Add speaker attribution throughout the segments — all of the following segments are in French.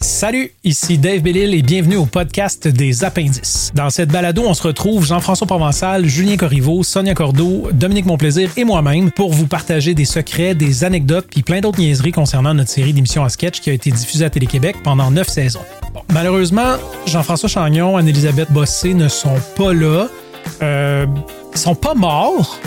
Speaker 1: Salut, ici Dave Bellil et bienvenue au podcast des Appendices. Dans cette balado, on se retrouve Jean-François Provençal, Julien Corriveau, Sonia Cordeau, Dominique Monplaisir et moi-même pour vous partager des secrets, des anecdotes puis plein d'autres niaiseries concernant notre série d'émissions à sketch qui a été diffusée à Télé-Québec pendant neuf saisons. Bon, malheureusement, Jean-François Chagnon, Anne-Élisabeth Bossé ne sont pas là. Euh, ils sont pas morts,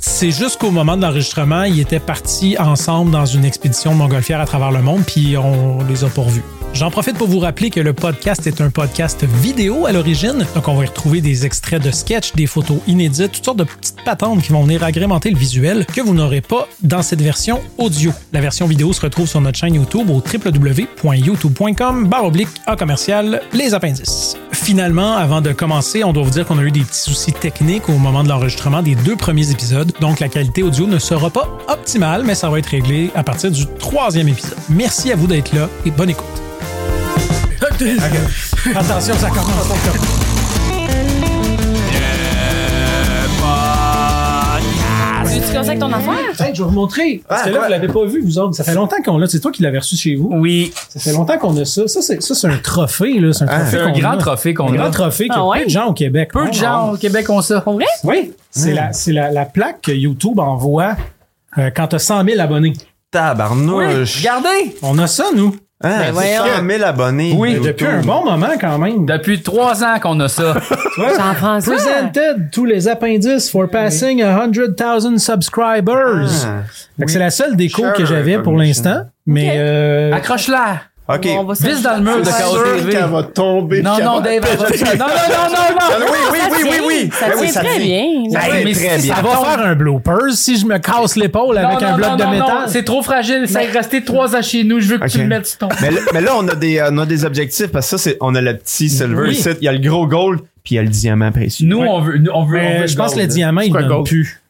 Speaker 1: c'est jusqu'au moment de l'enregistrement, ils étaient partis ensemble dans une expédition de montgolfière à travers le monde, puis on les a pas revus. J'en profite pour vous rappeler que le podcast est un podcast vidéo à l'origine, donc on va y retrouver des extraits de sketchs, des photos inédites, toutes sortes de petites patentes qui vont venir agrémenter le visuel que vous n'aurez pas dans cette version audio. La version vidéo se retrouve sur notre chaîne YouTube au www.youtube.com baroblique A commercial les appendices. Finalement, avant de commencer, on doit vous dire qu'on a eu des petits soucis techniques au moment de l'enregistrement des deux premiers épisodes, donc la qualité audio ne sera pas optimale, mais ça va être réglé à partir du troisième épisode. Merci à vous d'être là et bonne écoute. Attention, ça commence. ça commence.
Speaker 2: Tu veux avec ton affaire?
Speaker 1: Hey, je vais vous montrer. Parce que là, vous l'avez pas vu, vous autres. Ça fait longtemps qu'on l'a. C'est toi qui l'avais reçu chez vous.
Speaker 3: Oui,
Speaker 1: Ça fait longtemps qu'on a ça. Ça, c'est, ça, c'est un trophée, là. C'est un trophée.
Speaker 3: Ah. c'est un
Speaker 1: qu'on
Speaker 3: grand
Speaker 1: a.
Speaker 3: trophée
Speaker 1: Un
Speaker 3: qu'on
Speaker 1: grand
Speaker 3: a.
Speaker 1: trophée que
Speaker 2: Ah ouais?
Speaker 1: peu de gens au Québec.
Speaker 3: Peu
Speaker 1: ont.
Speaker 3: de gens Hein? au Québec ont ça.
Speaker 2: Pour vrai?
Speaker 1: Oui. C'est, la, c'est la, la plaque que YouTube envoie euh, quand t'as 100 000 abonnés.
Speaker 4: Tabarnouche!
Speaker 3: Regardez!
Speaker 1: On a ça, nous.
Speaker 4: Hein,
Speaker 2: Ben
Speaker 4: c'est
Speaker 2: voyons.
Speaker 4: 100 000 abonnés. Ben,
Speaker 1: Oui,
Speaker 4: YouTube.
Speaker 1: depuis un bon moment, quand même.
Speaker 3: Depuis trois ans qu'on a ça.
Speaker 2: Jean-François.
Speaker 1: Presented tous les appendices for passing 100,000 subscribers.
Speaker 4: Ah.
Speaker 1: Fait que C'est la seule déco
Speaker 4: Sure,
Speaker 1: que j'avais pour
Speaker 4: recognition.
Speaker 1: l'instant. Mais euh,
Speaker 3: Ah, Accroche-la!
Speaker 4: OK.
Speaker 2: On va
Speaker 3: Vis dans le mur de
Speaker 2: C'est
Speaker 3: Chaos
Speaker 5: sûr
Speaker 3: TV.
Speaker 5: qu'elle va tomber.
Speaker 3: Non,
Speaker 5: qu'elle
Speaker 3: non,
Speaker 5: va-
Speaker 3: Dave, elle va- Non, non, non, non, non!
Speaker 4: oui, oui, oui, oui, oui.
Speaker 2: Ça
Speaker 4: Ben
Speaker 2: tient
Speaker 4: oui, ça
Speaker 2: très
Speaker 4: tient.
Speaker 2: bien.
Speaker 4: Ça
Speaker 3: Hey,
Speaker 4: tient
Speaker 3: mais
Speaker 4: très
Speaker 3: si,
Speaker 4: bien.
Speaker 3: ça
Speaker 1: Ça
Speaker 3: va
Speaker 1: va faire un bloopers si je me casse l'épaule avec
Speaker 3: Non,
Speaker 1: un
Speaker 3: non,
Speaker 1: bloc
Speaker 3: non,
Speaker 1: de
Speaker 3: non,
Speaker 1: métal.
Speaker 3: non, C'est trop fragile. Ça est resté trois ans chez nous. Je veux que tu
Speaker 4: Ok.
Speaker 3: le mettes sur ton.
Speaker 4: mais, là- mais là, on a, des, euh, on a des objectifs parce que ça, c'est, on a le petit silver
Speaker 1: Oui.
Speaker 4: ici, il y a le gros gold, puis il y a le diamant précieux.
Speaker 3: Nous, on veut. nous, on veut- on
Speaker 1: Mais
Speaker 3: veut
Speaker 1: Euh, je pense que
Speaker 3: gold.
Speaker 1: le diamant, il
Speaker 3: quoi,
Speaker 1: ne donne
Speaker 3: gold?
Speaker 1: plus.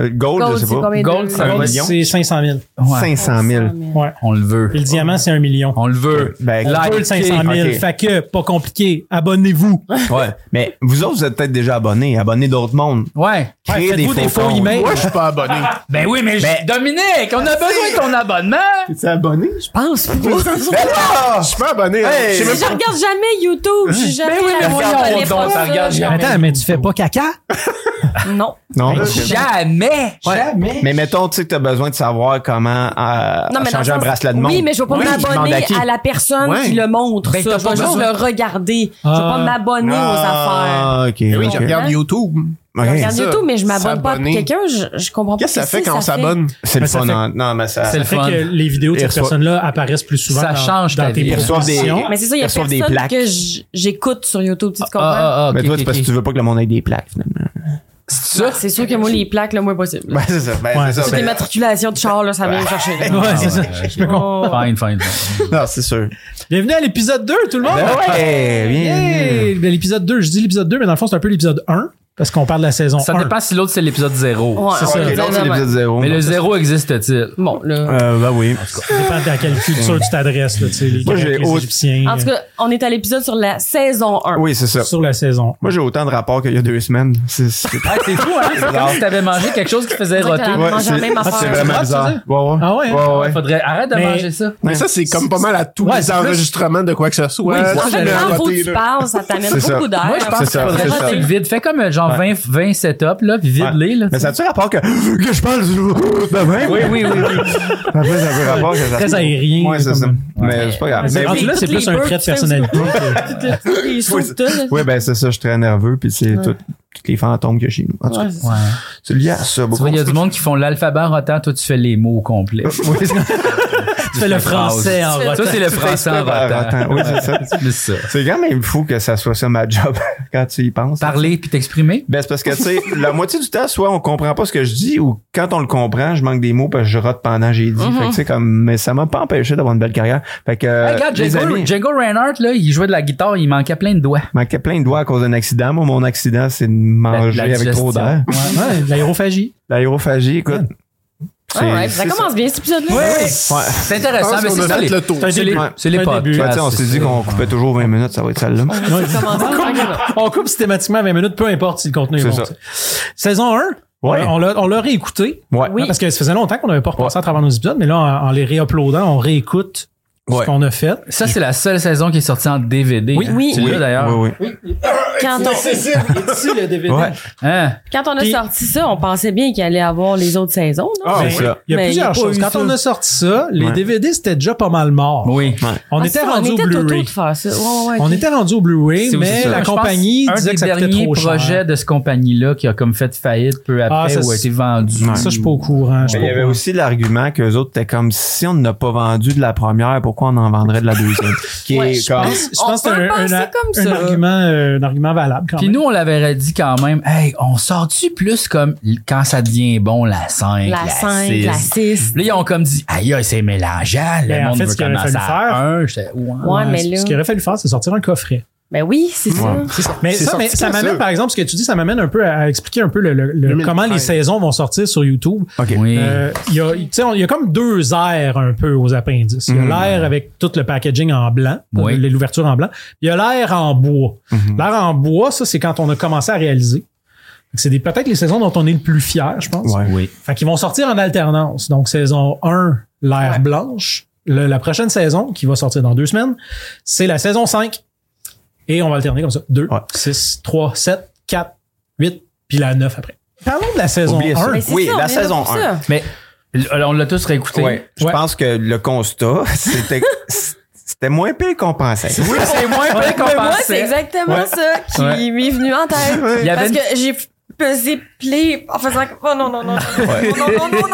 Speaker 4: Euh, Gold, je sais pas.
Speaker 3: Gold, ça
Speaker 4: Un
Speaker 3: va
Speaker 1: Gold,
Speaker 4: million?
Speaker 1: c'est 500 000.
Speaker 3: Ouais,
Speaker 4: 500 000.
Speaker 1: Ouais.
Speaker 3: On le veut.
Speaker 1: Et le diamant, c'est 1 million.
Speaker 3: On le veut.
Speaker 4: Ben,
Speaker 1: On
Speaker 3: Like.
Speaker 1: veut le 500 000.
Speaker 4: Ok.
Speaker 1: Fait que, pas compliqué, abonnez-vous.
Speaker 4: ouais. Mais vous autres, vous êtes peut-être déjà abonnés, abonnés d'autres mondes.
Speaker 3: Ouais.
Speaker 4: Créez
Speaker 1: Ouais,
Speaker 4: des,
Speaker 1: faites-vous
Speaker 4: faux
Speaker 1: des faux
Speaker 4: comptes.
Speaker 1: emails.
Speaker 5: Moi, je suis pas abonné.
Speaker 3: Ben oui, mais.
Speaker 4: Ben-
Speaker 3: Dominique, on a besoin de ton abonnement!
Speaker 5: T'es abonné? Je suis
Speaker 2: pense pas.
Speaker 4: Mais Ben là!
Speaker 5: pas- je suis pas abonné.
Speaker 4: Hey!
Speaker 5: Je sais même
Speaker 2: Je
Speaker 5: pas-
Speaker 2: regarde jamais YouTube. Je suis jamais.
Speaker 3: Ben oui, mais
Speaker 2: à-
Speaker 3: voyons
Speaker 2: je connais
Speaker 3: donc,
Speaker 2: pas
Speaker 3: ça
Speaker 2: ça.
Speaker 3: regarde jamais.
Speaker 1: Attends, mais tu fais pas caca?
Speaker 2: Non.
Speaker 4: Non.
Speaker 3: Jamais!
Speaker 4: Ouais.
Speaker 1: Jamais.
Speaker 4: Mais mettons, tu sais que t'as besoin de savoir comment euh,
Speaker 2: Non, mais dans le
Speaker 4: changer un
Speaker 2: sens-
Speaker 4: bracelet de montre.
Speaker 2: Oui, mais je vais pas
Speaker 4: Oui, tu demandes
Speaker 2: m'abonner
Speaker 4: qui?
Speaker 2: à la personne
Speaker 5: Ouais.
Speaker 2: qui le montre.
Speaker 3: Ben,
Speaker 2: ça.
Speaker 3: t'as
Speaker 2: Je
Speaker 3: pas
Speaker 2: vais juste
Speaker 3: besoin.
Speaker 2: le regarder. Je vais
Speaker 1: Ah.
Speaker 2: pas m'abonner aux affaires.
Speaker 4: Ah, ok.
Speaker 5: Oui, je
Speaker 4: ok.
Speaker 5: regarde YouTube.
Speaker 4: Ok.
Speaker 2: Je regarde
Speaker 5: ça.
Speaker 2: YouTube, mais je m'abonne pas à
Speaker 5: S'abonner.
Speaker 2: quelqu'un. Je, je comprends pas.
Speaker 5: Qu'est-ce que ça
Speaker 2: ce
Speaker 5: fait quand on s'abonne?
Speaker 4: C'est le
Speaker 1: ça
Speaker 4: fun.
Speaker 1: fait-
Speaker 4: hein. Non, mais ça.
Speaker 3: C'est
Speaker 1: Ça
Speaker 3: le
Speaker 1: fait
Speaker 3: fun.
Speaker 1: que les vidéos de
Speaker 4: Ils
Speaker 1: cette
Speaker 4: reçoivent-
Speaker 1: personne-là apparaissent plus souvent
Speaker 3: Ça
Speaker 1: dans,
Speaker 3: change
Speaker 1: dans
Speaker 3: ta
Speaker 1: tes
Speaker 3: vie. Ils
Speaker 4: reçoivent des-
Speaker 1: propositions.
Speaker 2: Mais c'est ça, il y a
Speaker 4: Ils reçoivent des
Speaker 2: personne
Speaker 4: plaques.
Speaker 2: que j- j'écoute sur YouTube. Tu te comprends?
Speaker 3: Ah, ah, ah,
Speaker 4: mais
Speaker 3: ok,
Speaker 4: toi, c'est
Speaker 3: ok,
Speaker 4: parce que
Speaker 3: ok.
Speaker 4: tu veux pas que le monde ait des plaques, finalement.
Speaker 3: Ça,
Speaker 2: C'est sûr que moi, les plaques, le moins possible.
Speaker 4: Ben, c'est ça. Ben,
Speaker 1: Ouais.
Speaker 4: c'est ça.
Speaker 2: Toutes les matriculations de char, là, ça vient me chercher. là.
Speaker 1: Ouais, c'est ça. Je peux comprendre.
Speaker 2: Oh.
Speaker 3: Fine, fine, fine.
Speaker 4: Non, c'est sûr.
Speaker 1: Bienvenue à l'épisode 2, tout le monde!
Speaker 4: Ben ouais, bien.
Speaker 1: Hey, ben, l'épisode 2, je dis l'épisode 2, mais dans le fond, c'est un peu l'épisode 1, parce qu'on parle de la saison
Speaker 3: Ça
Speaker 1: 1.
Speaker 3: dépend si l'autre, c'est l'épisode 0.
Speaker 2: Ouais,
Speaker 1: C'est ça.
Speaker 2: on
Speaker 4: Ok,
Speaker 2: va dire
Speaker 4: l'autre,
Speaker 2: de
Speaker 4: c'est
Speaker 2: même.
Speaker 4: l'épisode zéro.
Speaker 3: Mais le 0 existe-t-il?
Speaker 2: Bon, là.
Speaker 4: Euh, ben oui.
Speaker 1: Ça dépend à quelle culture tu t'adresses, là, tu sais, les,
Speaker 4: Moi, j'ai
Speaker 1: Grecs, les
Speaker 4: autre-
Speaker 1: Égyptiens. euh,
Speaker 2: En tout cas, on est à l'épisode sur la saison 1.
Speaker 4: Oui, c'est ça.
Speaker 1: sur la saison.
Speaker 4: Moi, j'ai autant de rapports qu'il y a deux semaines. C'est c'est-
Speaker 3: Ah, c'est fou, hein? C'est comme si t'avais mangé quelque chose qui faisait
Speaker 2: Faudrait que
Speaker 3: roter.
Speaker 2: t'en manges la même
Speaker 4: c'est
Speaker 2: affaire.
Speaker 4: vraiment
Speaker 3: Ah,
Speaker 4: bizarre.
Speaker 3: tu
Speaker 4: Ouais, ouais.
Speaker 1: Ah ouais, hein?
Speaker 4: Ouais, ouais.
Speaker 3: Faudrait, arrête de
Speaker 1: Mais-
Speaker 3: manger ça.
Speaker 5: Mais ça, c'est comme pas mal à tous
Speaker 1: Ouais,
Speaker 5: les
Speaker 1: c'est plus-
Speaker 5: enregistrements de quoi que ce soit.
Speaker 3: Oui,
Speaker 2: En
Speaker 5: Tu
Speaker 2: fait,
Speaker 5: l'as
Speaker 2: quand faut
Speaker 5: noté,
Speaker 2: que tu
Speaker 5: là.
Speaker 2: parles, ça t'amène
Speaker 4: C'est ça.
Speaker 2: beaucoup d'air.
Speaker 3: Moi, je
Speaker 4: C'est
Speaker 3: pense
Speaker 4: ça,
Speaker 3: qu'il faudrait
Speaker 4: c'est
Speaker 3: juste
Speaker 4: ça.
Speaker 3: le vide. Fais comme euh, genre 20, 20 setups, là, puis vide-les, là.
Speaker 4: Mais ça a-tu rapport que, que je parle du- Ben ouais.
Speaker 3: Oui, oui, oui. oui.
Speaker 4: Après, ça a rapport que ça-
Speaker 1: Très aérien,
Speaker 4: Ouais, c'est ça.
Speaker 1: comme-
Speaker 4: Mais c'est pas grave.
Speaker 1: Mais
Speaker 4: Mais
Speaker 1: rendu
Speaker 4: Ben oui.
Speaker 1: là, c'est
Speaker 2: Toutes
Speaker 1: plus
Speaker 2: les
Speaker 1: un
Speaker 2: birds,
Speaker 1: trait de
Speaker 2: tu sais, aussi.
Speaker 1: personnalité.
Speaker 2: Les
Speaker 4: Oui,
Speaker 2: choses, là.
Speaker 4: Oui, ben c'est ça, je suis très nerveux, puis c'est tout- toutes les fantômes qu'il y a chez nous. En tout cas,
Speaker 3: Ouais.
Speaker 4: c'est lié à ça.
Speaker 3: Tu
Speaker 4: beaucoup.
Speaker 3: vois, il y a du monde qui font l'alphabet en rotant. Toi, tu fais les mots au complet.
Speaker 4: Oui, c'est-
Speaker 1: Tu fais le français en
Speaker 3: Toi,
Speaker 1: rotant.
Speaker 3: c'est le français en rotant.
Speaker 4: Oui, c'est ça.
Speaker 3: C'est plus ça.
Speaker 4: C'est quand même fou que ça soit ça ma job quand tu y penses.
Speaker 3: Parler puis t'exprimer.
Speaker 4: Ben, c'est parce que, tu sais, la moitié du temps, soit on comprend pas ce que je dis, ou quand on le comprend, je manque des mots parce que je rote pendant que j'ai dit.
Speaker 2: Mm-hmm.
Speaker 4: Fait que, tu sais, comme, mais ça m'a pas empêché d'avoir une belle carrière. Fait que,
Speaker 3: Hey, regarde,
Speaker 4: Euh, les
Speaker 3: Django,
Speaker 4: amis,
Speaker 3: Django Reinhardt, là, il jouait de la guitare, il manquait plein de doigts.
Speaker 4: je manquais plein de doigts à cause d'un accident. Moi, mon accident, c'est de manger
Speaker 3: La- la
Speaker 4: Ah, avec
Speaker 3: digestion.
Speaker 4: trop d'air.
Speaker 1: Ouais, de l'aérophagie.
Speaker 4: L'aérophagie, écoute.
Speaker 2: Ah ouais, ça
Speaker 4: c'est-
Speaker 2: commence bien, cet épisode-là.
Speaker 4: Ouais.
Speaker 3: C'est
Speaker 5: Je
Speaker 3: intéressant,
Speaker 5: pense
Speaker 3: mais
Speaker 5: qu'on
Speaker 3: c'est
Speaker 5: a
Speaker 3: ça.
Speaker 5: fait
Speaker 3: les-
Speaker 5: le tour.
Speaker 1: un
Speaker 3: C'est les,
Speaker 1: début.
Speaker 3: c'est les
Speaker 1: C'est un début.
Speaker 3: podcasts,
Speaker 4: Ben, tu sais, on s'est
Speaker 3: c'est
Speaker 4: dit
Speaker 3: ça.
Speaker 4: qu'on coupait toujours 20 minutes, ça va être celle-là.
Speaker 1: Ouais.
Speaker 2: Commence tranquillement.
Speaker 1: On coupe systématiquement à 20 minutes, peu importe si le contenu est,
Speaker 4: C'est
Speaker 1: bon.
Speaker 4: ça.
Speaker 1: tu sais. Saison 1,
Speaker 4: Ouais.
Speaker 1: euh, on l'a on l'a réécouté.
Speaker 4: Ouais.
Speaker 2: Oui.
Speaker 1: Parce que ça faisait longtemps qu'on n'avait pas repassé à travers nos épisodes, mais là, en, en les réuploadant, on réécoute ce
Speaker 4: Ouais.
Speaker 1: qu'on a fait.
Speaker 3: Ça, c'est la seule saison qui est sortie en DVD.
Speaker 1: Oui.
Speaker 3: hein.
Speaker 2: Oui.
Speaker 3: Tu l'as d'ailleurs.
Speaker 4: Oui, oui.
Speaker 2: Quand on,
Speaker 1: le DVD.
Speaker 4: Ouais,
Speaker 3: Hein?
Speaker 2: quand on a
Speaker 1: Puis-
Speaker 2: sorti ça, on pensait bien qu'il allait avoir les autres saisons. non?
Speaker 4: c'est
Speaker 1: Mais- Il
Speaker 4: ça.
Speaker 1: y a
Speaker 2: Mais il y a
Speaker 1: plusieurs
Speaker 2: pas
Speaker 1: choses.
Speaker 2: eu
Speaker 1: Quand
Speaker 2: ça.
Speaker 1: on a sorti ça, les
Speaker 4: Ouais.
Speaker 1: DVD, c'était déjà pas mal mort.
Speaker 3: Oui.
Speaker 1: On
Speaker 2: Ah,
Speaker 1: était
Speaker 2: ça,
Speaker 1: rendu
Speaker 2: on
Speaker 1: au
Speaker 2: était tôt
Speaker 1: Blu-ray.
Speaker 2: de faire ça. Ouais, ouais,
Speaker 1: On
Speaker 2: ok.
Speaker 1: était rendu au Blu-ray,
Speaker 3: C'est aussi
Speaker 1: mais
Speaker 3: ça.
Speaker 1: la
Speaker 3: Je pense
Speaker 1: compagnie
Speaker 3: un
Speaker 1: disait
Speaker 3: des
Speaker 1: que ça coûtait
Speaker 3: derniers
Speaker 1: trop
Speaker 3: projets
Speaker 1: cher.
Speaker 3: de ce compagnie-là qui a comme fait faillite peu
Speaker 1: Ah,
Speaker 3: après
Speaker 1: ça,
Speaker 3: ou a
Speaker 1: c'est-
Speaker 3: été vendu.
Speaker 4: Ouais.
Speaker 1: Ça, je suis pas au courant. je suis
Speaker 4: Mais il
Speaker 1: pas
Speaker 4: y
Speaker 1: au
Speaker 4: avait
Speaker 1: courant.
Speaker 4: aussi l'argument qu'eux autres étaient comme si on n'a pas vendu de la première, pourquoi on en vendrait de la deuxième? Qui
Speaker 2: Ouais,
Speaker 4: est
Speaker 2: je
Speaker 4: comme.
Speaker 1: Je
Speaker 2: On
Speaker 1: pense que c'est
Speaker 2: peut
Speaker 1: un,
Speaker 2: penser
Speaker 1: un-
Speaker 2: comme
Speaker 1: un
Speaker 2: ça.
Speaker 1: argument, euh, un argument valable quand
Speaker 3: Puis
Speaker 1: même.
Speaker 3: nous, on l'avait dit quand même, hey, on sort-tu plus comme quand ça devient bon, la 5, la,
Speaker 2: La 5,
Speaker 3: 6.
Speaker 2: la 6.
Speaker 3: Là, ils ont comme dit, aïe, aïe, c'est mélangeant, le
Speaker 1: Mais en
Speaker 3: monde
Speaker 1: fait,
Speaker 3: veut
Speaker 1: ce qu'il aurait
Speaker 3: commencer
Speaker 1: fallu faire-
Speaker 3: à 1. J'étais, ouais.
Speaker 2: Ouais, mais
Speaker 1: ce-
Speaker 2: là.
Speaker 1: Ce qu'il aurait fallu faire, c'est sortir un coffret.
Speaker 2: Ben oui, c'est ça.
Speaker 4: Ouais.
Speaker 1: Mais
Speaker 5: C'est
Speaker 1: ça, mais
Speaker 5: sorti
Speaker 1: ça
Speaker 5: quand,
Speaker 1: m'amène,
Speaker 5: ça?
Speaker 1: par exemple, ce que tu dis, ça m'amène un peu à, à expliquer un peu le, le- le-
Speaker 5: 2013.
Speaker 1: comment les saisons vont sortir sur YouTube.
Speaker 4: OK.
Speaker 3: Oui.
Speaker 1: Euh, Il y a- tu sais, on- il y, a comme deux airs un peu aux appendices. Il y a
Speaker 4: Mhm.
Speaker 1: l'air avec tout le packaging en blanc, euh,
Speaker 3: Oui.
Speaker 1: l'ouverture en blanc. Il y a l'air en bois.
Speaker 4: Mhm.
Speaker 1: L'air en bois, ça, c'est quand on a commencé à réaliser. C'est des- peut-être les saisons dont on est le plus fier, je pense.
Speaker 4: Ouais.
Speaker 3: oui.
Speaker 1: Fait qu'ils vont sortir en alternance. Donc, saison 1, l'air blanche. Le- la prochaine saison, qui va sortir dans deux semaines, c'est la saison 5. Et on va alterner comme ça. 2,
Speaker 4: Ouais.
Speaker 1: 6, 3, 7, 4, 8, puis la 9 après. Parlons de la saison
Speaker 4: Oubliez ça.
Speaker 1: 1.
Speaker 2: Mais Ben, c'est
Speaker 4: Oui,
Speaker 2: ça, on
Speaker 4: la
Speaker 2: est là
Speaker 4: saison
Speaker 2: pour
Speaker 4: un.
Speaker 2: ça.
Speaker 3: Mais l- on l'a tous réécouté.
Speaker 4: Ouais. Je
Speaker 1: Ouais.
Speaker 4: pense que le constat, c'était. C'était moins pire qu'on pensait.
Speaker 3: Oui, c'est moins vrai qu'on
Speaker 2: Moi, c'est
Speaker 3: pensait.
Speaker 2: exactement
Speaker 1: Ouais.
Speaker 2: ça qui
Speaker 3: Ouais.
Speaker 2: m'est venu en tête.
Speaker 3: Il y avait
Speaker 2: Parce
Speaker 3: une-
Speaker 2: que j'ai pesé play en faisant que- oh non non non non
Speaker 4: Ouais.
Speaker 2: non oh non non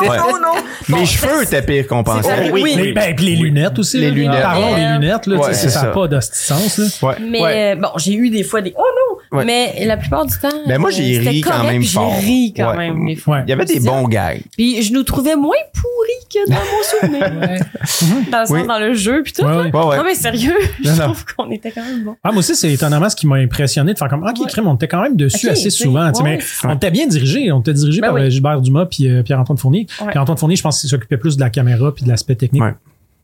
Speaker 2: non
Speaker 4: Ouais.
Speaker 2: non non Bon,
Speaker 4: Mes cheveux étaient pires qu'on pensait.
Speaker 2: arrivé. Oui.
Speaker 1: Les, ben, puis les lunettes aussi.
Speaker 4: Les
Speaker 1: là.
Speaker 4: lunettes.
Speaker 1: Parlons des lunettes. Là,
Speaker 4: Ouais,
Speaker 1: tu sais,
Speaker 4: c'est
Speaker 1: ça n'a
Speaker 4: ça.
Speaker 1: pas d'hostilité. là.
Speaker 4: Ouais.
Speaker 2: mais
Speaker 4: Ouais.
Speaker 2: euh, bon j'ai eu des fois des oh non
Speaker 4: Ouais.
Speaker 2: mais la plupart du temps
Speaker 4: Ben, moi, j'ai
Speaker 2: euh, c'était
Speaker 4: ri quand
Speaker 2: correct,
Speaker 4: même
Speaker 2: puis
Speaker 4: fort.
Speaker 2: j'ai ri quand
Speaker 4: Ouais.
Speaker 2: même des fois
Speaker 1: Ouais.
Speaker 4: Il y avait des bons gags.
Speaker 2: puis je nous trouvais moins pourris que dans mon souvenir
Speaker 3: Ouais.
Speaker 2: dans le sens
Speaker 4: Oui.
Speaker 2: dans le jeu puis tout
Speaker 1: Ouais,
Speaker 2: là.
Speaker 1: ouais.
Speaker 4: Ouais, ouais.
Speaker 2: non mais sérieux je
Speaker 4: Non, non.
Speaker 2: trouve qu'on était quand même bon
Speaker 1: Ah, moi aussi, c'est étonnamment ce qui m'a impressionné de faire comme, OK,
Speaker 2: Ouais.
Speaker 1: crime, on était quand même dessus
Speaker 2: Ok,
Speaker 1: assez
Speaker 2: tu sais,
Speaker 1: souvent. tu sais, mais
Speaker 2: ouais, ouais,
Speaker 1: on était bien dirigé. On était dirigé
Speaker 2: Ben
Speaker 1: par
Speaker 2: oui.
Speaker 1: euh, Gilbert Dumas puis euh, Pierre-Antoine Fournier.
Speaker 2: Ouais.
Speaker 1: Pierre-Antoine Fournier, je pense qu'il s'occupait plus de la caméra puis de l'aspect technique.
Speaker 4: Ouais.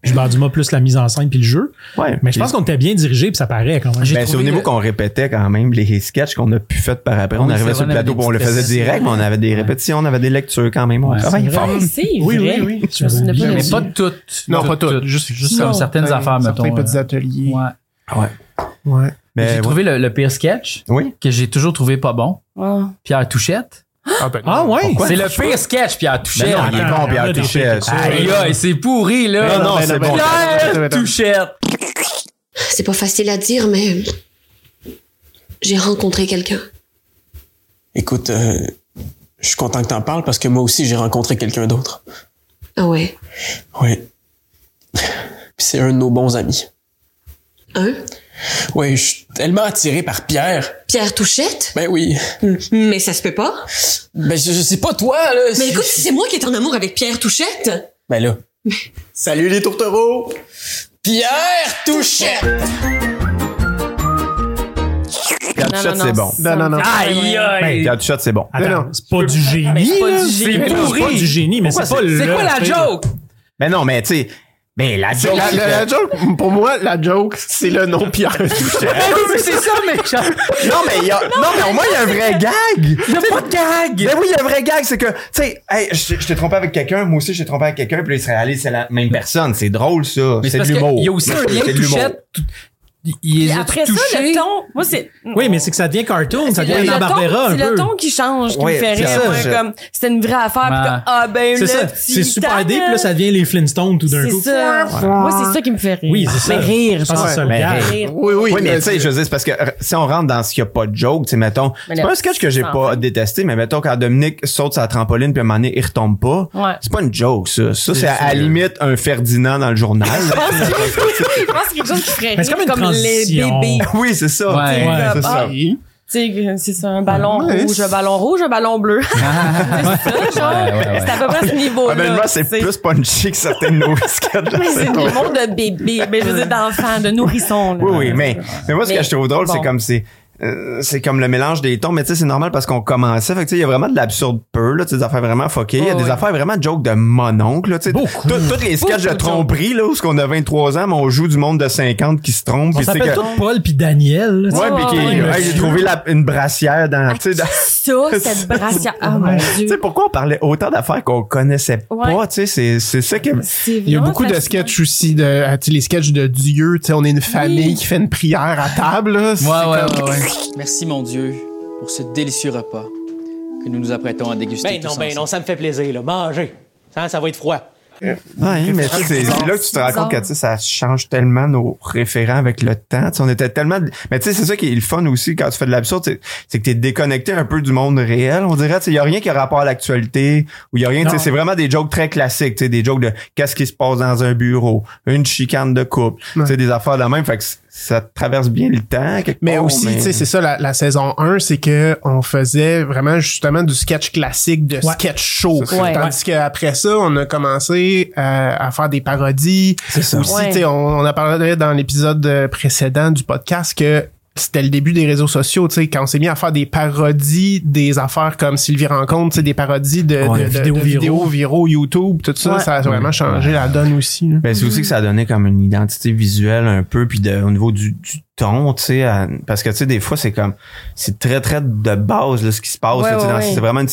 Speaker 1: Gilbert Dumas plus la mise en scène puis le jeu.
Speaker 4: Ouais.
Speaker 1: Mais je pense qu'on était bien dirigé puis ça paraît quand même.
Speaker 3: J'ai
Speaker 4: Ben,
Speaker 3: trouvé
Speaker 4: souvenez-vous
Speaker 3: le-
Speaker 4: qu'on répétait quand même les sketchs qu'on a pu faire par après. On
Speaker 3: Oui, c'est
Speaker 4: arrivait
Speaker 3: vrai, on
Speaker 4: sur le
Speaker 3: avait
Speaker 4: plateau,
Speaker 3: des
Speaker 4: puis on le
Speaker 3: petites
Speaker 4: faisait
Speaker 3: répétitions.
Speaker 4: direct, mais on avait des répétitions, on avait des lectures quand même. On
Speaker 3: Ouais,
Speaker 4: travaillait
Speaker 1: c'est
Speaker 4: fort.
Speaker 2: Ouais, c'est
Speaker 1: Oui,
Speaker 2: vrai.
Speaker 1: oui, oui.
Speaker 2: je me souviens
Speaker 1: Oui,
Speaker 2: pas de
Speaker 3: Mais
Speaker 2: ça.
Speaker 3: pas toutes.
Speaker 5: Non, pas toutes.
Speaker 3: Juste, juste
Speaker 2: Non.
Speaker 3: comme certaines
Speaker 4: Ben,
Speaker 5: Certains-
Speaker 3: affaires, mettons.
Speaker 5: Certains petits
Speaker 3: euh,
Speaker 5: ateliers.
Speaker 3: ouais.
Speaker 4: Ouais.
Speaker 5: Ouais.
Speaker 4: Mais
Speaker 3: J'ai
Speaker 4: ouais.
Speaker 3: trouvé le, le pire sketch
Speaker 4: Oui.
Speaker 3: que j'ai toujours trouvé pas bon.
Speaker 2: Ouais.
Speaker 3: Pierre Touchette.
Speaker 5: Ah, ben,
Speaker 1: Ah, ouais.
Speaker 4: Pourquoi?
Speaker 3: c'est le pire sketch, Pierre Touchette.
Speaker 4: Ben non, il est
Speaker 1: Attends,
Speaker 4: bon,
Speaker 1: il y en a
Speaker 4: Pierre
Speaker 1: des
Speaker 4: Touchet.
Speaker 1: trucs.
Speaker 3: Aïe, aïe, c'est pourri, là.
Speaker 4: Non, non,
Speaker 5: Ben,
Speaker 4: c'est
Speaker 5: ben,
Speaker 4: bon.
Speaker 5: ben, ben, ben,
Speaker 3: Pierre
Speaker 5: ben.
Speaker 3: Touchette.
Speaker 6: C'est pas facile à dire, mais j'ai rencontré quelqu'un.
Speaker 7: Écoute, euh, je suis content que t'en parles parce que moi aussi j'ai rencontré quelqu'un d'autre.
Speaker 6: Ah ouais.
Speaker 7: Oui. Puis c'est un de nos bons amis.
Speaker 6: Hein?
Speaker 7: Oui, je suis tellement attiré par Pierre.
Speaker 6: Pierre Touchette?
Speaker 7: Ben oui.
Speaker 6: Hmm, Mais ça se peut pas.
Speaker 7: Ben je, je sais pas toi là.
Speaker 6: Mais
Speaker 7: c'est-
Speaker 6: écoute, si c'est moi qui est en amour avec Pierre Touchette.
Speaker 7: Ben là. Salut les tourtereaux. Pierre Touchet.
Speaker 4: Pierre
Speaker 2: Non,
Speaker 4: Touchet,
Speaker 2: non,
Speaker 4: c'est bon.
Speaker 2: ça me
Speaker 5: Non, non,
Speaker 2: fait
Speaker 5: non.
Speaker 2: pas le
Speaker 3: Aïe,
Speaker 2: moyen.
Speaker 3: aïe.
Speaker 4: Pierre Touchet, c'est bon.
Speaker 1: Ben, Attends,
Speaker 5: non.
Speaker 1: c'est pas du génie.
Speaker 2: c'est pas
Speaker 1: là. Mais non, C'est
Speaker 2: du génie.
Speaker 1: pas
Speaker 3: pourri.
Speaker 1: du génie, mais c'est
Speaker 4: Pourquoi
Speaker 1: pas le.
Speaker 3: C'est quoi la joke?
Speaker 4: Mais non, mais tu sais, mais la joke.
Speaker 5: La, la- la joke, pour moi, la joke, c'est le nom Pierre Touchet.
Speaker 3: Ben oui, c'est ça, mais il
Speaker 4: Non, mais il y a, non, mais au moins, il y a un vrai gag.
Speaker 3: n'y a pas de gag.
Speaker 4: Ben oui, il y a un vrai gag, c'est que, tu sais, hey, je je t'ai trompé avec quelqu'un, moi aussi, je t'ai trompé avec quelqu'un, puis là, il serait allé, c'est la même personne. C'est drôle, ça.
Speaker 3: Mais
Speaker 4: C'est de
Speaker 3: parce que
Speaker 4: l'humour.
Speaker 3: Il y a aussi un
Speaker 4: C'est
Speaker 3: lien
Speaker 4: de l'humour.
Speaker 3: Touchette. tout- il- Il
Speaker 2: Puis
Speaker 3: les a
Speaker 2: après ça
Speaker 3: touchés.
Speaker 2: le ton moi c'est
Speaker 1: Oui, mais c'est que ça devient cartoon, ça
Speaker 2: C'est
Speaker 1: devient
Speaker 2: le-
Speaker 1: Anna
Speaker 2: le
Speaker 1: Barbera
Speaker 2: ton-
Speaker 1: un
Speaker 2: C'est le
Speaker 1: peu.
Speaker 2: ton qui change, qui
Speaker 4: Ouais,
Speaker 2: me fait
Speaker 4: c'est
Speaker 2: rire.
Speaker 4: ça,
Speaker 2: moi,
Speaker 4: je-
Speaker 2: comme, c'était une vraie affaire. puis
Speaker 3: Ouais.
Speaker 2: comme, ah ben
Speaker 1: C'est
Speaker 2: le
Speaker 1: ça,
Speaker 2: petit
Speaker 1: c'est super
Speaker 2: talent.
Speaker 1: deep, là, ça devient les Flintstones tout d'un
Speaker 2: C'est
Speaker 1: coup.
Speaker 2: ça. Moi, c'est ça qui me fait rire.
Speaker 1: Oui, c'est ça.
Speaker 2: Mais rire,
Speaker 1: Ah,
Speaker 2: genre.
Speaker 1: c'est ça, le
Speaker 4: Mais
Speaker 1: gag.
Speaker 2: rire.
Speaker 5: Oui, oui.
Speaker 4: Oui, mais tu sais, je veux dire, c'est parce que euh, si on rentre dans ce qu'il n'y a pas de joke, tu sais, mettons,
Speaker 2: Mais
Speaker 4: c'est
Speaker 2: là,
Speaker 4: pas un sketch que j'ai
Speaker 2: c'est
Speaker 4: pas détesté, mais mettons, quand Dominique saute sa trampoline puis à un moment donné, il retombe pas,
Speaker 2: Ouais.
Speaker 4: c'est pas une joke, ça. Ça, c'est
Speaker 3: C'est
Speaker 4: à la
Speaker 3: sûr.
Speaker 4: limite un Ferdinand dans le journal.
Speaker 2: Je pense que c'est quelque chose qui ferait
Speaker 1: Mais c'est
Speaker 2: rire,
Speaker 1: comme une
Speaker 2: les
Speaker 1: transition.
Speaker 2: bébés.
Speaker 4: oui, c'est ça.
Speaker 3: Ouais.
Speaker 4: Tu sais,
Speaker 1: Ouais.
Speaker 4: c'est ça.
Speaker 5: Oui.
Speaker 2: Tu sais, c'est ça, un ballon
Speaker 5: Ouais,
Speaker 2: rouge,
Speaker 5: c'est-
Speaker 2: un ballon rouge, un ballon bleu.
Speaker 3: Ah,
Speaker 2: Ça, genre,
Speaker 3: Ouais, ouais, ouais.
Speaker 2: c'est à peu près ce niveau-là.
Speaker 4: Honnêtement, Ah, ben, c'est plus punchy que certains de nos sketchs.
Speaker 2: Mais c'est le niveau de bébé. Mais je veux dire, d'enfants, de nourrissons. là.
Speaker 4: Oui, oui, mais, mais moi, ce
Speaker 2: Euh, Mais
Speaker 4: que je trouve drôle,
Speaker 2: bon.
Speaker 4: c'est comme c'est. euh, c'est comme le mélange des tons, mais tu sais, c'est normal parce qu'on commençait. Fait que tu sais, il y a vraiment de l'absurde peu, là, tu sais, des affaires vraiment fuckées. Il y a
Speaker 2: Oh,
Speaker 4: des
Speaker 2: ouais.
Speaker 4: affaires vraiment de jokes de mononcle, là, tu sais.
Speaker 1: Beaucoup.
Speaker 4: Tout- Toutes les sketchs de
Speaker 2: Beaucoup de
Speaker 4: tromperie, là, où ce qu'on a 23 ans, mais on joue du monde de 50 qui se trompe.
Speaker 1: On
Speaker 4: puis tu sais
Speaker 1: s'appelle
Speaker 4: que-
Speaker 1: tous Paul puis Daniel. là, tu sais.
Speaker 4: Ouais, puis qui-
Speaker 2: Ouais,
Speaker 4: hey,
Speaker 1: monsieur.
Speaker 4: j'ai trouvé la- une brassière dans, tu sais, dans-
Speaker 2: ça, cette brassière. Ah, mon
Speaker 4: Tu sais
Speaker 2: Dieu.
Speaker 4: pourquoi on parlait autant d'affaires qu'on connaissait pas,
Speaker 2: Ouais.
Speaker 4: tu sais, c'est, c'est ça qui
Speaker 2: C'est
Speaker 5: Il y a
Speaker 2: vraiment
Speaker 5: beaucoup de
Speaker 2: fascinant.
Speaker 5: sketchs aussi, de, euh, tu sais, les sketchs de Dieu. tu sais, On est une famille qui fait une prière à table. là. C'est
Speaker 3: Ouais, ouais,
Speaker 5: comme-
Speaker 3: ouais, ouais.
Speaker 8: Merci, mon Dieu, pour ce délicieux repas que nous nous apprêtons à déguster.
Speaker 9: Ben
Speaker 8: tous
Speaker 9: non, ben
Speaker 8: ensemble.
Speaker 9: non, ça me fait plaisir, là. Mangez. Ça, ça va être froid.
Speaker 4: Ouais, hein, mais tu sais, c'est
Speaker 2: bizarre.
Speaker 4: là que tu te rends compte que tu sais, ça change tellement nos référents avec le temps. Tu sais, on était tellement. Mais tu sais, c'est ça qui est le fun aussi quand tu fais de l'absurde, c'est- c'est que t'es déconnecté un peu du monde réel. On dirait, tu sais, il y a rien qui a rapport à l'actualité ou il y a rien. tu sais,
Speaker 1: Non.
Speaker 4: C'est vraiment des jokes très classiques, tu sais, des jokes de qu'est-ce qui se passe dans un bureau, une chicane de couple, tu sais, des affaires de même. Fait que c- ça traverse bien le temps. quelque
Speaker 5: Mais
Speaker 4: part,
Speaker 5: aussi, tu sais, c'est ça, la, la saison 1, c'est que on faisait vraiment justement du sketch classique de
Speaker 1: Ouais.
Speaker 5: sketch show.
Speaker 4: C'est ça.
Speaker 2: Ouais.
Speaker 5: Tandis qu'après ça, on a commencé euh, à faire des parodies.
Speaker 4: C'est ça.
Speaker 5: Aussi,
Speaker 2: Ouais.
Speaker 5: tu sais, on, on a parlé dans l'épisode précédent du podcast que c'était le début des réseaux sociaux, tu sais, quand on s'est mis à faire des parodies des affaires comme Sylvie Rencontre, tu sais, des parodies de,
Speaker 1: Ouais,
Speaker 5: de- de-
Speaker 1: vidéos
Speaker 5: de
Speaker 1: viraux.
Speaker 5: vidéos viraux, YouTube, tout ça,
Speaker 2: Ouais.
Speaker 5: ça a vraiment changé la donne aussi. là.
Speaker 4: Ben, c'est aussi que ça donnait comme une identité visuelle un peu, puis de, au niveau du, du ton, tu sais, à- parce que, tu sais, des fois, c'est comme, c'est très, très de base, là, ce qui se passe,
Speaker 2: Ouais,
Speaker 4: là, tu sais,
Speaker 2: ouais,
Speaker 4: dans-
Speaker 2: ouais.
Speaker 4: c'est vraiment une
Speaker 3: Mais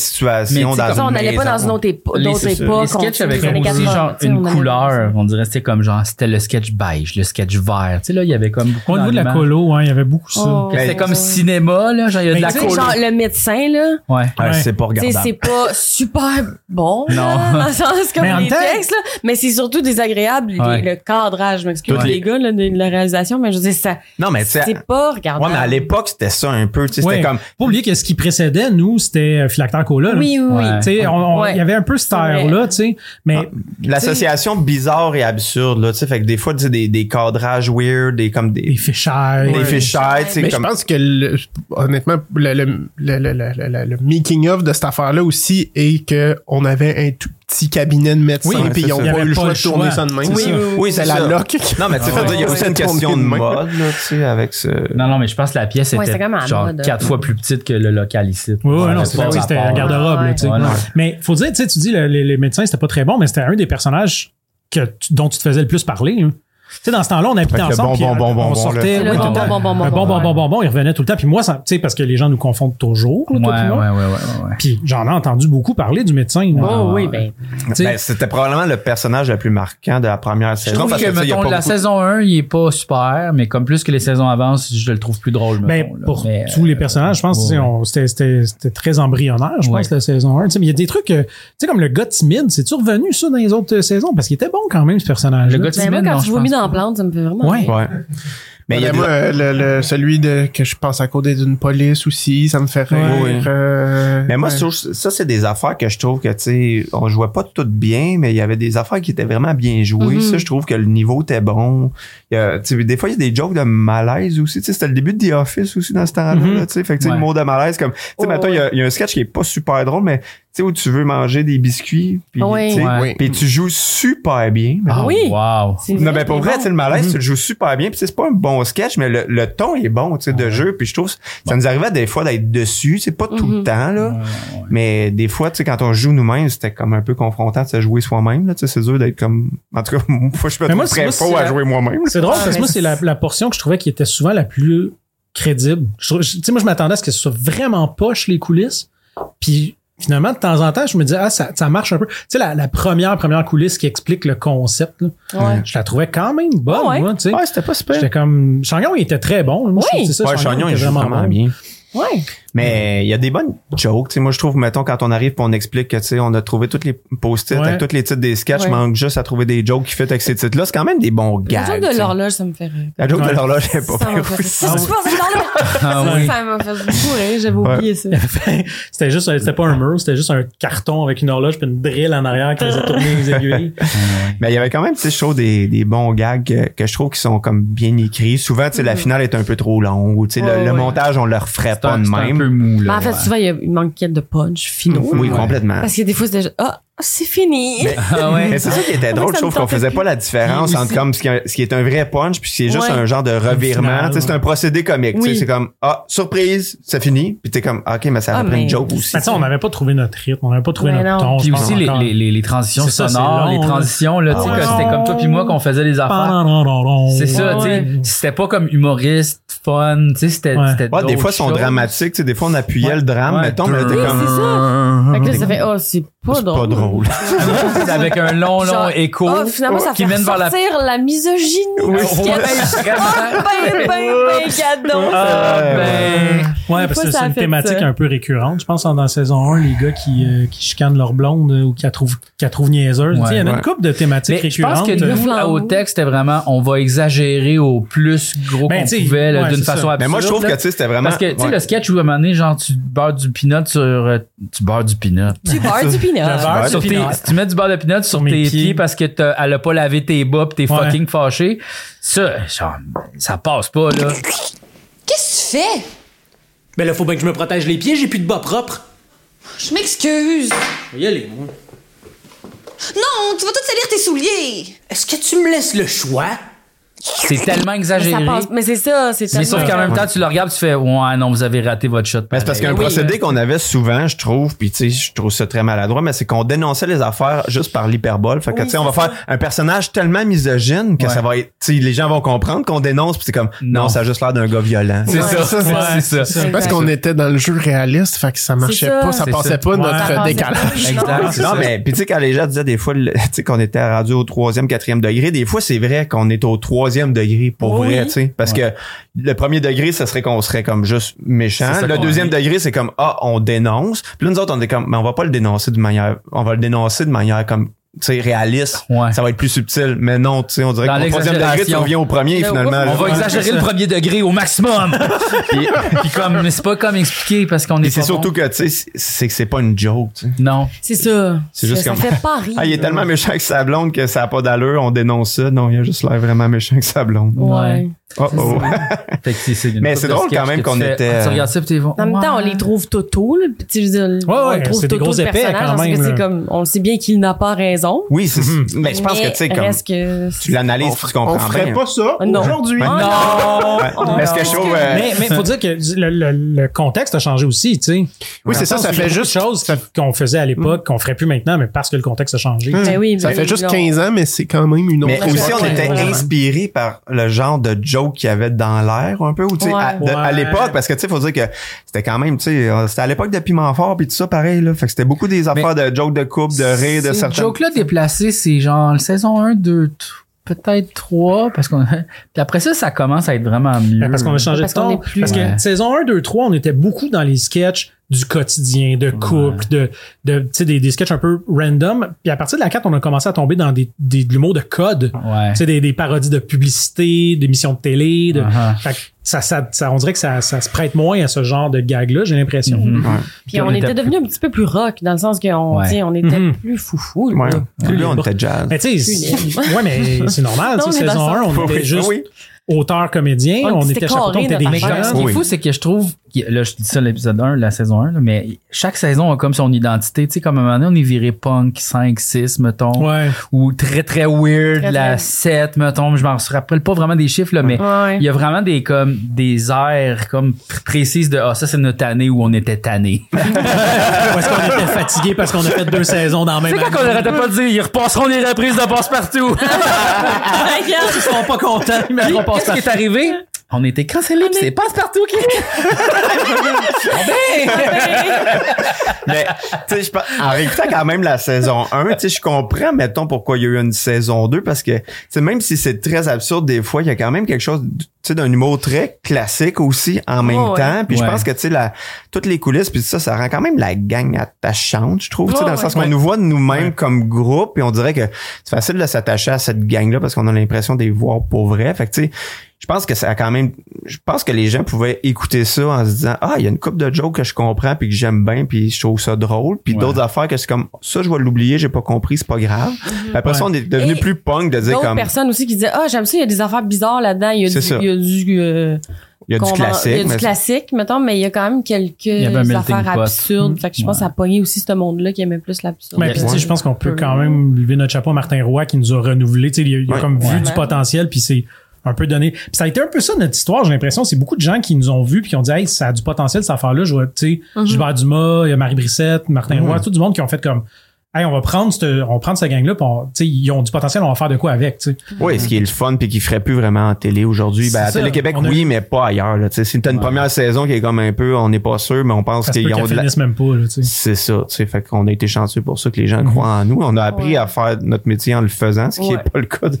Speaker 3: tu
Speaker 4: situation
Speaker 3: sais,
Speaker 4: dans
Speaker 3: comme
Speaker 4: une
Speaker 2: Ça, on n'allait pas
Speaker 4: maison.
Speaker 2: dans une autre époque.
Speaker 3: Les,
Speaker 2: d'autres
Speaker 3: c'est
Speaker 2: époques,
Speaker 3: ça. Les sketchs
Speaker 2: on-
Speaker 3: avec
Speaker 2: les années
Speaker 3: aussi
Speaker 2: 80,
Speaker 3: genre
Speaker 2: tu sais,
Speaker 3: une
Speaker 2: on allait-
Speaker 3: couleur. On dirait c'était comme genre c'était le sketch beige, le sketch vert. Tu sais là, il y avait comme beaucoup
Speaker 1: Au niveau de la
Speaker 3: d'allumages.
Speaker 1: colo, hein, il y avait beaucoup ça.
Speaker 2: Oh,
Speaker 3: C'était
Speaker 2: ouais.
Speaker 3: comme cinéma là, genre il y a de
Speaker 1: Mais
Speaker 3: la
Speaker 1: tu
Speaker 2: Tu sais,
Speaker 3: colo.
Speaker 2: genre, le médecin, là,
Speaker 3: Ouais.
Speaker 4: Ouais,
Speaker 1: Ouais.
Speaker 4: c'est pas
Speaker 2: tu sais,
Speaker 4: regardable.
Speaker 2: c'est pas super bon,
Speaker 3: Non.
Speaker 2: là, dans le sens comme
Speaker 1: Mais en
Speaker 2: les
Speaker 1: même temps-
Speaker 2: textes, là, mais c'est surtout désagréable, les-
Speaker 3: Ouais.
Speaker 2: le cadrage, je m'excuse,
Speaker 4: Toutes
Speaker 2: les...
Speaker 4: les-
Speaker 2: gars, là, de, de la réalisation, mais je dis ça,
Speaker 4: Non, mais tu sais,
Speaker 2: c'est pas regardable.
Speaker 4: ouais, mais à l'époque, c'était ça un peu, tu sais,
Speaker 1: Ouais.
Speaker 4: c'était comme,
Speaker 1: Faut pas oublier que ce qui précédait, nous, c'était euh, Philacteur Cola. là.
Speaker 2: Oui, oui, oui.
Speaker 1: Tu sais, on- on-
Speaker 2: Ouais.
Speaker 1: Il y avait un peu cette
Speaker 2: C'est
Speaker 1: air-là, tu sais, mais
Speaker 4: l'association bizarre et absurde, là, tu sais, fait que des fois, tu sais, des, des cadrages weird, des, comme
Speaker 1: les
Speaker 4: des,
Speaker 1: fichaires.
Speaker 4: des fichaires, tu sais,
Speaker 5: Mais
Speaker 4: comme,
Speaker 5: je pense que le- honnêtement, le, le, le, le, le- le- le making of de cette affaire-là aussi est que on avait un tout petit cabinet de médecins
Speaker 4: Oui,
Speaker 5: et puis
Speaker 4: c'est
Speaker 5: ils
Speaker 4: ça.
Speaker 5: ont
Speaker 4: Il y
Speaker 5: pas
Speaker 1: avait
Speaker 5: eu le
Speaker 1: pas
Speaker 5: choix
Speaker 1: le
Speaker 5: de tourner
Speaker 1: choix.
Speaker 5: ça de même.
Speaker 1: C'est
Speaker 5: C'est
Speaker 1: ça.
Speaker 5: ça.
Speaker 4: oui,
Speaker 5: C'est
Speaker 4: c'est ça.
Speaker 5: la loque. qui-
Speaker 4: Non, mais tu sais, fait dire, il y a aussi une question de mode, là, tu sais, avec ce,
Speaker 3: Non non, mais je pense que la pièce
Speaker 2: Ouais,
Speaker 3: était
Speaker 2: c'était comme à la
Speaker 3: genre
Speaker 2: mode.
Speaker 3: quatre fois plus petite que le local ici.
Speaker 1: Oui, oui, non,
Speaker 3: Ouais,
Speaker 1: c'est
Speaker 3: pas
Speaker 1: oui,
Speaker 3: rapport,
Speaker 1: c'était un
Speaker 3: là.
Speaker 1: garde-robe, là, tu sais.
Speaker 3: Ouais, non.
Speaker 1: Mais faut dire, tu sais, tu dis, le- les, les médecins, c'était pas très bon, mais c'était un des personnages que tu- dont tu te faisais le plus parler. hein. Tu sais, dans ce temps-là, on habitait
Speaker 4: Fait que
Speaker 1: ensemble,
Speaker 4: bon,
Speaker 1: puis
Speaker 4: bon,
Speaker 1: on-
Speaker 4: bon,
Speaker 1: on
Speaker 4: bon,
Speaker 1: sortait.
Speaker 2: C'est là,
Speaker 1: oui,
Speaker 2: tout
Speaker 1: on-
Speaker 2: bon, bon, bon, bon,
Speaker 1: un bon,
Speaker 2: bon.
Speaker 1: bon, bon, bon, bon, il revenait tout le temps. Puis moi, ça- tu sais, parce que les gens nous confondent toujours, là,
Speaker 3: Ouais,
Speaker 1: toi, puis
Speaker 3: ouais,
Speaker 1: moi.
Speaker 3: ouais, ouais, ouais.
Speaker 1: Puis j'en ai entendu beaucoup parler du médecin. là.
Speaker 2: Oh, oui, ben,
Speaker 1: Tu sais,
Speaker 4: Ben, c'était probablement le personnage le plus marquant de la première
Speaker 3: Je
Speaker 4: saison.
Speaker 3: trouve
Speaker 4: parce
Speaker 3: que,
Speaker 4: tu sais, il y a
Speaker 3: mettons,
Speaker 4: pas
Speaker 3: la
Speaker 4: beaucoup-
Speaker 3: saison 1, il est pas super, mais comme plus que les saisons avancent, je le trouve plus drôle.
Speaker 1: Ben,
Speaker 3: mettons, là.
Speaker 1: pour
Speaker 3: Mais,
Speaker 1: tous
Speaker 3: euh,
Speaker 1: les personnages, je pense
Speaker 3: ouais,
Speaker 1: tu sais,
Speaker 3: ouais.
Speaker 1: on- c'était- c'était c'était très embryonnaire, je pense,
Speaker 3: Ouais.
Speaker 1: la saison 1. Tu sais, mais il y a des trucs, euh, tu sais, comme le gars timide, c'est-tu revenu ça dans les autres euh, saisons? Parce qu'il était bon quand même, ce personnage.
Speaker 3: Le gars
Speaker 2: ben, moi,
Speaker 3: timide,
Speaker 2: quand
Speaker 3: non,
Speaker 2: tu
Speaker 3: je
Speaker 2: vomis
Speaker 3: pense
Speaker 2: dans
Speaker 3: pas.
Speaker 2: la plante, ça me fait vraiment...
Speaker 1: Ouais.
Speaker 4: Ouais. Mais il y a
Speaker 5: Ben, moi, euh, le, le- celui de, que je passe à côté d'une police aussi, ça me fait rire.
Speaker 4: Ouais.
Speaker 5: euh,
Speaker 4: Mais moi,
Speaker 5: ouais.
Speaker 4: je trouve- ça, c'est des affaires que je trouve que, tu sais, on jouait pas toutes bien, mais il y avait des affaires qui étaient vraiment bien jouées.
Speaker 2: Mhm.
Speaker 4: Ça, je trouve que le niveau était bon. Il y a- tu sais, des fois, il y a des jokes de malaise aussi. Tu sais, c'était le début de The Office aussi dans ce temps-là.
Speaker 1: Mhm.
Speaker 4: là, tu sais, fait que, tu sais, le
Speaker 3: Ouais.
Speaker 4: mot de malaise, comme, tu sais,
Speaker 2: Ouais,
Speaker 4: mettons, il y a- il y, a un sketch qui est pas super drôle, mais, tu sais, où tu veux manger des biscuits, puis,
Speaker 2: Ouais.
Speaker 4: tu sais,
Speaker 3: Ouais.
Speaker 4: puis tu joues super bien. mais-
Speaker 3: Ah,
Speaker 2: Oui.
Speaker 3: Wow.
Speaker 2: C'est
Speaker 4: Non, mais pour
Speaker 2: c'est
Speaker 4: vrai,
Speaker 2: bon.
Speaker 4: tu sais, le malaise, tu le joues super bien. Puis tu sais, c'est pas un bon sketch, mais le, le ton est bon, tu sais, de jeu. Puis je trouve, ça nous arrivait des fois d'être dessus. C'est pas tout le
Speaker 2: Mhm.
Speaker 4: temps, là. Mais des fois, tu sais, quand on joue nous-mêmes, c'était comme un peu confrontant de se jouer soi-même, là. Tu sais, c'est dur d'être comme, en tout cas, moi, je suis pas
Speaker 1: Mais moi, c'est-
Speaker 4: trop très
Speaker 1: moi,
Speaker 4: faux
Speaker 1: c'est
Speaker 4: à
Speaker 1: la-
Speaker 4: jouer moi-même.
Speaker 1: C'est drôle
Speaker 2: Ah,
Speaker 1: parce que
Speaker 2: mais
Speaker 1: moi, c'est la, la portion que je trouvais qui était souvent la plus crédible. Je, trou- je- tu sais, moi, je m'attendais à ce que ce soit vraiment poche les coulisses. Puis finalement, de temps en temps, je me disais, ah, ça, ça marche un peu. Tu sais, la, la première, première coulisse qui explique le concept, là,
Speaker 2: Ouais.
Speaker 1: je la trouvais quand même bonne,
Speaker 2: Ah ouais?
Speaker 1: moi, tu sais.
Speaker 4: c'était pas super.
Speaker 1: J'étais comme. Chagnon, il était très bon. Moi, je
Speaker 2: Oui.
Speaker 1: trouve que c'est ça.
Speaker 4: Ouais, Chagnon, il
Speaker 1: était
Speaker 4: joue vraiment
Speaker 1: bon.
Speaker 4: bien.
Speaker 2: Ouais.
Speaker 4: Mais il y a des bonnes jokes. Tu sais, moi, je trouve, mettons, quand on arrive pis on explique que, tu sais, on a trouvé tous les post-it
Speaker 1: Ouais.
Speaker 4: avec tous les titres des sketchs,
Speaker 2: Ouais.
Speaker 4: manque juste à trouver des jokes qui fit avec ces titres-là. C'est quand même des bons
Speaker 2: La
Speaker 4: gars.
Speaker 2: joke de l'horloge, ça me fait rire.
Speaker 4: La joke
Speaker 1: Ouais.
Speaker 4: de l'horloge, j'ai pas
Speaker 2: Ça m'a
Speaker 4: pris.
Speaker 2: fait rire. Ça, je suis pas cette horloge.
Speaker 3: Ah
Speaker 2: Ça,
Speaker 3: oui.
Speaker 2: Ça m'a fait beaucoup rire, j'avais oublié ça.
Speaker 1: C'était juste, c'était pas un mur, c'était juste un carton avec une horloge puis une drille en arrière qui faisait tourner les aiguilles.
Speaker 4: Mais il y avait quand même, tu sais, je trouve des, des bons gags que, que je trouve qui sont comme bien écrits. Souvent, tu sais, la finale est un peu trop longue ou, tu sais, le-
Speaker 2: Mm. Ouais,
Speaker 4: le,
Speaker 2: ouais.
Speaker 4: montage, on le referait
Speaker 3: C'est
Speaker 4: pas
Speaker 3: un,
Speaker 4: de
Speaker 3: c'est un
Speaker 4: même.
Speaker 3: peu mou,
Speaker 2: Mais
Speaker 3: là.
Speaker 2: Ben, en fait,
Speaker 3: ouais.
Speaker 2: souvent, il y a- il manque de punch finaux.
Speaker 4: Oui, complètement.
Speaker 2: Parce que des fois, c'est déjà, ah, c'est fini.
Speaker 4: Mais,
Speaker 3: Ah ouais.
Speaker 4: mais c'est ça qui était drôle,
Speaker 2: Ça
Speaker 4: je
Speaker 2: me
Speaker 4: trouve qu'on
Speaker 2: tentait
Speaker 4: faisait
Speaker 2: plus.
Speaker 4: pas la différence
Speaker 3: Oui,
Speaker 4: entre
Speaker 3: aussi.
Speaker 4: comme ce qui, est- ce qui est un vrai punch puis c'est juste
Speaker 2: Ouais.
Speaker 4: un genre de revirement.
Speaker 1: final,
Speaker 4: Tu sais, C'est
Speaker 1: ouais.
Speaker 4: un procédé comique. tu sais,
Speaker 2: Oui.
Speaker 4: C'est comme ah surprise, ça finit. Puis t'es comme Ah, ok mais ça
Speaker 2: Ah,
Speaker 4: a pris
Speaker 2: mais-
Speaker 4: une joke aussi.
Speaker 1: Mais tu sais, on n'avait pas trouvé notre rythme, on n'avait pas trouvé
Speaker 2: Mais
Speaker 1: notre
Speaker 2: non.
Speaker 1: ton.
Speaker 3: Puis
Speaker 1: je pense
Speaker 3: aussi les,
Speaker 1: encore.
Speaker 3: les, les- les transitions
Speaker 1: C'est ça, c'est
Speaker 3: sonores,
Speaker 1: long,
Speaker 3: les
Speaker 1: là. Ah
Speaker 3: transitions, là, tu sais,
Speaker 4: Ah
Speaker 3: que
Speaker 4: ouais.
Speaker 3: c'était comme toi puis moi qu'on faisait les affaires. C'est ça,
Speaker 2: Ouais,
Speaker 3: tu sais. C'était pas comme humoriste, fun, tu sais, c'était.
Speaker 1: Ouais.
Speaker 3: c'était
Speaker 4: Ouais, des
Speaker 3: d'autres
Speaker 4: fois, ils sont
Speaker 3: choses.
Speaker 4: dramatiques. tu sais, Des fois, on appuyait
Speaker 3: Ouais.
Speaker 4: le drame,
Speaker 3: Ouais.
Speaker 4: mettons, mais là, t'es
Speaker 2: Oui,
Speaker 4: comme,
Speaker 2: c'est
Speaker 3: ça.
Speaker 2: Fait que là, ça fait, oh, c'est pas
Speaker 4: c'est
Speaker 2: drôle.
Speaker 4: pas drôle.
Speaker 3: Avec un long, long
Speaker 2: Genre,
Speaker 3: écho.
Speaker 2: Oh, finalement, ça
Speaker 3: qui
Speaker 2: fait
Speaker 3: mène vers la-
Speaker 2: ressortir la... misogynie.
Speaker 3: Ouais,
Speaker 2: Ce qu'il y a-
Speaker 3: vraiment.
Speaker 2: ben, ben, ben, gadon.
Speaker 3: Ah,
Speaker 4: Euh,
Speaker 3: ben.
Speaker 1: Ouais,
Speaker 2: Des
Speaker 1: parce
Speaker 2: fois,
Speaker 1: que
Speaker 2: ça
Speaker 1: c'est une
Speaker 2: fait
Speaker 1: thématique
Speaker 2: ça.
Speaker 1: un peu récurrente. Je pense dans saison 1, les gars qui, euh, qui chicanent leur blonde euh, ou qui la trouvent, qui la trouvent niaiseuse. Tu sais, Il y en a
Speaker 4: Ouais.
Speaker 1: une couple de thématiques
Speaker 3: Mais je pense
Speaker 1: récurrentes.
Speaker 3: que nous,
Speaker 2: Flambeau.
Speaker 3: au texte, c'était vraiment, on va exagérer au plus gros
Speaker 1: Ben,
Speaker 3: qu'on
Speaker 1: t'sais,
Speaker 3: pouvait, là,
Speaker 1: ouais,
Speaker 3: d'une
Speaker 1: c'est
Speaker 3: façon
Speaker 1: ça.
Speaker 3: absurde.
Speaker 4: Mais moi, je trouve que,
Speaker 3: là.
Speaker 4: tu sais, c'était vraiment.
Speaker 3: Parce que, tu sais,
Speaker 4: ouais.
Speaker 3: le sketch où à un moment donné, genre, tu beurres du peanut sur. euh, tu beurres du peanut.
Speaker 2: Tu pars du pinot.
Speaker 1: Le beurre
Speaker 3: Sur
Speaker 1: du
Speaker 3: tes-
Speaker 1: peanut.
Speaker 3: si tu mets du beurre de peanut sur
Speaker 1: mes
Speaker 3: tes
Speaker 1: pieds.
Speaker 3: pieds parce que t'as- elle a pas lavé tes bas pis t'es
Speaker 1: Ouais.
Speaker 3: fucking fâché, ça, genre, ça passe pas, là.
Speaker 6: Qu'est-ce que tu fais?
Speaker 9: Mais
Speaker 8: Ben
Speaker 9: là, faut bien que je me protège les pieds, j'ai plus de bas propres.
Speaker 6: Je m'excuse.
Speaker 9: Je vais y aller, moi.
Speaker 6: Non, tu vas tout salir tes souliers.
Speaker 9: Est-ce que tu me laisses le choix?
Speaker 3: C'est tellement
Speaker 2: Mais,
Speaker 3: exagéré.
Speaker 2: ça passe- mais c'est ça, c'est
Speaker 3: Mais
Speaker 2: tellement-
Speaker 3: sauf qu'en même temps, tu le regardes, tu fais, ouais, non, vous avez raté votre shot.
Speaker 4: Mais Ben, c'est parce qu'un
Speaker 3: pareil.
Speaker 2: hein.
Speaker 4: procédé qu'on avait souvent, je trouve, puis tu sais, je trouve ça très maladroit, mais c'est qu'on dénonçait les affaires juste par l'hyperbole. Fait que
Speaker 2: Oui,
Speaker 4: tu sais, on va
Speaker 2: c'est
Speaker 4: faire un personnage tellement misogyne que
Speaker 3: Ouais.
Speaker 4: ça va être, tu sais, les gens vont comprendre qu'on dénonce, puis c'est comme, non,
Speaker 3: Non.
Speaker 4: ça a juste l'air d'un gars violent.
Speaker 3: C'est
Speaker 5: Ouais,
Speaker 3: ça,
Speaker 5: c'est ça.
Speaker 3: c'est ça.
Speaker 1: c'est ça.
Speaker 5: Parce qu'on était dans le jeu réaliste, fait que ça marchait
Speaker 2: ça.
Speaker 5: pas, ça
Speaker 3: C'est
Speaker 5: passait
Speaker 3: ça.
Speaker 5: pas
Speaker 1: Ouais. Ça
Speaker 5: notre
Speaker 2: passait
Speaker 5: décalage.
Speaker 1: Non,
Speaker 3: Exact.
Speaker 1: c'est
Speaker 4: Non,
Speaker 1: ça.
Speaker 4: mais puis tu sais, quand les gens disaient des fois, le- tu sais, qu'on était rendu au troisième, quatrième degré, des fois, c'est vrai qu'on est au troisième degré pour
Speaker 2: Oui.
Speaker 4: vrai, tu sais. Parce que le premier degré, ça serait qu'on serait comme juste méchant.
Speaker 3: C'est ça
Speaker 4: Le
Speaker 3: qu'on
Speaker 4: deuxième
Speaker 3: dit.
Speaker 4: degré, c'est comme, ah, on dénonce. Puis là, nous autres, on est comme, mais on va pas le dénoncer de manière, on va le dénoncer de manière comme, tu sais, réaliste.
Speaker 3: Ouais.
Speaker 4: Ça va être plus subtil. Mais non, tu sais, on dirait
Speaker 3: Dans
Speaker 4: que le troisième degré, tu
Speaker 3: l'exagération.
Speaker 4: reviens au premier,
Speaker 2: Le-
Speaker 4: finalement.
Speaker 3: On va
Speaker 4: là.
Speaker 3: exagérer le premier degré au maximum. puis, puis comme, mais c'est pas comme expliquer parce qu'on est.
Speaker 4: Et c'est
Speaker 3: pas bon.
Speaker 4: surtout que, tu sais, c'est- c'est que c'est pas une joke, tu sais.
Speaker 3: Non.
Speaker 2: C'est ça.
Speaker 4: C'est juste
Speaker 2: ça,
Speaker 4: comme-
Speaker 2: ça fait pas rire.
Speaker 4: Ah, il est tellement méchant avec sa blonde que ça n'a pas d'allure, on dénonce ça. Non, il a juste l'air vraiment méchant avec sa blonde.
Speaker 2: Ouais.
Speaker 4: Oh oh.
Speaker 3: Fait que c'est- c'est une
Speaker 4: Mais
Speaker 3: couple
Speaker 4: c'est
Speaker 3: de
Speaker 4: drôle
Speaker 3: sketchs
Speaker 4: quand
Speaker 3: que
Speaker 4: même
Speaker 3: tu
Speaker 4: qu'on
Speaker 3: fais.
Speaker 4: était-
Speaker 3: Ah, Tu regardes ça puis t'es bon.
Speaker 2: En même temps, on
Speaker 3: Ouais.
Speaker 2: les trouve totaux, là. Puis, tu veux dire,
Speaker 1: Ouais,
Speaker 2: on
Speaker 1: ouais,
Speaker 2: trouve
Speaker 1: c'est des
Speaker 2: totaux
Speaker 1: gros
Speaker 2: le
Speaker 1: épais,
Speaker 2: personnage.
Speaker 1: quand
Speaker 2: parce que
Speaker 1: même,
Speaker 2: c'est
Speaker 1: là.
Speaker 2: comme, on sait bien qu'il n'a pas raison.
Speaker 4: Oui, Ben, c'est. Mais je pense que, tu sais, comme.
Speaker 2: Reste que...
Speaker 4: Tu l'analyses, puis tu comprends.
Speaker 5: On ferait
Speaker 4: bien.
Speaker 5: pas ça
Speaker 2: Non.
Speaker 5: aujourd'hui.
Speaker 4: Ouais.
Speaker 2: Ah,
Speaker 3: Non!
Speaker 4: Ouais.
Speaker 2: Oh,
Speaker 4: Mais ce que je
Speaker 2: parce
Speaker 4: trouve.
Speaker 2: que-
Speaker 4: euh,
Speaker 1: Mais mais faut dire que le, le- le contexte a changé aussi, tu sais.
Speaker 5: Oui, c'est ça, ça fait
Speaker 1: Beaucoup de
Speaker 5: juste,
Speaker 1: choses
Speaker 5: ça,
Speaker 1: qu'on faisait à l'époque, qu'on ferait plus maintenant, mais parce que le contexte a changé.
Speaker 2: Ben oui,
Speaker 5: ça
Speaker 2: ben
Speaker 5: fait
Speaker 2: oui,
Speaker 5: juste
Speaker 2: non.
Speaker 5: 15 ans, mais c'est quand même une autre.
Speaker 4: Mais aussi, on
Speaker 2: Ouais,
Speaker 4: était
Speaker 2: ouais.
Speaker 4: inspiré par le genre de joke qu'il y avait dans l'air, un peu, ou tu sais,
Speaker 2: Ouais.
Speaker 4: à, de- à
Speaker 1: Ouais.
Speaker 4: l'époque, parce que tu sais, faut dire que c'était quand même, tu sais, euh, c'était à l'époque de Piment Fort, puis tout ça, pareil, là. Fait que c'était beaucoup des affaires de jokes de couple, de rire, de
Speaker 3: Ces
Speaker 4: certaines.
Speaker 3: jokes-là déplacés, c'est genre saison 1, 2, t- peut-être 3, parce qu'on a- Puis après ça, ça commence à être vraiment mieux.
Speaker 1: Ben, Parce qu'on a changé
Speaker 2: Parce
Speaker 1: de
Speaker 2: qu'on
Speaker 1: ton.
Speaker 2: est plus-
Speaker 1: Parce que
Speaker 3: Ouais.
Speaker 1: saison 1, 2, 3, on était beaucoup dans les sketchs du quotidien, de couple, de, de tu sais, des, des sketchs un peu random. Puis à partir de la 4, on a commencé à tomber dans des, des, de l'humour de code.
Speaker 3: Ouais.
Speaker 1: Tu sais, des, des parodies de publicité, d'émissions de télé. De,
Speaker 3: Uh-huh.
Speaker 1: Fait que ça, ça, ça- on dirait que ça, ça se prête moins à ce genre de gag-là, j'ai l'impression.
Speaker 3: Mhm.
Speaker 2: Puis on, était devenu un petit peu plus rock, dans le sens qu'on
Speaker 3: Ouais.
Speaker 2: tu sais, on était
Speaker 1: Mhm.
Speaker 2: plus foufou.
Speaker 4: Ouais.
Speaker 2: là.
Speaker 4: Puis là, on était jazz.
Speaker 1: Mais tu sais,
Speaker 2: Plus
Speaker 1: c'est- ouais, mais c'est normal.
Speaker 2: Non,
Speaker 1: tu sais,
Speaker 2: mais
Speaker 1: saison
Speaker 2: dans
Speaker 1: 1,
Speaker 2: le
Speaker 1: on
Speaker 4: Oui,
Speaker 1: était juste
Speaker 4: oui.
Speaker 1: auteur-comédien.
Speaker 2: On
Speaker 1: On,
Speaker 2: était
Speaker 1: était chaperon, on
Speaker 2: carré
Speaker 1: était des
Speaker 2: notre
Speaker 1: gens.
Speaker 3: Mais comme, ce qui est
Speaker 4: Oui.
Speaker 3: fou, c'est que je trouve, qu'il- là, je dis ça l'épisode 1, la saison 1, là, mais chaque saison a comme son identité. Tu sais, comme à un moment donné, on est viré punk 5, 6, mettons,
Speaker 1: Ouais.
Speaker 3: ou très, très weird,
Speaker 2: Très,
Speaker 3: la
Speaker 2: très-
Speaker 3: 7, mettons. Je m'en rappelle pas vraiment des chiffres, là, mais
Speaker 2: Ouais.
Speaker 3: il y a vraiment des, comme, des airs, comme, pr- précises de, ah, ça, c'est notre année où on était tanné.
Speaker 1: Parce qu'on était fatigué parce qu'on a fait deux saisons dans la
Speaker 3: Tu
Speaker 1: même
Speaker 3: sais, quand on
Speaker 1: année.
Speaker 3: arrêtait pas de dire, ils repasseront les reprises de passe-partout.
Speaker 1: Ils sont pas contents, mais on passe
Speaker 3: Qu'est-ce qui est arrivé? Ah, On était cancellés, pis c'est passe-partout qui.
Speaker 4: Mais, tu sais, je pense- en réécoutant quand même la saison 1, tu sais, je comprends, mettons, pourquoi il y a eu une saison 2, parce que, tu sais, même si c'est très absurde des fois, il y a quand même quelque chose, tu sais, d'un humour très classique aussi, en même
Speaker 2: Ouais, ouais.
Speaker 4: temps. Puis
Speaker 3: Ouais.
Speaker 4: je pense que, tu sais, la, toutes les coulisses, puis ça, ça rend quand même la gang attachante, je trouve, tu sais,
Speaker 2: Ouais,
Speaker 4: dans le sens
Speaker 2: ouais.
Speaker 4: qu'on nous voit nous-mêmes comme groupe, et on dirait que c'est facile de s'attacher à cette gang-là parce qu'on a l'impression de les voir pour vrai. Fait que, tu sais, je pense que ça a quand même je pense que les gens pouvaient écouter ça en se disant ah il y a une coupe de jokes que je comprends puis que j'aime bien puis je trouve ça drôle puis
Speaker 3: Ouais.
Speaker 4: d'autres affaires que c'est comme ça je vais l'oublier j'ai pas compris c'est pas grave Puis après ça on est devenu
Speaker 2: Mhm. Et
Speaker 4: plus punk de dire
Speaker 2: D'autres
Speaker 4: comme
Speaker 2: personnes aussi qui disaient, ah, j'aime ça, il y a des affaires bizarres là-dedans. Il y a
Speaker 4: C'est
Speaker 2: du,
Speaker 4: ça.
Speaker 2: il y a du, euh,
Speaker 4: Il y a du
Speaker 2: qu'on va-
Speaker 4: classique,
Speaker 2: Il y a
Speaker 4: mais-
Speaker 2: du classique, mettons, mais il y a quand même quelques
Speaker 3: y avait un melting
Speaker 2: affaires
Speaker 3: pot.
Speaker 2: absurdes.
Speaker 3: Mm.
Speaker 2: Fait que je pense
Speaker 3: Ouais.
Speaker 2: que ça a pogné aussi ce monde-là qui aimait plus l'absurde.
Speaker 1: Ben, puis, tu sais, je pense qu'on peut
Speaker 2: Ouais.
Speaker 1: quand même lever notre chapeau à Martin Roy qui nous a renouvelé. Tu sais, Il a, il a
Speaker 4: Ouais.
Speaker 1: comme vu
Speaker 2: Ouais.
Speaker 1: du potentiel, puis c'est un peu donné. Puis ça a été un peu ça notre histoire, j'ai l'impression. C'est beaucoup de gens qui nous ont vus puis qui ont dit Hey, ça a du potentiel cette affaire-là. Je vois, tu sais,
Speaker 2: Mm-hmm.
Speaker 1: Gilbert Dumas, il y a Marie Brissette, Martin
Speaker 4: Mm-hmm.
Speaker 1: Roy, tout du monde qui ont fait comme Hey, on va prendre cette, on va prendre cette gang-là, puis on- tu sais, ils ont du potentiel, on va faire de quoi avec. tu sais.
Speaker 4: Oui, ce qui est le fun puis qui ferait plus vraiment en télé aujourd'hui.
Speaker 1: C'est
Speaker 4: Ben, à
Speaker 1: ça.
Speaker 4: Télé-Québec,
Speaker 1: On a-
Speaker 4: oui, mais pas ailleurs. Là. Tu sais, C'est une première saison qui est comme un peu, on n'est pas sûr, mais on pense
Speaker 1: Ça se peut
Speaker 4: qu'ils ont
Speaker 1: qu'ils
Speaker 4: de la...
Speaker 1: finissent même pas. Là, tu sais.
Speaker 4: C'est ça, tu sais, fait qu'on a été chanceux pour ça que les gens
Speaker 1: Mhm.
Speaker 4: croient en nous. On a appris
Speaker 2: Ouais.
Speaker 4: à faire notre métier en le faisant, ce qui n'est
Speaker 2: Ouais.
Speaker 4: pas le cas de-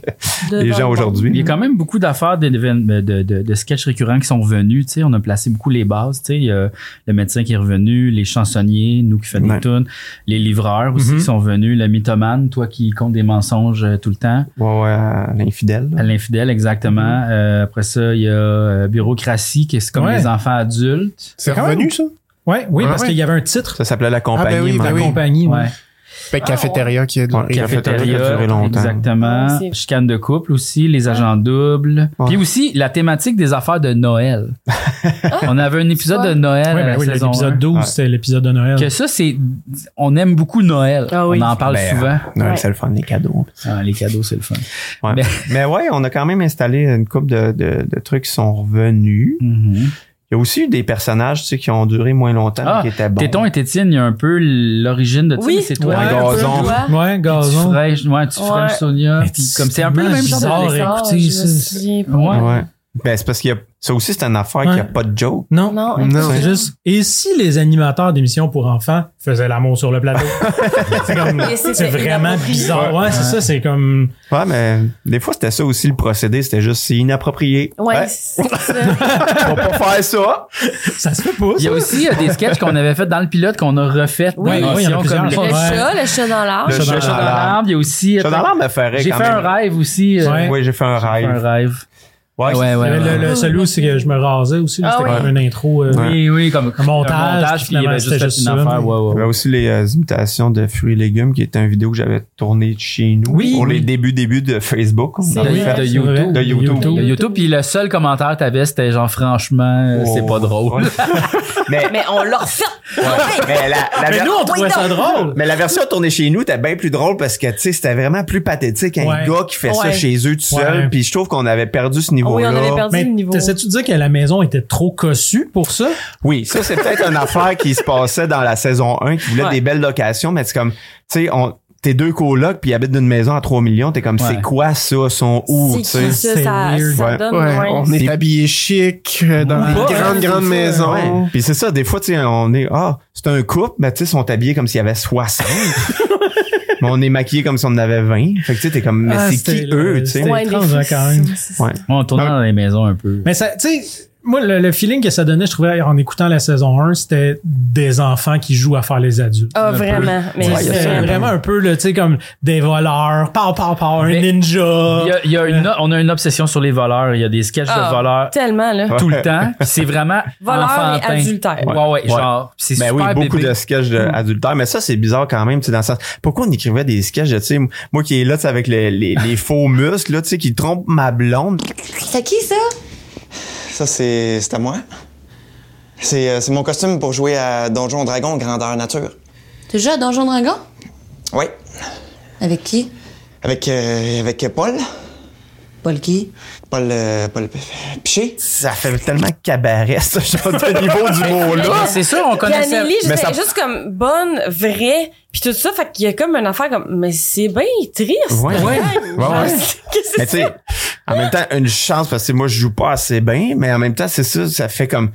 Speaker 2: Devant
Speaker 4: des
Speaker 2: le
Speaker 4: gens
Speaker 2: monde.
Speaker 4: aujourd'hui.
Speaker 3: Il y a quand même beaucoup d'affaires de, de, de- de- de sketchs récurrents qui sont venus. tu sais. On a placé beaucoup les bases. tu sais. Il y a le médecin qui est revenu, les chansonniers, nous qui faisons
Speaker 4: Ouais.
Speaker 3: des tunes, les livreurs aussi
Speaker 1: Mhm.
Speaker 3: qui sont venus, le mythomane, toi qui compte des mensonges euh, tout le temps,
Speaker 4: Ouais, ouais, à l'infidèle. là.
Speaker 3: à l'infidèle exactement. Euh, après ça, il y a euh, bureaucratie qui est comme
Speaker 1: Ouais.
Speaker 3: les enfants adultes.
Speaker 5: C'est
Speaker 1: quand
Speaker 5: revenu, ça?
Speaker 1: Ouais, oui,
Speaker 5: Ah,
Speaker 1: parce
Speaker 5: ouais.
Speaker 1: qu'il y avait un titre,
Speaker 4: Ça s'appelait La Compagnie.
Speaker 5: ben oui, ben
Speaker 4: maintenant.
Speaker 5: oui.
Speaker 1: compagnie. ouais.
Speaker 3: Ouais.
Speaker 5: Fait que cafétéria qui a
Speaker 4: Ouais,
Speaker 5: duré.
Speaker 4: café- Cafétéria qui a
Speaker 3: Cafétéria,
Speaker 4: duré longtemps.
Speaker 3: Exactement.
Speaker 2: Ouais, c'est-
Speaker 3: Chicane de couple aussi, les agents doubles.
Speaker 4: Ouais.
Speaker 3: Puis aussi, la thématique des affaires de Noël. On avait un épisode de Noël
Speaker 1: Ouais,
Speaker 3: à
Speaker 1: ben
Speaker 3: la
Speaker 1: oui,
Speaker 3: saison
Speaker 1: l'épisode
Speaker 3: 1.
Speaker 1: 12,
Speaker 4: Ouais.
Speaker 1: c'était l'épisode de Noël.
Speaker 3: Que ça, c'est. On aime beaucoup Noël.
Speaker 2: Ah oui.
Speaker 3: On en parle
Speaker 4: Ben,
Speaker 3: souvent.
Speaker 4: Non,
Speaker 2: Ouais.
Speaker 4: c'est le fun, les cadeaux.
Speaker 3: Ah, les cadeaux, c'est le fun.
Speaker 4: Ouais.
Speaker 3: Mais-
Speaker 4: Mais ouais, on a quand même installé une couple de, de, de trucs qui sont revenus.
Speaker 3: Mhm.
Speaker 4: Il y a aussi eu des personnages, tu sais, qui ont duré moins longtemps,
Speaker 3: Ah,
Speaker 4: mais qui étaient bons.
Speaker 3: Téton et Tétine, il y a un peu l'origine de ça.
Speaker 2: Oui,
Speaker 3: mais c'est toi.
Speaker 1: Ouais,
Speaker 2: un peu,
Speaker 4: gazon.
Speaker 2: toi.
Speaker 1: Ouais,
Speaker 3: Tu
Speaker 1: gazon.
Speaker 3: fraîches, ouais, tu
Speaker 2: Ouais.
Speaker 3: fraîches Sonia.
Speaker 1: Mais
Speaker 3: puis
Speaker 1: c'est
Speaker 3: comme c'est un peu le même genre
Speaker 1: bizarre,
Speaker 3: de-
Speaker 1: hein.
Speaker 2: Ah,
Speaker 1: écoutez,
Speaker 2: je
Speaker 1: ça-
Speaker 2: me souviens pas.
Speaker 3: Ouais.
Speaker 4: Ouais. Ben, c'est parce qu'il y a, ça aussi, c'est une affaire qui a
Speaker 1: Ouais.
Speaker 4: pas de joke.
Speaker 1: Non,
Speaker 2: Non,
Speaker 4: Non,
Speaker 1: C'est juste. Et si les animateurs d'émissions pour enfants faisaient l'amour sur le plateau? c'est comme-
Speaker 2: Mais c'était
Speaker 1: c'est vraiment
Speaker 2: inapproprié.
Speaker 1: bizarre. Ouais, c'est ça, c'est comme.
Speaker 4: Ouais, mais des fois, c'était ça aussi le procédé. C'était juste, c'est inapproprié.
Speaker 2: Ouais, c'est ça.
Speaker 4: on va pas faire ça.
Speaker 1: Ça se fait pas,
Speaker 3: Il y a aussi euh, des sketchs qu'on avait fait dans le pilote qu'on a refait. dans
Speaker 1: Oui,
Speaker 3: l'émission,
Speaker 1: oui, il y en a
Speaker 3: comme
Speaker 1: plusieurs.
Speaker 3: le-
Speaker 2: Le
Speaker 1: Ouais.
Speaker 2: chat, le chat dans l'arbre.
Speaker 4: Le
Speaker 1: chat dans
Speaker 4: chat
Speaker 3: Chat
Speaker 4: dans
Speaker 3: dans
Speaker 4: l'arbre.
Speaker 3: l'arbre, il y a aussi. euh,
Speaker 4: Chat dans l'arbre me ferait
Speaker 3: J'ai
Speaker 4: quand
Speaker 3: fait un
Speaker 4: même.
Speaker 3: rêve aussi. euh,
Speaker 1: Ouais.
Speaker 4: Oui, j'ai fait un
Speaker 3: j'ai fait un
Speaker 4: rêve.
Speaker 3: rêve.
Speaker 4: Ouais,
Speaker 3: Ouais, ouais,
Speaker 1: Le-
Speaker 3: ouais,
Speaker 1: le-
Speaker 3: ouais.
Speaker 1: le- celui où c'est que je me rasais aussi, là,
Speaker 2: Ah
Speaker 1: c'était
Speaker 2: ouais.
Speaker 1: comme une intro. euh,
Speaker 4: Ouais.
Speaker 3: Oui, oui, comme un
Speaker 1: montage,
Speaker 3: montage, puis il y
Speaker 1: finalement,
Speaker 3: avait
Speaker 1: c'était
Speaker 3: juste fait
Speaker 1: juste
Speaker 3: une
Speaker 1: ça,
Speaker 3: affaire.
Speaker 1: mais-
Speaker 3: ouais, ouais,
Speaker 4: Il y
Speaker 3: ouais.
Speaker 4: avait aussi les euh, imitations de fruits et légumes qui était une vidéo que j'avais tournée de chez nous
Speaker 1: Oui,
Speaker 4: pour les
Speaker 1: oui.
Speaker 4: débuts débuts de Facebook. On
Speaker 2: C'est
Speaker 4: en a
Speaker 2: vrai.
Speaker 4: fait.
Speaker 3: de
Speaker 1: c'est
Speaker 3: YouTube.
Speaker 1: vrai,
Speaker 4: De YouTube.
Speaker 3: Le YouTube, puis le seul commentaire que t'avais, c'était genre, franchement, euh, c'est
Speaker 4: Oh.
Speaker 3: pas drôle.
Speaker 4: Ouais. mais,
Speaker 2: Mais on l'a refait.
Speaker 4: mais la, la
Speaker 1: Mais
Speaker 4: ver-
Speaker 1: nous, on trouvait
Speaker 2: Oui,
Speaker 1: ça
Speaker 2: non.
Speaker 1: drôle.
Speaker 4: mais la version tournée chez nous était bien plus drôle parce que tu sais c'était vraiment plus pathétique un
Speaker 1: Ouais.
Speaker 4: gars qui fait ça
Speaker 2: Ouais.
Speaker 4: chez eux tout
Speaker 1: Ouais.
Speaker 4: seul puis je trouve qu'on avait perdu ce
Speaker 2: Oui, on
Speaker 4: niveau-là.
Speaker 2: avait perdu
Speaker 1: Mais
Speaker 2: le niveau.
Speaker 1: t'essaies-tu de dire que la maison était trop cossue pour ça?
Speaker 4: Oui, ça c'est peut-être une affaire qui se passait dans la saison 1 qui voulait
Speaker 3: Ouais.
Speaker 4: des belles locations, mais c'est comme, tu sais, on, t'es deux colocs puis ils habitent d'une maison à 3 millions, t'es comme,
Speaker 3: Ouais.
Speaker 4: c'est quoi ça, sont où, tu
Speaker 2: C'est
Speaker 4: sais?
Speaker 2: qui
Speaker 1: sais.
Speaker 2: ça? Ça,
Speaker 1: C'est
Speaker 4: weird.
Speaker 2: ça donne
Speaker 5: Ouais,
Speaker 2: ouais.
Speaker 5: on est
Speaker 4: C'est-
Speaker 5: habillé chic euh, dans
Speaker 1: Ouais.
Speaker 5: des grandes,
Speaker 2: Ouais,
Speaker 5: grandes
Speaker 2: c'est ça.
Speaker 5: maisons. Ben,
Speaker 4: Ouais. Puis c'est ça, des fois, tu sais, on est, ah, c'est un couple, mais tu sais, ils sont habillés comme s'il y avait 60. mais on est maquillés comme si on en avait 20. Fait que tu sais, t'es comme, mais
Speaker 1: Ah,
Speaker 4: c'est
Speaker 1: c'était
Speaker 4: qui
Speaker 1: le-
Speaker 4: eux, tu sais?
Speaker 1: c'était-
Speaker 2: Ouais,
Speaker 1: étrange, hein, quand même.
Speaker 2: c'est- c'est- c'est-
Speaker 4: Ouais.
Speaker 3: On tournait dans les maisons un peu.
Speaker 1: Mais ça, tu sais, moi, le, le feeling que ça donnait, je trouvais, en écoutant la saison 1, c'était des enfants qui jouent à faire les adultes.
Speaker 2: Ah, vraiment. Mais
Speaker 4: Ouais, il y a
Speaker 1: C'était
Speaker 4: ça,
Speaker 2: vraiment.
Speaker 1: vraiment un peu, là, tu sais, comme des voleurs, pow, pow, pow, un
Speaker 3: Mais-
Speaker 1: ninja.
Speaker 3: Il y a- il y a une o- on a une obsession sur les voleurs. Il y a des sketchs
Speaker 2: Ah,
Speaker 3: de voleurs
Speaker 2: Tellement, là.
Speaker 3: tout le temps. puis C'est vraiment
Speaker 2: Voleurs et
Speaker 3: enfantin.
Speaker 2: adultaires.
Speaker 3: Ouais, ouais, genre, c'est
Speaker 4: Ben
Speaker 3: super
Speaker 4: oui, beaucoup
Speaker 3: bébé.
Speaker 4: de sketchs de-
Speaker 1: Mm.
Speaker 4: adultères, mais ça c'est bizarre quand même, tu sais, dans le sens. Pourquoi on écrivait des sketchs, de, tu sais, moi qui est là, tu sais, avec les, les, les faux muscles, là, tu sais, qui trompe ma blonde.
Speaker 6: C'est qui ça?
Speaker 10: Ça, c'est c'est à moi. C'est euh, c'est mon costume pour jouer à Donjon Dragon Grandeur Nature.
Speaker 6: Tu joues à Donjon Dragon?
Speaker 10: Oui,
Speaker 6: Avec qui?
Speaker 10: avec, euh, avec Paul.
Speaker 6: Paul qui?
Speaker 10: Paul, euh, Paul P- Piché.
Speaker 4: Ça fait tellement cabaret, ce genre de niveau du mot là.
Speaker 3: Ouais, Ah, C'est sûr, on
Speaker 2: Puis
Speaker 3: connaissait.
Speaker 2: Anneli,
Speaker 4: Mais
Speaker 2: j'étais
Speaker 4: ça-
Speaker 2: juste comme bonne, vraie, puis tout ça, fait qu'il y a comme une affaire comme, mais c'est bien triste.
Speaker 4: Ouais.
Speaker 2: quand même.
Speaker 4: Ouais, ouais.
Speaker 2: Qu'est-ce que
Speaker 4: Mais tu
Speaker 2: c'est?
Speaker 4: sais, en même temps, une chance parce que moi je joue pas assez bien, mais en même temps, c'est ça, ça fait comme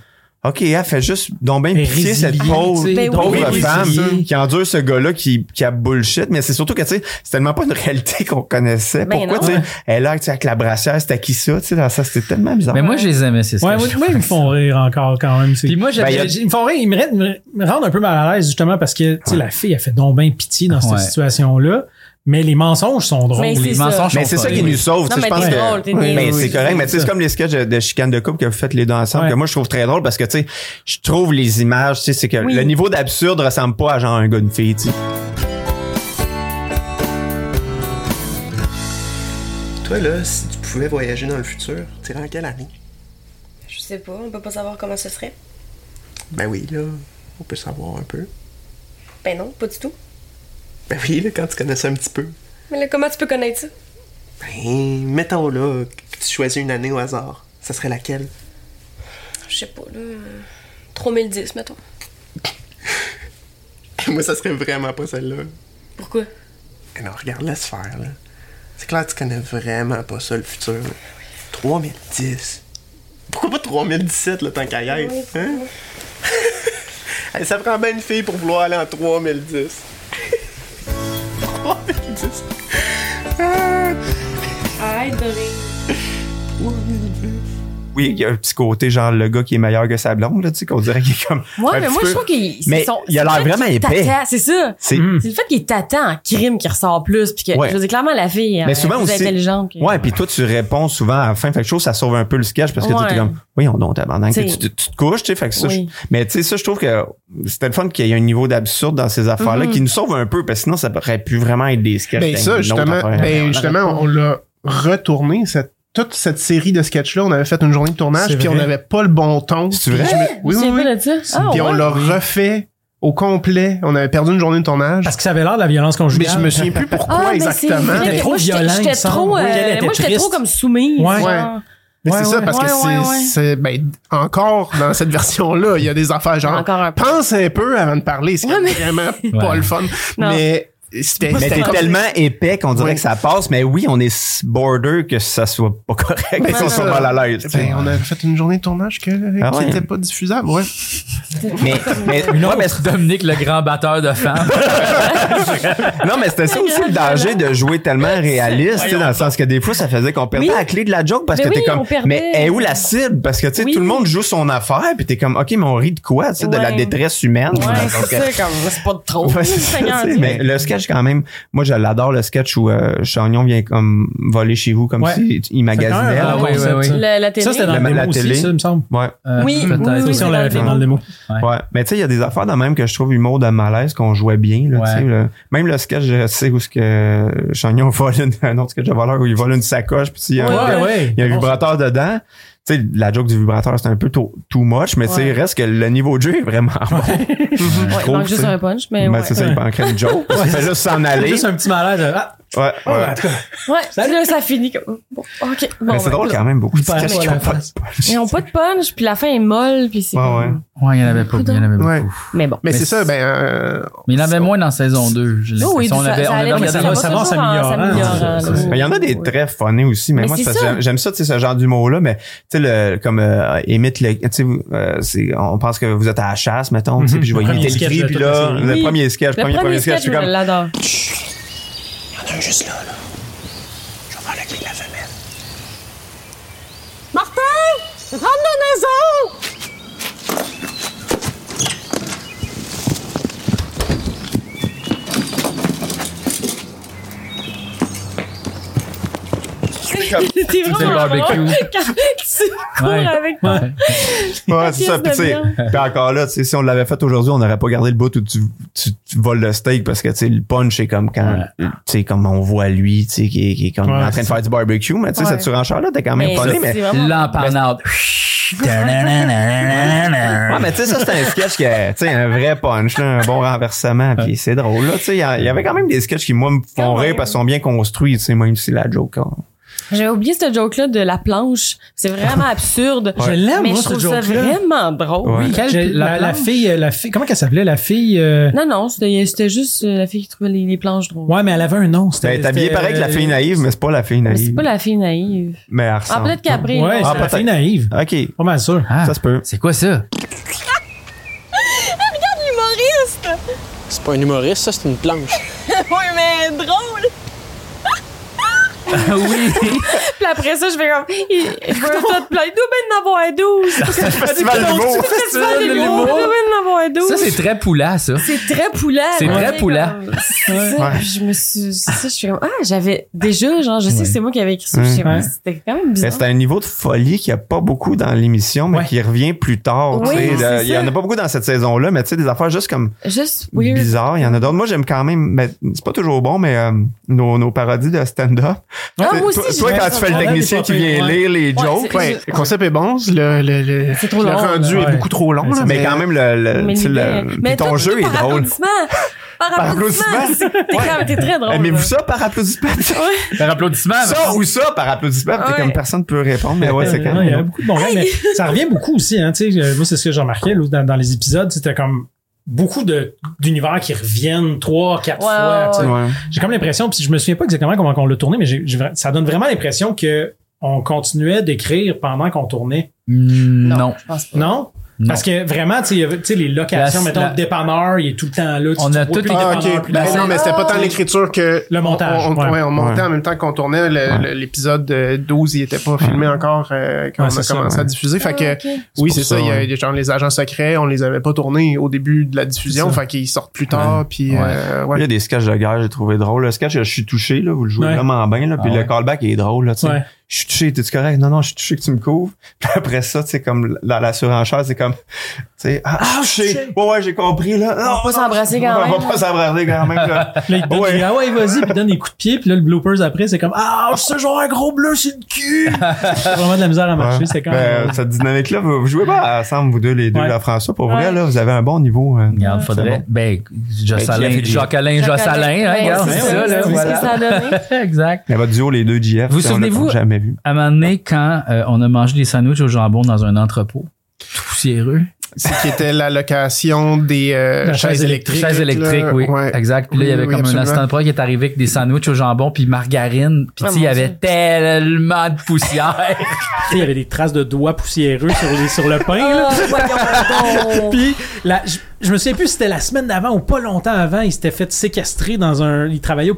Speaker 4: OK, elle fait juste donc bien
Speaker 1: Mais
Speaker 4: pitié cette
Speaker 1: résilier,
Speaker 4: pauvre,
Speaker 1: tu sais,
Speaker 2: Ben oui,
Speaker 4: pauvre
Speaker 2: oui,
Speaker 4: femme
Speaker 1: résilier.
Speaker 4: qui endure ce gars-là qui, qui a bullshit, mais c'est surtout que tu sais, c'est tellement pas une réalité qu'on connaissait.
Speaker 2: Ben
Speaker 4: Pourquoi
Speaker 2: non.
Speaker 4: tu sais, elle a tu sais, avec la brassière, c'était qui ça, tu sais, dans ça c'était tellement bizarre.
Speaker 3: Mais moi, je les aimais, ces
Speaker 1: Ouais,
Speaker 3: sketchs.
Speaker 1: moi, moi, ils me font rire encore quand même. c'est-
Speaker 3: Puis moi,
Speaker 4: Ben, il y
Speaker 3: j'avais.
Speaker 4: a-
Speaker 1: Ils me font rire, ils me, rend- me rendent un peu mal à l'aise justement parce que tu sais, la fille, elle fait donc bien pitié dans cette
Speaker 3: Ouais.
Speaker 1: situation-là, mais les mensonges sont drôles.
Speaker 2: Mais
Speaker 3: les
Speaker 2: c'est ça.
Speaker 3: mensonges
Speaker 4: Mais
Speaker 3: sont
Speaker 4: c'est ça
Speaker 3: folles.
Speaker 4: qui nous
Speaker 2: Non,
Speaker 4: sauve. tu sais,
Speaker 2: mais
Speaker 4: je pense
Speaker 2: t'es
Speaker 4: que-
Speaker 2: drôle, t'es
Speaker 4: Oui,
Speaker 2: niaiseux.
Speaker 4: mais c'est
Speaker 2: Oui,
Speaker 4: correct.
Speaker 1: c'est
Speaker 4: Mais tu sais,
Speaker 1: ça.
Speaker 4: c'est comme les sketchs de, de chicane de couple que vous faites les deux ensemble,
Speaker 1: Ouais.
Speaker 4: que moi, je trouve très drôle parce que, tu sais, je trouve les images, tu sais, c'est que
Speaker 2: Oui.
Speaker 4: le niveau d'absurde ressemble pas à genre un gars, une fille, tu sais.
Speaker 10: Toi, là, si tu pouvais voyager dans le futur, t'irais en quelle année?
Speaker 9: Je
Speaker 11: sais pas, on peut pas savoir comment ce serait.
Speaker 12: Ben oui, là, on peut savoir un peu.
Speaker 11: Ben non, pas du tout.
Speaker 12: Ben oui, là, quand tu connais ça un petit peu.
Speaker 11: Mais là, comment tu peux connaître ça?
Speaker 12: Ben, mettons là que tu choisis une année au hasard. Ça serait laquelle?
Speaker 11: Je sais pas, là. euh, 3010, mettons.
Speaker 12: Moi, ça serait vraiment pas celle-là.
Speaker 11: Pourquoi?
Speaker 12: Eh non, regarde, laisse faire, là. C'est clair que tu connais vraiment pas ça, le futur. là. 3010. Pourquoi pas 3017, le tant qu'à y être, hein? Eh, ça prend bien une fille pour vouloir aller en 3010. 3010.
Speaker 2: Arrête de rire.
Speaker 4: Oui, il y a un petit côté, genre, le gars qui est meilleur que sa blonde, là, tu sais, qu'on dirait qu'il est comme.
Speaker 2: Ouais,
Speaker 4: un
Speaker 2: mais
Speaker 4: petit
Speaker 2: moi,
Speaker 4: peu-
Speaker 2: je trouve qu'il. c'est
Speaker 4: Mais
Speaker 2: son-
Speaker 4: il a
Speaker 2: c'est
Speaker 4: l'air
Speaker 2: le fait
Speaker 4: vraiment
Speaker 2: qu'il
Speaker 4: épais.
Speaker 2: t'attend, C'est ça.
Speaker 4: C'est-
Speaker 2: C'est
Speaker 4: Mm.
Speaker 2: le fait qu'il t'attend en crime qui ressort plus. Puis que,
Speaker 4: Ouais.
Speaker 2: je veux dire, clairement, la fille
Speaker 4: Mais
Speaker 2: euh,
Speaker 4: souvent
Speaker 2: est plus
Speaker 4: aussi.
Speaker 2: intelligente. que-
Speaker 4: Ouais, puis toi, tu réponds souvent à la fin. Fait que je trouve que ça sauve un peu le sketch parce que tu
Speaker 2: Ouais.
Speaker 4: t'es comme, oui, on donc t'abandonne. Tu,
Speaker 2: T'sais.
Speaker 4: tu, tu te couches, tu sais. Fait que ça,
Speaker 2: Oui.
Speaker 4: je- mais tu sais, ça, je trouve que c'était le fun qu'il y ait un niveau d'absurde dans ces affaires-là
Speaker 2: Mm-hmm.
Speaker 5: Mhm.
Speaker 4: qui nous sauve un peu parce que sinon, ça aurait pu vraiment être des sketchs.
Speaker 5: Ben
Speaker 4: dans
Speaker 5: ça,
Speaker 4: une autre
Speaker 5: justement,
Speaker 4: affaire.
Speaker 5: ben justement, on l'a retourné, cette, toute cette série de sketchs-là. On avait fait une journée de
Speaker 4: C'est
Speaker 5: tournage, puis
Speaker 4: vrai?
Speaker 5: on n'avait pas le bon ton.
Speaker 4: C'est
Speaker 5: Puis
Speaker 4: vrai?
Speaker 5: je me- Oui, oui, oui.
Speaker 2: pas de ça? Ah,
Speaker 5: puis on
Speaker 2: ouais?
Speaker 5: l'a refait au complet. On avait perdu une journée de tournage. Parce
Speaker 1: que ça avait l'air de la violence conjugale.
Speaker 5: Mais je me souviens plus pourquoi
Speaker 2: Ah, mais c'est
Speaker 5: exactement.
Speaker 2: vrai que
Speaker 5: Mais
Speaker 2: moi, j'étais- J'étais trop, euh, moi, j'étais trop comme soumise.
Speaker 5: Ouais.
Speaker 2: genre.
Speaker 5: Ouais. Mais c'est
Speaker 2: Ouais,
Speaker 5: ça,
Speaker 2: ouais,
Speaker 5: parce que
Speaker 2: ouais,
Speaker 5: c'est,
Speaker 2: ouais, ouais.
Speaker 5: c'est- ben, encore dans cette version-là, il y a des affaires genre, pense un peu avant de parler, c'est vraiment pas
Speaker 4: Ouais.
Speaker 5: le fun.
Speaker 4: Non.
Speaker 5: Mais c'était,
Speaker 4: Mais
Speaker 5: c'était
Speaker 4: t'es
Speaker 5: comme-
Speaker 4: tellement épais qu'on dirait
Speaker 5: Oui.
Speaker 4: que ça passe, mais oui, on est border que ça soit pas correct, qu'on
Speaker 5: Ben, c'est
Speaker 4: soit
Speaker 5: ça.
Speaker 4: mal à l'aise. tu sais.
Speaker 5: Ben, on a fait une journée de tournage que,
Speaker 4: Ah
Speaker 5: qui
Speaker 4: ouais.
Speaker 5: n'était pas diffusable, ouais. Ben,
Speaker 4: Mais, mais,
Speaker 3: Non, mais c'est Dominique, le grand batteur de femmes.
Speaker 4: non, mais c'était ça aussi le danger de jouer tellement réaliste, tu sais, dans le sens que des fois, ça faisait qu'on perdait
Speaker 2: Oui.
Speaker 4: la clé de la joke parce
Speaker 2: Ben
Speaker 4: que t'es
Speaker 2: oui,
Speaker 4: comme,
Speaker 2: on perdait.
Speaker 4: mais est où la cible? Parce que, tu sais, tout le monde joue son affaire, puis t'es comme, OK, mais on rit de quoi? Tu sais, de la
Speaker 2: Ouais.
Speaker 4: détresse humaine.
Speaker 2: Ouais,
Speaker 4: Donc, euh,
Speaker 2: c'est ça, comme, Ah, c'est pas de trop.
Speaker 4: Ouais, c'est ça,
Speaker 2: Seigneur
Speaker 4: tu sais,
Speaker 2: Dieu.
Speaker 4: mais le sketch quand même, moi je l'adore le sketch où euh, Chagnon vient comme voler chez vous comme
Speaker 1: Ouais.
Speaker 4: si il magasinait.
Speaker 1: Ah,
Speaker 4: là.
Speaker 1: ouais, ouais, ouais.
Speaker 2: La- la télé.
Speaker 1: Ça, c'était dans le
Speaker 4: La- la
Speaker 1: démo aussi,
Speaker 4: télé.
Speaker 1: ça, il me semble.
Speaker 4: Ouais.
Speaker 1: Euh, Oui, peut-être. oui, oui, Ça aussi, on l'avait c'est fait dans dans le le démo.
Speaker 4: Ouais. Mais tu sais, il y a des affaires de même que je trouve humour de malaise qu'on jouait bien. Là, tu sais, là. Même le sketch, je sais où ce que Chagnon vole une, un autre sketch de voleur où il vole une sacoche, puis il y a, un-
Speaker 1: Ouais, ouais.
Speaker 4: il y a un vibrateur dedans. Tu sais, la joke du vibrateur, c'est un peu too, too much, mais tu sais,
Speaker 2: Ouais.
Speaker 4: reste que le niveau de jeu est vraiment bon. Je
Speaker 2: Ouais, il
Speaker 4: trouve,
Speaker 2: manque juste
Speaker 4: tu sais.
Speaker 2: un punch, mais.
Speaker 4: Ben,
Speaker 2: ouais.
Speaker 4: c'est ça, il manquerait une joke. Il fait juste s'en aller.
Speaker 1: Juste un petit malaise. euh, Ah,
Speaker 4: Ouais, ouais.
Speaker 2: Ouais, là, ça finit comme. Bon, ok. Bon,
Speaker 4: Mais c'est
Speaker 2: ouais.
Speaker 4: drôle quand même, beaucoup de
Speaker 1: Hyper
Speaker 4: sketchs
Speaker 1: drôle,
Speaker 4: qui
Speaker 1: la
Speaker 4: ont pas de
Speaker 1: face.
Speaker 2: Ils ont pas de punch, puis la fin est molle, puis c'est.
Speaker 4: Ouais, ouais.
Speaker 3: Ouais, il y en avait pas, il y en avait beaucoup.
Speaker 2: Mais bon.
Speaker 5: Mais c'est ça, ben, euh,
Speaker 3: Mais il y en avait moins dans saison 2. Je l'ai
Speaker 2: Oh oui,
Speaker 3: l'impression.
Speaker 2: ça- ça allait, mais ça va toujours en s'améliorant, là.
Speaker 4: Mais Ben, Il y en a des très funnés aussi, mais,
Speaker 2: Mais
Speaker 4: moi
Speaker 2: c'est
Speaker 4: c'est parce que
Speaker 2: ça.
Speaker 4: j'aime- j'aime ça, tu sais, ce genre d'humour-là, mais tu sais, le comme euh, imite le. Tu sais, vous, euh, c'est- on pense que vous êtes à la chasse, mettons, tu sais,
Speaker 1: Mhm.
Speaker 4: puis je vais
Speaker 1: Le premier
Speaker 4: imiter le
Speaker 1: sketch
Speaker 4: cri,
Speaker 1: de
Speaker 4: puis
Speaker 1: toute la
Speaker 4: là, le
Speaker 1: série.
Speaker 4: premier
Speaker 2: Le
Speaker 4: sketch, premier, premier sketch, je suis
Speaker 2: je
Speaker 4: comme.
Speaker 2: l'adore.
Speaker 7: Y'en a un juste là, là. Je vais faire la clé de la femelle.
Speaker 13: Martin! Rentre dans la maison!
Speaker 2: T'es
Speaker 4: C'est
Speaker 2: vraiment
Speaker 4: le barbecue.
Speaker 2: drôle quand tu cours
Speaker 4: Ouais.
Speaker 2: avec
Speaker 4: Ouais, Ouais, c'est ça. Puis,
Speaker 2: pièce
Speaker 4: tu sais,
Speaker 2: de viande.
Speaker 4: puis encore là, tu sais, si on l'avait fait aujourd'hui, on n'aurait pas gardé le bout où tu, tu, tu voles le steak parce que tu sais, le punch, c'est comme quand, tu sais, comme on voit lui, tu sais, qui, est- qui est comme
Speaker 3: Ouais,
Speaker 4: en train
Speaker 3: c'est
Speaker 4: de faire du barbecue, mais tu sais,
Speaker 3: Ouais.
Speaker 4: cette surenchère là, t'es quand même
Speaker 3: Mais
Speaker 4: pas
Speaker 3: ça,
Speaker 4: né, mais.
Speaker 3: c'est vraiment- L'empanade.
Speaker 4: Ouais, mais tu sais, ça, c'est un sketch qui a, tu sais, un vrai punch, là, un bon renversement, puis c'est drôle, là. Tu sais, il y a- il y avait quand même des sketchs qui, moi, me
Speaker 2: Ah
Speaker 4: font rire parce qu'ils sont bien construits, tu sais, même si la joke, hein.
Speaker 2: J'avais oublié ce joke-là de la planche. C'est vraiment absurde.
Speaker 1: Je l'aime,
Speaker 2: Mais
Speaker 1: moi,
Speaker 2: je
Speaker 1: ce
Speaker 2: trouve ça
Speaker 1: joke-là.
Speaker 2: vraiment drôle.
Speaker 1: Oui, j'ai- la, la fille, euh, la fille, comment qu'elle s'appelait, la fille? euh,
Speaker 2: Non, non, c'était c'était juste euh, la fille qui trouvait les, les planches drôles.
Speaker 1: Ouais, mais elle avait un nom.
Speaker 4: Ben, t'es habillé
Speaker 1: c'était- euh,
Speaker 4: pareil que la fille naïve, mais c'est pas la fille
Speaker 2: euh, Mais c'est
Speaker 4: naïve.
Speaker 2: pas la fille naïve.
Speaker 4: Mais elle
Speaker 2: Ah,
Speaker 4: ressemble.
Speaker 2: peut-être qu'après.
Speaker 1: Ouais,
Speaker 2: là,
Speaker 1: c'est la fille naïve.
Speaker 4: OK.
Speaker 1: Pas mal sûr.
Speaker 2: Ah.
Speaker 4: Ça se peut.
Speaker 3: Ah. C'est quoi ça?
Speaker 13: Regarde l'humoriste!
Speaker 7: C'est pas un humoriste, ça, c'est une planche.
Speaker 13: ouais, mais drôle!
Speaker 3: Ah oui!
Speaker 2: Puis après ça, je vais comme. il- Je veux un tas de plaques. Il doit bien en ben avoir 12.
Speaker 3: C'est le festival de l'humour.
Speaker 2: C'est le festival de l'humour. Il doit bien en avoir 12.
Speaker 3: Ça, c'est très poulat, ça.
Speaker 2: C'est très poulet.
Speaker 3: C'est très poulet. Ouais.
Speaker 2: Je me suis. c'est Ça, je suis comme. Ah, j'avais. Déjà, genre, je sais que c'est moi qui avais écrit ça.
Speaker 4: Ouais.
Speaker 2: Je sais pas,
Speaker 4: Ouais.
Speaker 2: C'était quand même
Speaker 4: Mais
Speaker 2: bizarre.
Speaker 4: Ben, C'est un niveau de folie qu'il n'y a pas beaucoup dans l'émission, mais qui revient plus tard. tu
Speaker 2: Oui,
Speaker 4: sais,
Speaker 2: c'est
Speaker 4: de- il y en
Speaker 2: ça.
Speaker 4: a pas beaucoup dans cette saison-là, mais tu sais, des affaires juste comme
Speaker 2: Juste weird.
Speaker 4: bizarres. Il y en a d'autres. Moi, j'aime quand même, mais c'est pas toujours bon, mais euh, nos, nos parodies de stand-up,
Speaker 2: Ah, moi aussi,
Speaker 4: toi,
Speaker 2: j'ai
Speaker 4: toi,
Speaker 2: fait
Speaker 4: quand
Speaker 2: ça.
Speaker 4: tu fais le
Speaker 2: Ouais,
Speaker 4: technicien
Speaker 2: les
Speaker 4: qui
Speaker 2: papiers,
Speaker 4: vient
Speaker 2: ouais.
Speaker 4: lire les
Speaker 2: Ouais,
Speaker 4: jokes,
Speaker 2: c'est- Ouais.
Speaker 4: le concept est bon. Le,
Speaker 2: C'est trop long,
Speaker 4: rendu
Speaker 2: là.
Speaker 4: est
Speaker 2: Ouais.
Speaker 4: beaucoup trop long.
Speaker 2: Ouais,
Speaker 4: là,
Speaker 2: c'est
Speaker 4: mais
Speaker 2: ça.
Speaker 4: quand même, le, le-
Speaker 2: Mais
Speaker 4: Euh, tu sais, le-
Speaker 2: l'idée-
Speaker 4: puis
Speaker 2: mais
Speaker 4: ton
Speaker 2: toi,
Speaker 4: jeu est
Speaker 2: par
Speaker 4: drôle.
Speaker 2: Applaudissement. Par applaudissement. C'est- T'es quand- t'es très drôle.
Speaker 4: Aimez-vous
Speaker 2: là.
Speaker 4: ça par applaudissement?
Speaker 3: Par applaudissement?
Speaker 4: Ça ou ça par applaudissement? T'es
Speaker 2: Ouais.
Speaker 4: comme personne peut répondre, mais Ah ouais, c'est quand
Speaker 1: Non, Euh, Il y a
Speaker 4: même.
Speaker 1: beaucoup de bons rêves, mais ça revient beaucoup aussi. Hein, tu sais, euh, moi, c'est ce que j'ai remarqué là, dans, dans les épisodes. C'était comme beaucoup de- d'univers qui reviennent trois, quatre
Speaker 2: Ouais,
Speaker 1: fois. tu sais.
Speaker 2: ouais,
Speaker 4: ouais.
Speaker 1: J'ai comme l'impression, puis je me souviens pas exactement comment on l'a tourné, mais j'ai- j'ai vra- ça donne vraiment l'impression que on continuait d'écrire pendant qu'on tournait.
Speaker 3: Mm, Non.
Speaker 1: Non? Parce que vraiment, tu sais, il y avait- tu sais, les locations,
Speaker 3: La-
Speaker 1: mettons,
Speaker 3: la-
Speaker 1: le dépanneur, il est tout le temps là. tu-
Speaker 3: On
Speaker 1: tu
Speaker 3: a
Speaker 1: vois
Speaker 3: tout-
Speaker 1: plus le
Speaker 5: Ah,
Speaker 1: dépanneur,
Speaker 5: ok.
Speaker 1: plus
Speaker 5: Ben
Speaker 1: le-
Speaker 5: non, mais c'était pas tant l'écriture que.
Speaker 1: Le montage,
Speaker 5: On, on-
Speaker 1: ouais.
Speaker 5: ouais, on montait
Speaker 1: Ouais.
Speaker 5: en même temps qu'on tournait. Le- le- L'épisode euh, 12, il était pas filmé encore euh, quand
Speaker 1: Ouais,
Speaker 5: on a
Speaker 1: c'est ça,
Speaker 5: commencé
Speaker 1: ouais.
Speaker 5: à diffuser. Fait
Speaker 1: Ah,
Speaker 5: que,
Speaker 1: ok.
Speaker 5: oui,
Speaker 1: C'est
Speaker 5: c'est
Speaker 1: pour
Speaker 5: ça.
Speaker 1: ça,
Speaker 5: il y a
Speaker 1: ouais.
Speaker 5: des gens, les agents secrets, on les avait pas tournés au début de la diffusion.
Speaker 4: C'est ça.
Speaker 5: Fait qu'ils sortent plus tard. Puis, euh, ouais.
Speaker 4: Il y a des sketchs de guerre, j'ai trouvé drôle. Le sketch, je suis touché, là, vous le jouez
Speaker 5: Ouais.
Speaker 4: vraiment bien, là, puis
Speaker 5: Ah
Speaker 4: le
Speaker 5: ouais.
Speaker 4: callback il est drôle, là, tu sais.
Speaker 5: Ouais.
Speaker 4: Je suis touché, t'es-tu correct? Non, non, je suis touché que tu me couvres. Puis après ça, tu sais, comme la, la surenchère, c'est comme, tu sais, ah, ah, je sais. Ouais, ouais, j'ai compris, là. Non,
Speaker 2: On va s'embrasser quand
Speaker 4: On
Speaker 2: même.
Speaker 4: va pas s'embrasser quand même, là.
Speaker 1: Là, il te donne des- Ah ouais, vas-y, puis il donne des coups de pied, puis là, le bloopers après, c'est comme Ah, je sais, genre un gros bleu sur le cul. C'est vraiment de la misère à marcher, c'est quand même.
Speaker 4: Ben, cette dynamique-là, vous, vous jouez pas ensemble, vous deux, les deux,
Speaker 1: Ouais.
Speaker 4: là, François. Pour
Speaker 1: Ouais.
Speaker 4: vrai, là, vous avez un bon niveau. euh,
Speaker 3: Regarde,
Speaker 4: c'est
Speaker 3: faudrait.
Speaker 4: bon.
Speaker 3: Ben,
Speaker 4: Ben,
Speaker 3: Jocelyn,
Speaker 4: Jeff et
Speaker 3: Jocelyne,
Speaker 4: Jeff.
Speaker 3: Jocelyn, hein,
Speaker 2: Ouais,
Speaker 3: regarde,
Speaker 2: ben, c'est
Speaker 3: c'est
Speaker 2: ça,
Speaker 3: ça,
Speaker 2: c'est
Speaker 3: là,
Speaker 2: ce que
Speaker 3: voilà.
Speaker 2: ça a donné.
Speaker 3: exact.
Speaker 4: Mais votre duo, les deux, JF,
Speaker 3: Vous
Speaker 4: tu sais, on l'a
Speaker 3: souvenez-vous,
Speaker 4: jamais vu.
Speaker 3: à un moment donné, quand euh, on a mangé des sandwichs au jambon dans un entrepôt, tout poussiéreux.
Speaker 5: C'est qui était la location des euh,
Speaker 3: La
Speaker 5: chaises électriques.
Speaker 3: Chaises électriques,
Speaker 5: là.
Speaker 3: oui.
Speaker 5: Ouais.
Speaker 3: Exact. Puis là, il y
Speaker 5: Oui,
Speaker 3: avait
Speaker 5: oui,
Speaker 3: comme un
Speaker 5: absolument.
Speaker 3: assistant de prod qui est arrivé avec des sandwichs au jambon puis margarine. Puis
Speaker 1: Ah,
Speaker 3: tu sais, il y
Speaker 1: mon
Speaker 3: avait
Speaker 1: Dieu.
Speaker 3: tellement de poussière.
Speaker 1: Tu sais, il y avait des traces de doigts poussiéreux sur, les, sur le pain.
Speaker 2: oh,
Speaker 1: là.
Speaker 2: Ah,
Speaker 1: Puis, la- je, je me souviens plus si c'était la semaine d'avant ou pas longtemps avant, il s'était fait séquestrer dans un. Il travaillait au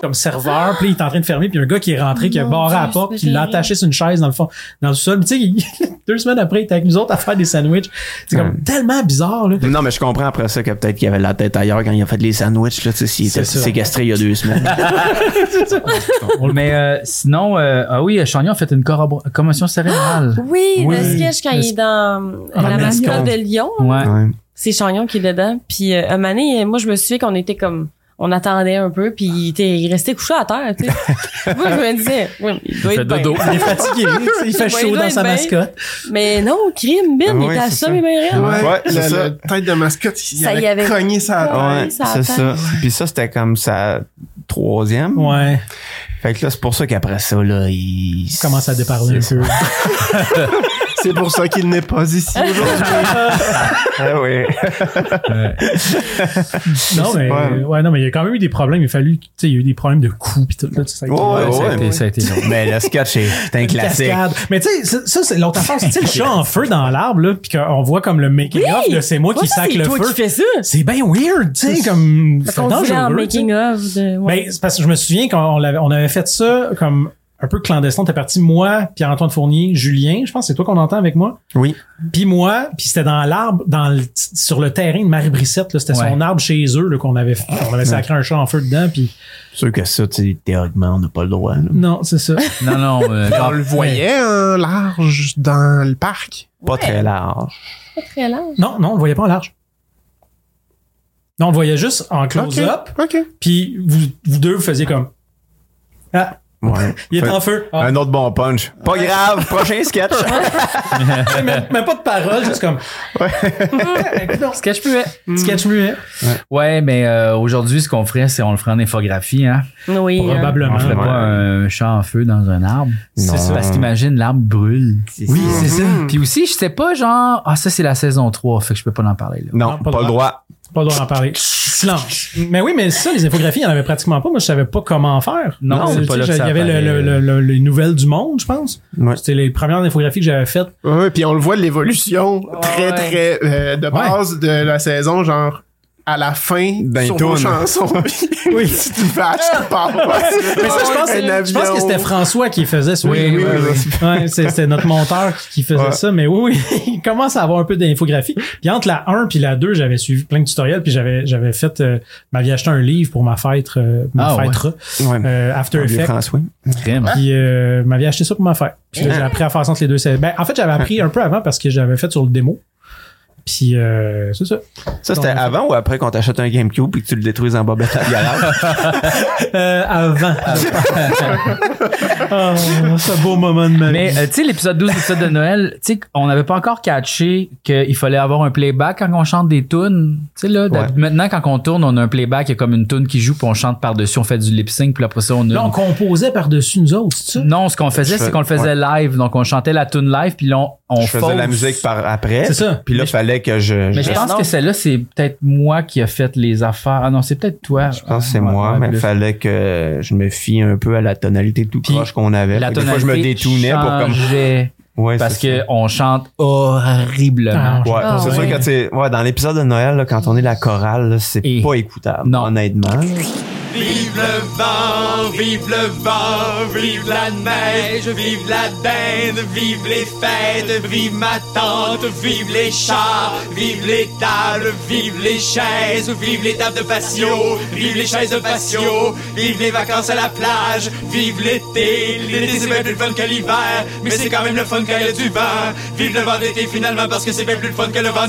Speaker 1: comme serveur, puis il est en train de fermer, puis un gars qui est rentré, qui a
Speaker 2: Mon
Speaker 1: barré
Speaker 2: Dieu,
Speaker 1: à la porte,
Speaker 2: c'est
Speaker 1: qui l'a
Speaker 2: terrible.
Speaker 1: attaché sur une chaise dans le fond, dans le sol. Tu sais, il- deux semaines après, il était avec nous autres à faire des sandwichs. C'est comme tellement bizarre, là.
Speaker 4: Non, mais je comprends après ça que peut-être qu'il avait la tête ailleurs quand il a fait les sandwichs, là, tu sais, s'il était
Speaker 1: ça.
Speaker 4: séquestré il y a deux semaines.
Speaker 3: Mais euh, sinon, euh, ah oui, Chagnon a fait une corrobo- commotion cérébrale.
Speaker 2: Oui,
Speaker 3: Oui.
Speaker 2: le sketch quand
Speaker 3: Le
Speaker 2: il est dans euh, la
Speaker 3: Mascotte.
Speaker 2: mascotte de Lyon.
Speaker 3: Oh. Ouais.
Speaker 2: C'est Chagnon qui est dedans. Puis euh, un moment donné, moi, je me souviens qu'on était comme... On attendait un peu, puis il était il restait couché à terre, tu sais. moi, je me disais... Oui, il doit
Speaker 3: fait
Speaker 2: être bien.
Speaker 3: dodo.
Speaker 1: Il est fatigué, tu sais, il fait
Speaker 2: Ouais,
Speaker 1: chaud
Speaker 2: doit
Speaker 1: dans
Speaker 2: être
Speaker 1: sa
Speaker 2: bien.
Speaker 1: mascotte.
Speaker 2: Mais non, crime, bin, il
Speaker 4: Ouais,
Speaker 2: était
Speaker 4: c'est
Speaker 2: à
Speaker 4: ça.
Speaker 2: ça, mais bien réel.
Speaker 5: Ouais,
Speaker 4: Ouais, c'est
Speaker 5: la,
Speaker 4: ça.
Speaker 5: la tête de mascotte, il
Speaker 2: Ça
Speaker 5: avait,
Speaker 2: y avait
Speaker 5: cogné sa
Speaker 4: Ouais,
Speaker 2: ça
Speaker 4: c'est ça.
Speaker 2: atteint.
Speaker 4: Puis ça, c'était comme sa troisième.
Speaker 1: Ouais.
Speaker 4: Fait que là, c'est pour ça qu'après ça, là, il...
Speaker 1: Il commence à déparler un peu.
Speaker 5: C'est pour ça qu'il n'est pas ici
Speaker 4: Ah oui.
Speaker 1: Non, mais,
Speaker 4: Ouais.
Speaker 1: ouais, non, mais il y a quand même eu des problèmes. Il a fallu, tu sais, il y a eu des problèmes de coups pis tout, là, tu sais.
Speaker 4: Ouais, ouais,
Speaker 3: ça a
Speaker 4: ouais.
Speaker 3: été- ça a été long.
Speaker 4: Mais le sketch, est- c'est un
Speaker 1: Une
Speaker 4: classique.
Speaker 1: cascade. Mais tu sais, ça, ça, c'est l'autre affaire. Tu sais, le chat en feu dans l'arbre, là, pis qu'on voit comme le making-of de c'est moi qui
Speaker 2: Ouais, ça,
Speaker 1: sac
Speaker 2: c'est
Speaker 1: le
Speaker 2: toi
Speaker 1: feu.
Speaker 2: qui fais ça.
Speaker 1: C'est bien weird, tu sais, comme,
Speaker 2: Parce
Speaker 1: c'est
Speaker 2: qu'on disait en
Speaker 1: dangereux. tu sais.
Speaker 2: making of de... ouais.
Speaker 1: Ben, c'est parce que je me souviens qu'on l'avait- on avait fait ça comme un peu clandestin. T'es parti, moi, Pierre-Antoine Fournier, Julien, je pense que c'est toi qu'on entend avec moi.
Speaker 4: Oui.
Speaker 1: Puis moi, puis c'était dans l'arbre, dans le- sur le terrain de Marie-Brissette, là, c'était
Speaker 3: Ouais.
Speaker 1: son arbre chez eux, là, qu'on avait, on avait sacré un chat en feu dedans, puis
Speaker 4: Sûr que ça, tu sais, théoriquement, on n'a pas le droit. là.
Speaker 1: non, c'est ça.
Speaker 3: Non, non. euh,
Speaker 5: On le voyait hein, large dans le parc.
Speaker 4: Pas très large.
Speaker 2: Pas très large.
Speaker 1: Non, non, on le voyait pas en large. Non, on le voyait juste en close-up.
Speaker 5: OK.
Speaker 1: Puis vous, vous deux, vous faisiez comme. Ah,
Speaker 4: Ouais.
Speaker 1: il est
Speaker 4: Fait-
Speaker 1: en feu. Ah.
Speaker 4: Un autre bon punch. Pas grave, prochain sketch.
Speaker 1: Ah, même, même pas de parole, juste comme.
Speaker 3: Sketch muet.
Speaker 1: Mm. Sketch muet.
Speaker 3: Ouais, mais euh, aujourd'hui, ce qu'on ferait, c'est on le ferait en infographie, hein.
Speaker 2: Oui. euh,
Speaker 1: Probablement.
Speaker 3: On ferait
Speaker 1: Ouais.
Speaker 3: pas un chat en feu dans un arbre.
Speaker 1: C'est ça.
Speaker 3: Parce qu'imagine, l'arbre brûle.
Speaker 1: Oui,
Speaker 4: Mhm.
Speaker 3: c'est ça. Puis aussi, je sais pas, genre, ah, ça, c'est la saison 3, fait que je peux pas en parler, là.
Speaker 4: Non, pas, le droit.
Speaker 1: Pas le droit d'en parler. Silence. Mais oui, mais ça, les infographies, il n'y en avait pratiquement pas. Moi, je savais pas comment faire.
Speaker 3: Non, c'est
Speaker 1: tu
Speaker 3: pas
Speaker 1: sais,
Speaker 3: là que ça
Speaker 1: Il y avait le-
Speaker 3: apparaît.
Speaker 1: le- le- les nouvelles du monde, je pense.
Speaker 4: Ouais.
Speaker 1: C'était les premières infographies que j'avais faites.
Speaker 5: Ouais, puis on le voit l'évolution très très euh, de base de la saison genre à la fin
Speaker 4: Ben,
Speaker 5: sur
Speaker 4: il
Speaker 5: vos
Speaker 4: tourne.
Speaker 5: chansons. oui, c'est une vache qui part.
Speaker 1: Mais ça, je pense,
Speaker 5: Ah, Un
Speaker 1: que- je pense
Speaker 5: avion.
Speaker 1: que c'était François qui faisait ça.
Speaker 5: Oui, oui, oui,
Speaker 1: Ouais, c'est- c'était notre monteur qui- qui faisait
Speaker 4: Ouais.
Speaker 1: ça. Mais oui, oui, il commence à avoir un peu d'infographie. Puis entre la 1 puis la 2, j'avais suivi plein de tutoriels. Puis j'avais, j'avais fait, euh, m'avais acheté un livre pour ma fête, euh, ma
Speaker 3: Ah, ouais.
Speaker 1: fête ra,
Speaker 4: Ouais.
Speaker 1: euh, After
Speaker 4: Olivier
Speaker 1: Effects.
Speaker 4: François.
Speaker 3: Vraiment.
Speaker 1: Puis euh, m'avait acheté ça pour ma fête. Puis là, j'ai appris à faire ça entre les deux. sé- Ben, en fait, j'avais appris un peu avant parce que j'avais fait sur le démo. Puis, euh, c'est ça.
Speaker 4: Ça, c'était
Speaker 1: Donc,
Speaker 4: avant ou après qu'on t'achète un GameCube et que tu le détruises en bobette à garage?
Speaker 1: Euh, avant. oh, c'est un beau moment de ma vie.
Speaker 3: Mais euh, tu sais, l'épisode 12, l'épisode de Noël, tu sais, on n'avait pas encore catché qu'il fallait avoir un playback quand on chante des tunes. Tu sais, là, d'hab-
Speaker 1: Ouais.
Speaker 3: maintenant, quand on tourne, on a un playback, il y a comme une tune qui joue, puis on chante par-dessus, on fait du lip sync, puis après ça, on a.
Speaker 1: Là, on composait par-dessus nous autres, c'est ça?
Speaker 3: Non, ce qu'on faisait, c'est qu'on le faisait live. Donc, on chantait la tune live, puis là, on, on
Speaker 4: je faisais
Speaker 3: fausse.
Speaker 4: la musique par après.
Speaker 3: C'est ça.
Speaker 4: Puis là, il fallait que je.
Speaker 3: Mais je pense que celle-là, c'est peut-être moi qui a fait les affaires. Ah non, c'est peut-être toi.
Speaker 4: Je pense que c'est moi, mais il fallait que je me fie un peu à la tonalité tout proche qu'on avait.
Speaker 3: La
Speaker 4: Fait que des fois, je me
Speaker 3: tonalité
Speaker 4: détournais
Speaker 3: changeait
Speaker 4: pour comme. Ouais,
Speaker 3: parce
Speaker 4: c'est ça.
Speaker 3: qu'on chante
Speaker 2: Oh, hein.
Speaker 3: horriblement.
Speaker 4: Ah, Ouais, c'est sûr que tu sais, ouais, dans l'épisode de Noël, là, quand on est la chorale, là, c'est pas écoutable, honnêtement.
Speaker 14: Vive le vent, vive le vent, vive la neige, vive la dinde, vive les fêtes, vive ma tante, vive les chars, vive les tables, vive les chaises, vive les tables de patio, vive les chaises de patio, vive les vacances à la plage, vive l'été, l'été c'est bien plus le fun que l'hiver, mais c'est quand même le fun quand il y a du vent, vive le vent d'été finalement parce que c'est bien plus le fun que le vent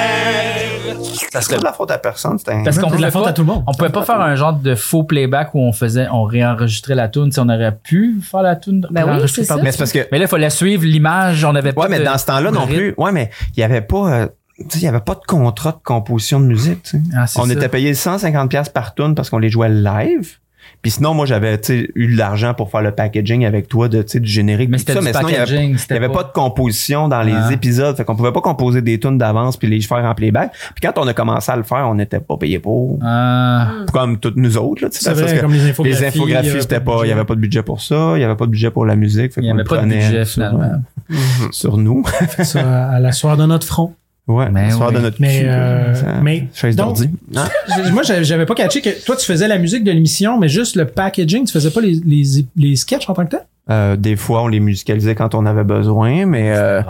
Speaker 14: d'hiver.
Speaker 4: Ça serait de la faute à personne, c'était un-
Speaker 3: Parce qu'on
Speaker 4: C'est de
Speaker 3: pouvait
Speaker 4: la faute
Speaker 3: pas,
Speaker 4: à tout le monde.
Speaker 3: on pouvait pas faire un genre de faux playback où on faisait, on réenregistrait la tune. Si on aurait pu faire la tune,
Speaker 4: Ben oui,
Speaker 3: réenregistrer
Speaker 4: c'est
Speaker 3: par-
Speaker 4: ça. Mais c'est parce que-
Speaker 3: Mais là, il fallait suivre l'image. On avait pas.
Speaker 4: Ouais, mais
Speaker 3: de-
Speaker 4: dans ce temps-là non
Speaker 3: rythme.
Speaker 4: plus. Ouais, mais il y avait pas. euh, tu sais, il y avait pas de contrat de composition de musique. tu sais.
Speaker 3: Ah, c'est
Speaker 4: on
Speaker 3: ça.
Speaker 4: était payé 150 pièces par tune parce qu'on les jouait live. Puis sinon, moi, j'avais tu sais, eu de l'argent pour faire le packaging avec toi de, tu sais, du générique. Mais
Speaker 3: c'était
Speaker 4: ça,
Speaker 3: du
Speaker 4: mais sinon, il y avait-
Speaker 3: packaging,
Speaker 4: il
Speaker 3: c'était
Speaker 4: y avait
Speaker 3: pas-
Speaker 4: pas de composition dans les
Speaker 3: Ah.
Speaker 4: épisodes. Fait qu'on pouvait pas composer des tunes d'avance puis les faire en playback. Puis quand on a commencé à le faire, on n'était pas payé pour.
Speaker 3: Ah.
Speaker 1: Hmm.
Speaker 4: Comme toutes nous autres. Là, tu sais,
Speaker 1: C'est
Speaker 4: parce
Speaker 1: vrai,
Speaker 4: que
Speaker 1: comme les infographies, il y avait pas
Speaker 4: c'était
Speaker 1: de
Speaker 4: pas. Il y
Speaker 1: budget.
Speaker 4: avait pas de budget pour ça. Il y avait pas de budget pour la musique. Fait
Speaker 3: Il y
Speaker 4: qu'on
Speaker 3: avait
Speaker 4: le
Speaker 3: pas de
Speaker 4: prenait
Speaker 3: budget,
Speaker 4: sur-
Speaker 3: finalement.
Speaker 4: Sur nous.
Speaker 1: Fait ça à la soirée de notre front.
Speaker 4: Ouais, mais soir
Speaker 1: ouais.
Speaker 4: de notre cul,
Speaker 1: Mais, euh,
Speaker 4: là, ça-
Speaker 1: mais-
Speaker 4: chaise
Speaker 1: donc-
Speaker 4: d'ordi. Hein?
Speaker 1: J'ai- Moi, j'avais j'avais pas catché que toi, tu faisais la musique de l'émission, mais juste le packaging, tu faisais pas les, les, les sketchs en tant que tel?
Speaker 4: Euh, des fois, on les musicalisait quand on avait besoin, mais, euh,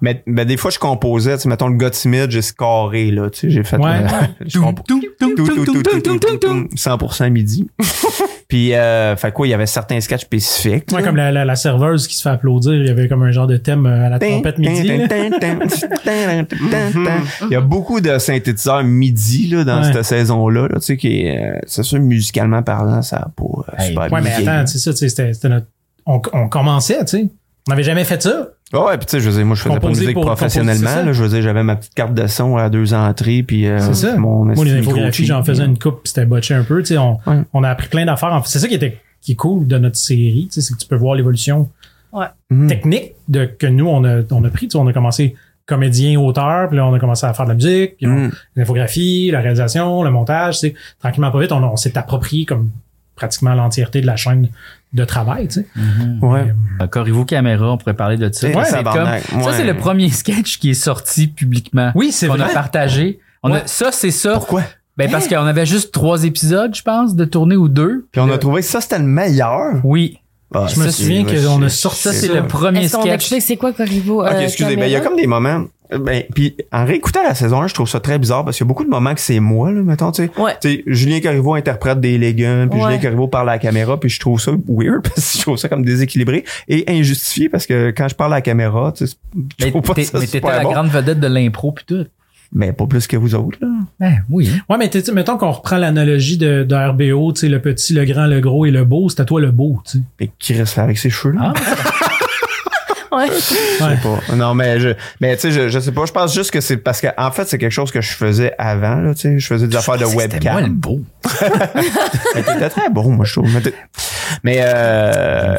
Speaker 4: mais, mais des fois, je composais. Tu sais, mettons, le gars timide, j'ai scoré, là. Tu sais, j'ai fait...
Speaker 1: Ouais.
Speaker 4: euh, je compo- Tout, tout, tout, tout, tout, tout, tout, 100% midi. Puis, euh, fait quoi, il y avait certains sketchs spécifiques.
Speaker 1: Ouais, comme la, la, la serveuse qui se fait applaudir, il y avait comme un genre de thème euh, à la
Speaker 4: Tin,
Speaker 1: trompette
Speaker 4: tin,
Speaker 1: midi.
Speaker 4: tin,
Speaker 1: là. Mm-hmm.
Speaker 4: tin, tin, tin, tin, tin, tin. Il y a beaucoup de synthétiseurs midi là, dans
Speaker 1: Ouais.
Speaker 4: cette saison-là. là, tu sais, qui est, euh, c'est sûr, musicalement parlant, ça n'a pas euh, super
Speaker 1: Ouais, mais
Speaker 4: bien vieilli.
Speaker 1: attends, c'est ça, tu sais, c'était c'était notre. On, on commençait, tu sais. On n'avait jamais fait ça.
Speaker 4: Ah ouais, puis tu sais, je veux dire, moi, je faisais pas de
Speaker 1: Composer
Speaker 4: musique
Speaker 1: pour- composer, c'est
Speaker 4: professionnellement.
Speaker 1: ça.
Speaker 4: Là, je veux dire, j'avais ma petite carte de son à deux entrées, puis euh,
Speaker 1: C'est ça.
Speaker 4: mon
Speaker 1: Moi, les
Speaker 4: esti
Speaker 1: infographies,
Speaker 4: microchip.
Speaker 1: j'en faisais une coupe, puis c'était botché un peu. Tu sais, on, on a appris plein d'affaires. En fait, C'est ça qui était qui est cool de notre série, tu sais, c'est que tu peux voir l'évolution
Speaker 2: Ouais.
Speaker 4: Mhm.
Speaker 1: technique de que nous on a on a pris. Tu sais, on a commencé comédien, auteur, puis là on a commencé à faire de la musique, puis
Speaker 4: euh, Mhm.
Speaker 1: on- l'infographie, la réalisation, le montage. Tu sais, tranquillement pas vite, on, a- on s'est approprié comme pratiquement l'entièreté de la chaîne de travail. Tu sais.
Speaker 4: Mm. Ouais.
Speaker 3: Corriveau Mhm. Caméra, on pourrait parler de ça.
Speaker 1: Ouais,
Speaker 3: Ça, c'est
Speaker 1: tabarnak,
Speaker 3: comme- Ça,
Speaker 1: ouais.
Speaker 3: c'est le premier sketch qui est sorti publiquement.
Speaker 1: Oui, c'est
Speaker 3: On a
Speaker 1: vrai.
Speaker 3: partagé. On
Speaker 1: Ouais.
Speaker 3: a, ça, c'est ça.
Speaker 4: Pourquoi?
Speaker 3: Ben, parce qu'on avait juste trois épisodes, je pense, de tournée ou deux.
Speaker 4: Puis on a trouvé que ça, c'était le meilleur. Ah,
Speaker 3: Oui.
Speaker 1: Euh, Je me souviens qu'on a sorti
Speaker 3: Ça, c'est
Speaker 1: ça.
Speaker 3: le premier
Speaker 2: Est-ce qu'on
Speaker 3: sketch.
Speaker 2: explique c'est quoi Corriveau?
Speaker 4: Ok,
Speaker 2: euh,
Speaker 4: excusez, ben, il y a
Speaker 2: caméra?
Speaker 4: comme des moments. Ben, puis en réécoutant la saison 1, je trouve ça très bizarre parce qu'il y a beaucoup de moments que c'est moi, là, mettons, tu sais. Tu sais, Julien Corriveau interprète des légumes, puis
Speaker 2: Ouais.
Speaker 4: Julien Corriveau parle à la caméra, puis je trouve ça weird parce que je trouve ça comme déséquilibré et injustifié parce que quand je parle à la caméra, tu sais, je
Speaker 3: Mais
Speaker 4: trouve pas
Speaker 3: t'es-
Speaker 4: ça
Speaker 3: mais t'étais
Speaker 4: super
Speaker 3: la
Speaker 4: bon.
Speaker 3: grande vedette de l'impro pis tout.
Speaker 4: Mais pas plus que vous autres, là.
Speaker 3: Ben oui.
Speaker 1: Ouais, mais t'es- mettons qu'on reprend l'analogie de, de RBO, tu sais, le petit, le grand, le gros et le beau, c'était toi le beau, tu sais.
Speaker 4: Mais qui reste là avec ses cheveux,
Speaker 3: Ah,
Speaker 4: là?
Speaker 2: Ouais.
Speaker 4: Je sais pas. Non, mais je, mais tu sais, je, je sais pas. Je pense juste que c'est parce que, en fait, c'est quelque chose que je faisais avant, là, tu sais. Je faisais des affaires de webcam.
Speaker 3: moi le beau.
Speaker 4: Mais t'étais très bon, moi, je trouve. Mais, t'es- mais, euh,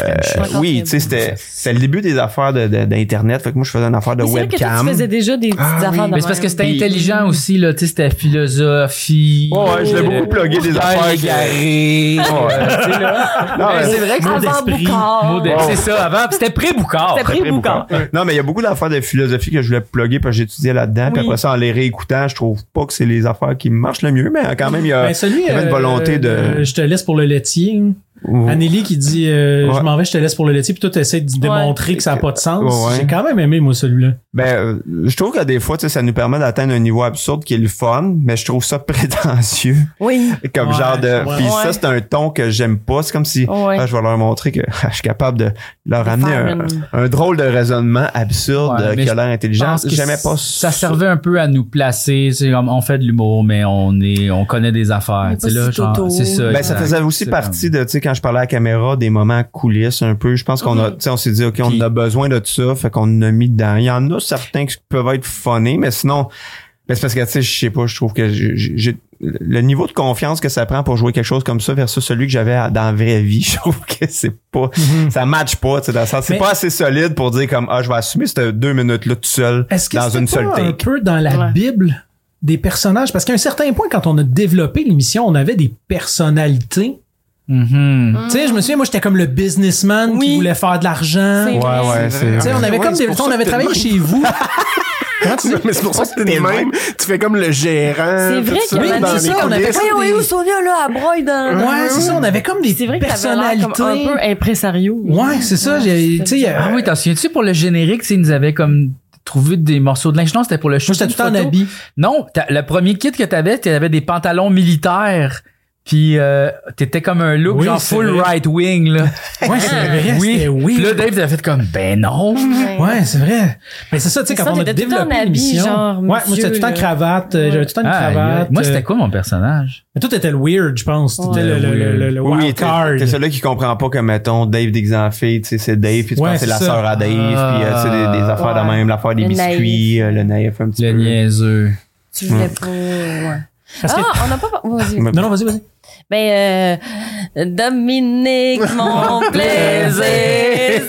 Speaker 4: oui, tu sais, c'était, c'était le début des affaires de, de- d'Internet. Fait que moi, je faisais une affaire de
Speaker 2: Mais C'est vrai que toi,
Speaker 4: webcam.
Speaker 2: tu faisais déjà des petites
Speaker 4: Ah oui.
Speaker 2: affaires de
Speaker 4: Mais
Speaker 3: Ben, C'est parce que
Speaker 2: même.
Speaker 3: c'était
Speaker 4: Puis-
Speaker 3: intelligent aussi, là. Tu sais, c'était philosophie. euh,
Speaker 4: Ouais, ouais, je l'ai beaucoup plugué des affaires que-
Speaker 3: égaré.
Speaker 4: Ouais.
Speaker 3: Tu sais, là.
Speaker 4: Non,
Speaker 3: Mais
Speaker 4: mais-
Speaker 3: c'est vrai que
Speaker 4: Avant
Speaker 3: c'était-
Speaker 4: Boucard.
Speaker 3: Mot d'esprit,
Speaker 4: Ouais.
Speaker 3: C'est ça, avant. puis C'était pré-Boucard.
Speaker 4: Après Boucard. Non, mais il y a beaucoup d'affaires de philosophie que je voulais plugger parce que j'étudiais là-dedans. Puis
Speaker 1: Oui.
Speaker 4: après ça, en les réécoutant, je trouve pas que c'est les affaires qui marchent le mieux, mais quand même, il y a,
Speaker 1: Ben, celui,
Speaker 4: Ah. il y avait une
Speaker 1: euh,
Speaker 4: volonté de.
Speaker 1: euh, je te laisse pour le laitier. hein.
Speaker 4: Ouh.
Speaker 1: Annélie qui dit euh,
Speaker 4: Oh. Ouais.
Speaker 1: Je m'en vais, je te laisse pour le laitier. Puis toi, tu essaies de démontrer que ça n'a pas de sens.
Speaker 4: Ouais, ouais.
Speaker 1: J'ai quand même aimé, moi, celui-là.
Speaker 4: Ben, euh, je trouve que des fois, tu sais, ça nous permet d'atteindre un niveau absurde qui est le fun, mais je trouve ça prétentieux.
Speaker 2: Oui.
Speaker 4: Comme
Speaker 2: Ouais,
Speaker 4: genre de.
Speaker 2: ouais.
Speaker 4: Puis ça,
Speaker 2: Ouais.
Speaker 4: c'est un ton que j'aime pas. C'est comme si
Speaker 2: Ouais.
Speaker 4: ah, je vais leur montrer que je suis capable de leur amener
Speaker 3: faire
Speaker 4: un,
Speaker 3: une-
Speaker 4: un drôle de raisonnement absurde
Speaker 3: Ouais,
Speaker 4: euh,
Speaker 3: mais
Speaker 4: qui a
Speaker 3: je
Speaker 4: l'air intelligent.
Speaker 3: pense que
Speaker 4: J'aimais pas
Speaker 3: Ça servait un peu à nous placer. C'est comme on fait de l'humour, mais on est, on connaît des affaires. tu sais, là, genre, C'est ça.
Speaker 4: Ben, ça
Speaker 3: exact.
Speaker 4: faisait aussi
Speaker 3: C'est
Speaker 4: partie de, tu sais, quand je parlais à la caméra, des moments coulisses un peu. Je pense qu'on
Speaker 1: Mhm.
Speaker 4: a, tu sais, on s'est dit, OK, on a besoin de ça. Fait qu'on en a mis dedans. Il y en a certains qui peuvent être funnés, mais sinon, ben, c'est parce que, tu sais, je sais pas, je trouve que j'ai- j'ai, le niveau de confiance que ça prend pour jouer quelque chose comme ça versus celui que j'avais à- dans la vraie vie, je trouve que c'est pas, ça match pas, tu sais, dans le sens, c'est
Speaker 1: Mhm. Mais-
Speaker 4: pas assez solide pour dire comme, ah, je vais assumer ces deux minutes-là tout seul,
Speaker 1: Est-ce que
Speaker 4: dans
Speaker 1: c'était
Speaker 4: une
Speaker 1: pas
Speaker 4: seule
Speaker 1: un
Speaker 4: take.
Speaker 1: peu dans la Bible des personnages? Parce qu'à un certain point, quand on a développé l'émission, on avait des personnalités.
Speaker 3: Mhm.
Speaker 1: Tu sais, je me souviens, moi, j'étais comme le businessman qui voulait faire de l'argent.
Speaker 4: C'est vrai. Ouais, ouais, c'est
Speaker 1: Tu sais, on
Speaker 4: vrai.
Speaker 1: avait
Speaker 4: Ouais,
Speaker 1: comme
Speaker 4: c'est
Speaker 1: des,
Speaker 4: pour ça
Speaker 1: on
Speaker 4: que
Speaker 1: avait
Speaker 4: t'es
Speaker 1: travaillé
Speaker 4: le même.
Speaker 1: chez vous.
Speaker 5: mais c'est pour ça que t'es le même. Tu fais comme le gérant.
Speaker 2: C'est vrai
Speaker 5: tout ça,
Speaker 2: qu'il y en
Speaker 5: dans
Speaker 2: a
Speaker 5: les
Speaker 2: des on avait
Speaker 5: coulisses.
Speaker 2: Oui, oui, où Sonia, là, à broye dans.
Speaker 1: Ouais, c'est ça, on avait comme des
Speaker 2: C'est vrai que t'avais l'air
Speaker 1: personnalités.
Speaker 2: comme un peu impresario.
Speaker 1: Ouais, c'est ça. j'ai- Tu sais, il y a-
Speaker 3: Ah oui, t'en souviens-tu pour le générique, tu sais, ils nous avaient comme trouvé des morceaux de linge. Non, c'était pour le show.
Speaker 1: j'étais tout en
Speaker 3: habit. Non, t'as- le premier kit que t'avais, t'avais des pantalons militaires. Puis euh, t'étais comme un look
Speaker 1: Oui,
Speaker 3: genre
Speaker 1: c'est
Speaker 3: full
Speaker 1: vrai.
Speaker 3: right wing là.
Speaker 1: Ouais, c'est vrai,
Speaker 3: Oui.
Speaker 1: c'était oui.
Speaker 3: Puis là Dave t'avais fait comme ben non.
Speaker 1: Ouais, c'est vrai. Mais c'est ça, tu sais,
Speaker 3: Mais
Speaker 1: quand
Speaker 3: ça,
Speaker 1: on a
Speaker 3: t'étais tout le temps en
Speaker 1: développé
Speaker 3: habit,
Speaker 1: l'émission.
Speaker 3: genre,
Speaker 1: Ouais, moi, j'étais tout le temps
Speaker 3: monsieur,
Speaker 1: cravate. euh, J'avais tout le temps une
Speaker 3: Ah,
Speaker 1: cravate.
Speaker 3: moi,
Speaker 1: euh,
Speaker 3: c'était quoi mon personnage?
Speaker 1: Mais toi, t'étais le weird, je pense. T'étais
Speaker 4: Ouais.
Speaker 1: le, le, le, le- le
Speaker 4: Oui, oui,
Speaker 1: wild
Speaker 4: t'es
Speaker 1: card.
Speaker 4: t'es celui qui comprend pas que, mettons, Dave déxanfé, tu sais, c'est Dave, puis tu
Speaker 1: Ouais,
Speaker 4: penses que c'est la
Speaker 1: c'est ça.
Speaker 4: sœur à Dave, puis euh, tu sais, des, des affaires de
Speaker 1: Ouais.
Speaker 4: même, l'affaire des
Speaker 2: Le
Speaker 4: biscuits, euh, le naïf un petit peu. Le
Speaker 3: niaiseux.
Speaker 2: Tu voulais pas. Ouais.
Speaker 4: Parce
Speaker 2: ah,
Speaker 4: que-
Speaker 2: on n'a pas. par- Vas-y.
Speaker 4: Non, non,
Speaker 1: vas-y, vas-y.
Speaker 2: Ben, euh, Dominique, mon plaisir,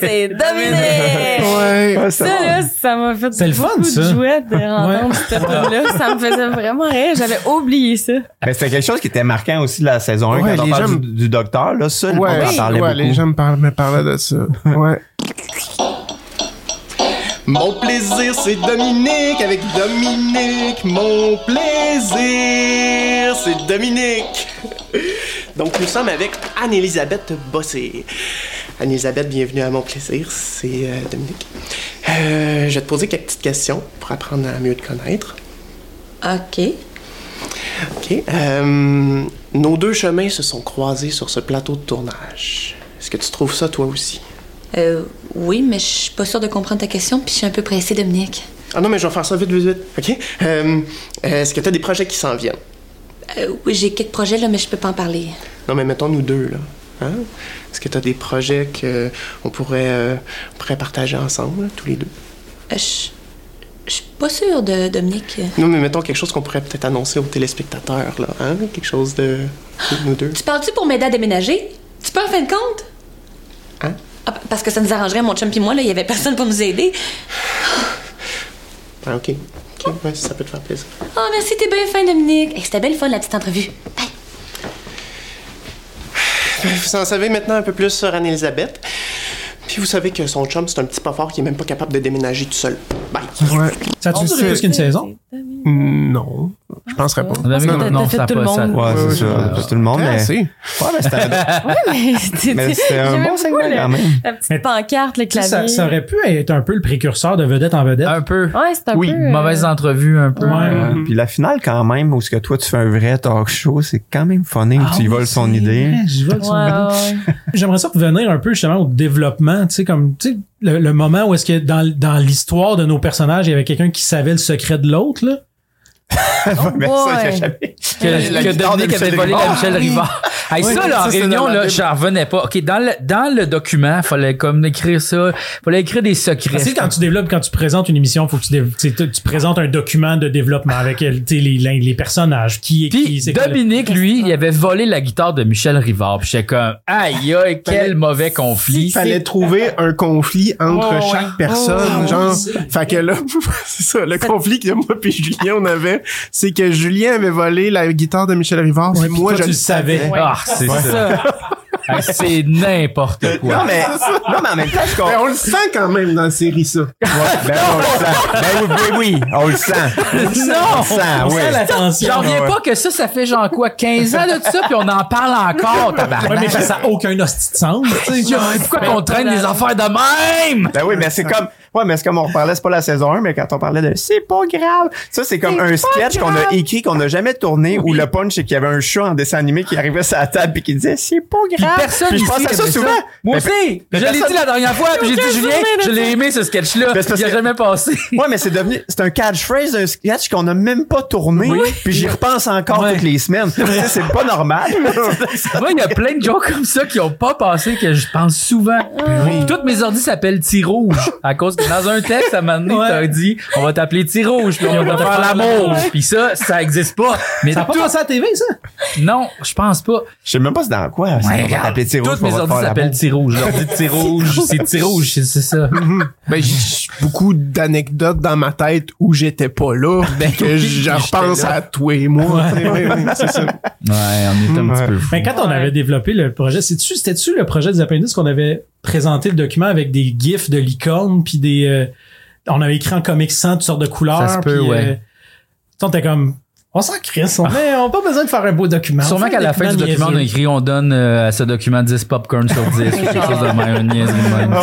Speaker 2: c'est Dominique.
Speaker 1: Ouais. Ouais, c'est
Speaker 2: ça,
Speaker 1: bon.
Speaker 2: là, ça m'a fait
Speaker 1: C'est le fun,
Speaker 2: beaucoup
Speaker 1: ça.
Speaker 2: de jouets de
Speaker 1: Ouais.
Speaker 2: entendre cette là Ça me faisait vraiment rire. J'avais oublié ça.
Speaker 4: Mais c'était quelque chose qui était marquant aussi de la saison 1
Speaker 5: Ouais,
Speaker 4: quand on
Speaker 5: les gens-
Speaker 4: parle du, du docteur, là, ça,
Speaker 5: Ouais,
Speaker 4: on en parlait
Speaker 5: ouais,
Speaker 4: beaucoup.
Speaker 5: les gens me parlent- me parlaient de ça. Ouais.
Speaker 12: Mon plaisir, c'est Dominique avec Dominique. Mon plaisir, c'est Dominique. Donc, nous sommes avec Anne-Elisabeth Bossé. Anne-Elisabeth, bienvenue à Mon plaisir, c'est euh, Dominique. Euh, je vais te poser quelques petites questions pour apprendre à mieux te connaître.
Speaker 11: OK.
Speaker 12: OK. Euh, nos deux chemins se sont croisés sur ce plateau de tournage. Est-ce que tu trouves ça toi aussi?
Speaker 6: Euh, oui, mais je suis pas sûre de comprendre ta question, puis je suis un peu pressée, Dominique.
Speaker 12: Ah non, mais je vais faire ça vite, vite, vite. OK? Euh, Est-ce que tu as des projets qui s'en viennent?
Speaker 6: Euh, oui, j'ai quelques projets, là, mais je peux pas en parler.
Speaker 12: Non, mais mettons nous deux, là. Hein? Est-ce que tu as des projets que on pourrait, euh, on pourrait partager ensemble, là, tous les deux?
Speaker 6: Euh, je je suis pas sûre de Dominique.
Speaker 12: Non, mais mettons quelque chose qu'on pourrait peut-être annoncer aux téléspectateurs, là. Hein? Quelque chose de. de nous deux.
Speaker 6: Tu parles-tu pour m'aider à déménager? Tu peux en fin de compte?
Speaker 12: Hein?
Speaker 6: Ah, p- parce que ça nous arrangerait, mon chum pis moi, là, il y avait personne pour nous aider.
Speaker 12: Ah, OK. OK, ouais, ça peut te faire plaisir.
Speaker 6: Oh, merci, t'es bien fin, Dominique. Hey, C'était belle fun, la petite entrevue.
Speaker 12: Vous en savez maintenant un peu plus sur Anne-Elisabeth. Puis vous savez que son chum, c'est un petit pas fort qui est même pas capable de déménager tout seul. Bye.
Speaker 5: Ouais.
Speaker 1: Ça a duré
Speaker 12: C'est-
Speaker 1: plus qu'une saison?
Speaker 5: Non.
Speaker 3: Ah,
Speaker 5: Je penserais pas.
Speaker 12: pense que t'as- t'as fait tout le monde.
Speaker 4: Ouais, c'est ça. Pas tout le monde,
Speaker 5: Ah,
Speaker 4: mais.
Speaker 5: si.
Speaker 4: Ouais, mais c'était.
Speaker 2: Ouais, mais c'était
Speaker 4: Mais c'était un
Speaker 2: j'aimais
Speaker 4: bon
Speaker 2: beaucoup
Speaker 4: segment,
Speaker 2: le-
Speaker 4: quand même.
Speaker 2: La petite pancarte, le
Speaker 1: Tu sais, Ça,
Speaker 2: clavier.
Speaker 1: ça aurait pu être un peu le précurseur de vedette en vedette.
Speaker 3: Un peu.
Speaker 2: Ouais, c'est un peu. euh,
Speaker 3: entrevue un
Speaker 1: peu. Ouais.
Speaker 4: Euh, Puis la finale, quand même, où ce que toi, tu fais un vrai talk show, c'est quand même funny.
Speaker 1: Ah
Speaker 4: où tu y voles son idée.
Speaker 1: Je vais le
Speaker 2: Ouais,
Speaker 1: souligner. J'aimerais ça revenir un peu justement au développement, tu sais, comme tu sais, le, le moment où est-ce que dans, dans l'histoire de nos personnages, il y avait quelqu'un qui savait le secret de l'autre, là.
Speaker 4: Mais ça, j'ai
Speaker 2: boy.
Speaker 4: jamais-
Speaker 3: que,
Speaker 4: La
Speaker 3: que
Speaker 4: guitare de
Speaker 3: Dominique
Speaker 4: Michel
Speaker 3: avait volé
Speaker 4: Rivard.
Speaker 3: la Michel
Speaker 4: Ah, oui.
Speaker 3: Rivard. Hey,
Speaker 4: Oui,
Speaker 3: ça,
Speaker 4: ça,
Speaker 3: là, en
Speaker 4: c'est
Speaker 3: réunion,
Speaker 4: dans la
Speaker 3: là,
Speaker 4: Bible.
Speaker 3: j'en revenais pas. OK, dans le, dans le document, fallait comme écrire ça. Fallait écrire des secrets.
Speaker 1: Parce que quand tu développes, quand tu présentes une émission, faut que tu, dév- tu sais, tu- tu présentes un document de développement avec euh, tu sais, les, les, les personnages, qui est qui,
Speaker 3: Puis
Speaker 1: c'est quoi le-
Speaker 3: Dominique, lui, il avait volé la guitare de Michel Rivard. Puis j'étais comme, aïe, aïe, quel mauvais conflit.
Speaker 5: Il fallait trouver un conflit entre
Speaker 3: Ah. Ouais, ouais. Ah,
Speaker 5: chaque personne.
Speaker 3: Ouais, ouais,
Speaker 5: genre,
Speaker 3: ouais.
Speaker 5: fait que là, c'est ça, le conflit que moi puis Julien, on avait, c'est que Julien avait volé la guitare de Michel Rivard. puis
Speaker 1: puis
Speaker 5: moi,
Speaker 1: toi,
Speaker 5: je
Speaker 1: tu le savais. Ouais.
Speaker 3: Ah, c'est
Speaker 1: Ouais.
Speaker 3: ça. Hey, c'est n'importe quoi.
Speaker 4: Non, mais, non, mais en même temps, je comprends.
Speaker 5: Ben, on le sent quand même dans la série, ça.
Speaker 4: Ben, on le sent. Ben oui, ben oui, on le sent. On
Speaker 3: Non!
Speaker 4: le sent,
Speaker 3: On
Speaker 4: oui.
Speaker 3: sent la tension. J'en reviens
Speaker 4: Ouais.
Speaker 3: pas que ça, ça fait genre quoi, 15 ans de ça, puis on en parle encore, tabarnak.
Speaker 1: Ouais, mais ça n'a aucun hostie de sens. tu sais.
Speaker 3: Pourquoi qu'on traîne les affaires de même?
Speaker 4: Ben oui, mais c'est comme, Ouais, mais c'est comme on parlait, c'est pas la saison 1, mais quand on parlait de c'est pas grave. Ça, c'est comme un sketch qu'on a écrit, qu'on n'a jamais tourné, où le punch, c'est qu'il y avait un chat en dessin animé qui arrivait sur la table et qui disait c'est pas
Speaker 14: Puis
Speaker 4: grave.
Speaker 14: personne
Speaker 4: Puis je
Speaker 14: ici
Speaker 4: pensais à ça
Speaker 14: aimait
Speaker 4: souvent. Ben,
Speaker 14: ça. Moi
Speaker 4: Mais pe-
Speaker 14: aussi.
Speaker 4: mais
Speaker 14: Je l'ai
Speaker 4: personne-
Speaker 14: dit la dernière fois, puis j'ai dit, Julien, je l'ai aimé, ce sketch-là.
Speaker 4: Ben, c'est parce
Speaker 14: Il a
Speaker 4: que-
Speaker 14: jamais passé.
Speaker 4: Ouais, mais c'est devenu, c'est un catchphrase d'un sketch qu'on n'a même pas tourné. Puis j'y repense encore toutes les semaines. Tu sais, c'est pas normal.
Speaker 3: Moi, il y a plein de jokes comme ça qui ont pas passé que je pense souvent.
Speaker 1: Ah. Ben
Speaker 3: Toutes mes ordi s'appellent T-Rouge. À cause que dans un texte, à un moment donné, t'as dit, on va t'appeler T-Rouge, puis on va te faire l'amour. Puis ça, ça existe pas. Mais
Speaker 1: Ça a pas
Speaker 3: tout-
Speaker 1: passé à la TV, ça?
Speaker 3: Non, je pense pas.
Speaker 4: Je sais même pas c'est dans quoi. ça. On va t'appeler T-Rouge
Speaker 3: Toutes
Speaker 4: pour
Speaker 3: mes
Speaker 4: on va te
Speaker 3: ordi
Speaker 4: faire
Speaker 3: s'appellent
Speaker 4: l'amour.
Speaker 3: T-Rouge. L'ordi de T-Rouge, c'est T-Rouge, c'est c'est ça.
Speaker 5: Ben, j'ai j'ai beaucoup d'anecdotes dans ma tête où j'étais pas là, ben, que je repense à toi et moi. tu sais, oui, oui, c'est ça.
Speaker 3: Ouais, on est un petit peu fou.
Speaker 1: Mais quand on avait développé le projet, c'est-tu, c'était-tu le projet des appendices qu'on avait présenté le document avec des gifs de licorne puis des, euh, on avait écrit en comic sans toutes sortes de couleurs.
Speaker 3: Ça se peut,
Speaker 1: puis,
Speaker 3: ouais.
Speaker 1: euh, on était comme, on s'en crisse, on n'a pas besoin de faire un beau
Speaker 4: Ben,
Speaker 1: document. On
Speaker 3: Sûrement
Speaker 1: fait
Speaker 3: qu'à
Speaker 1: un
Speaker 3: la fin du document, on a
Speaker 1: niaiseux.
Speaker 3: écrit on donne euh, à ce document 10 popcorn sur 10 ou quelque chose de même, une niaiserie de même.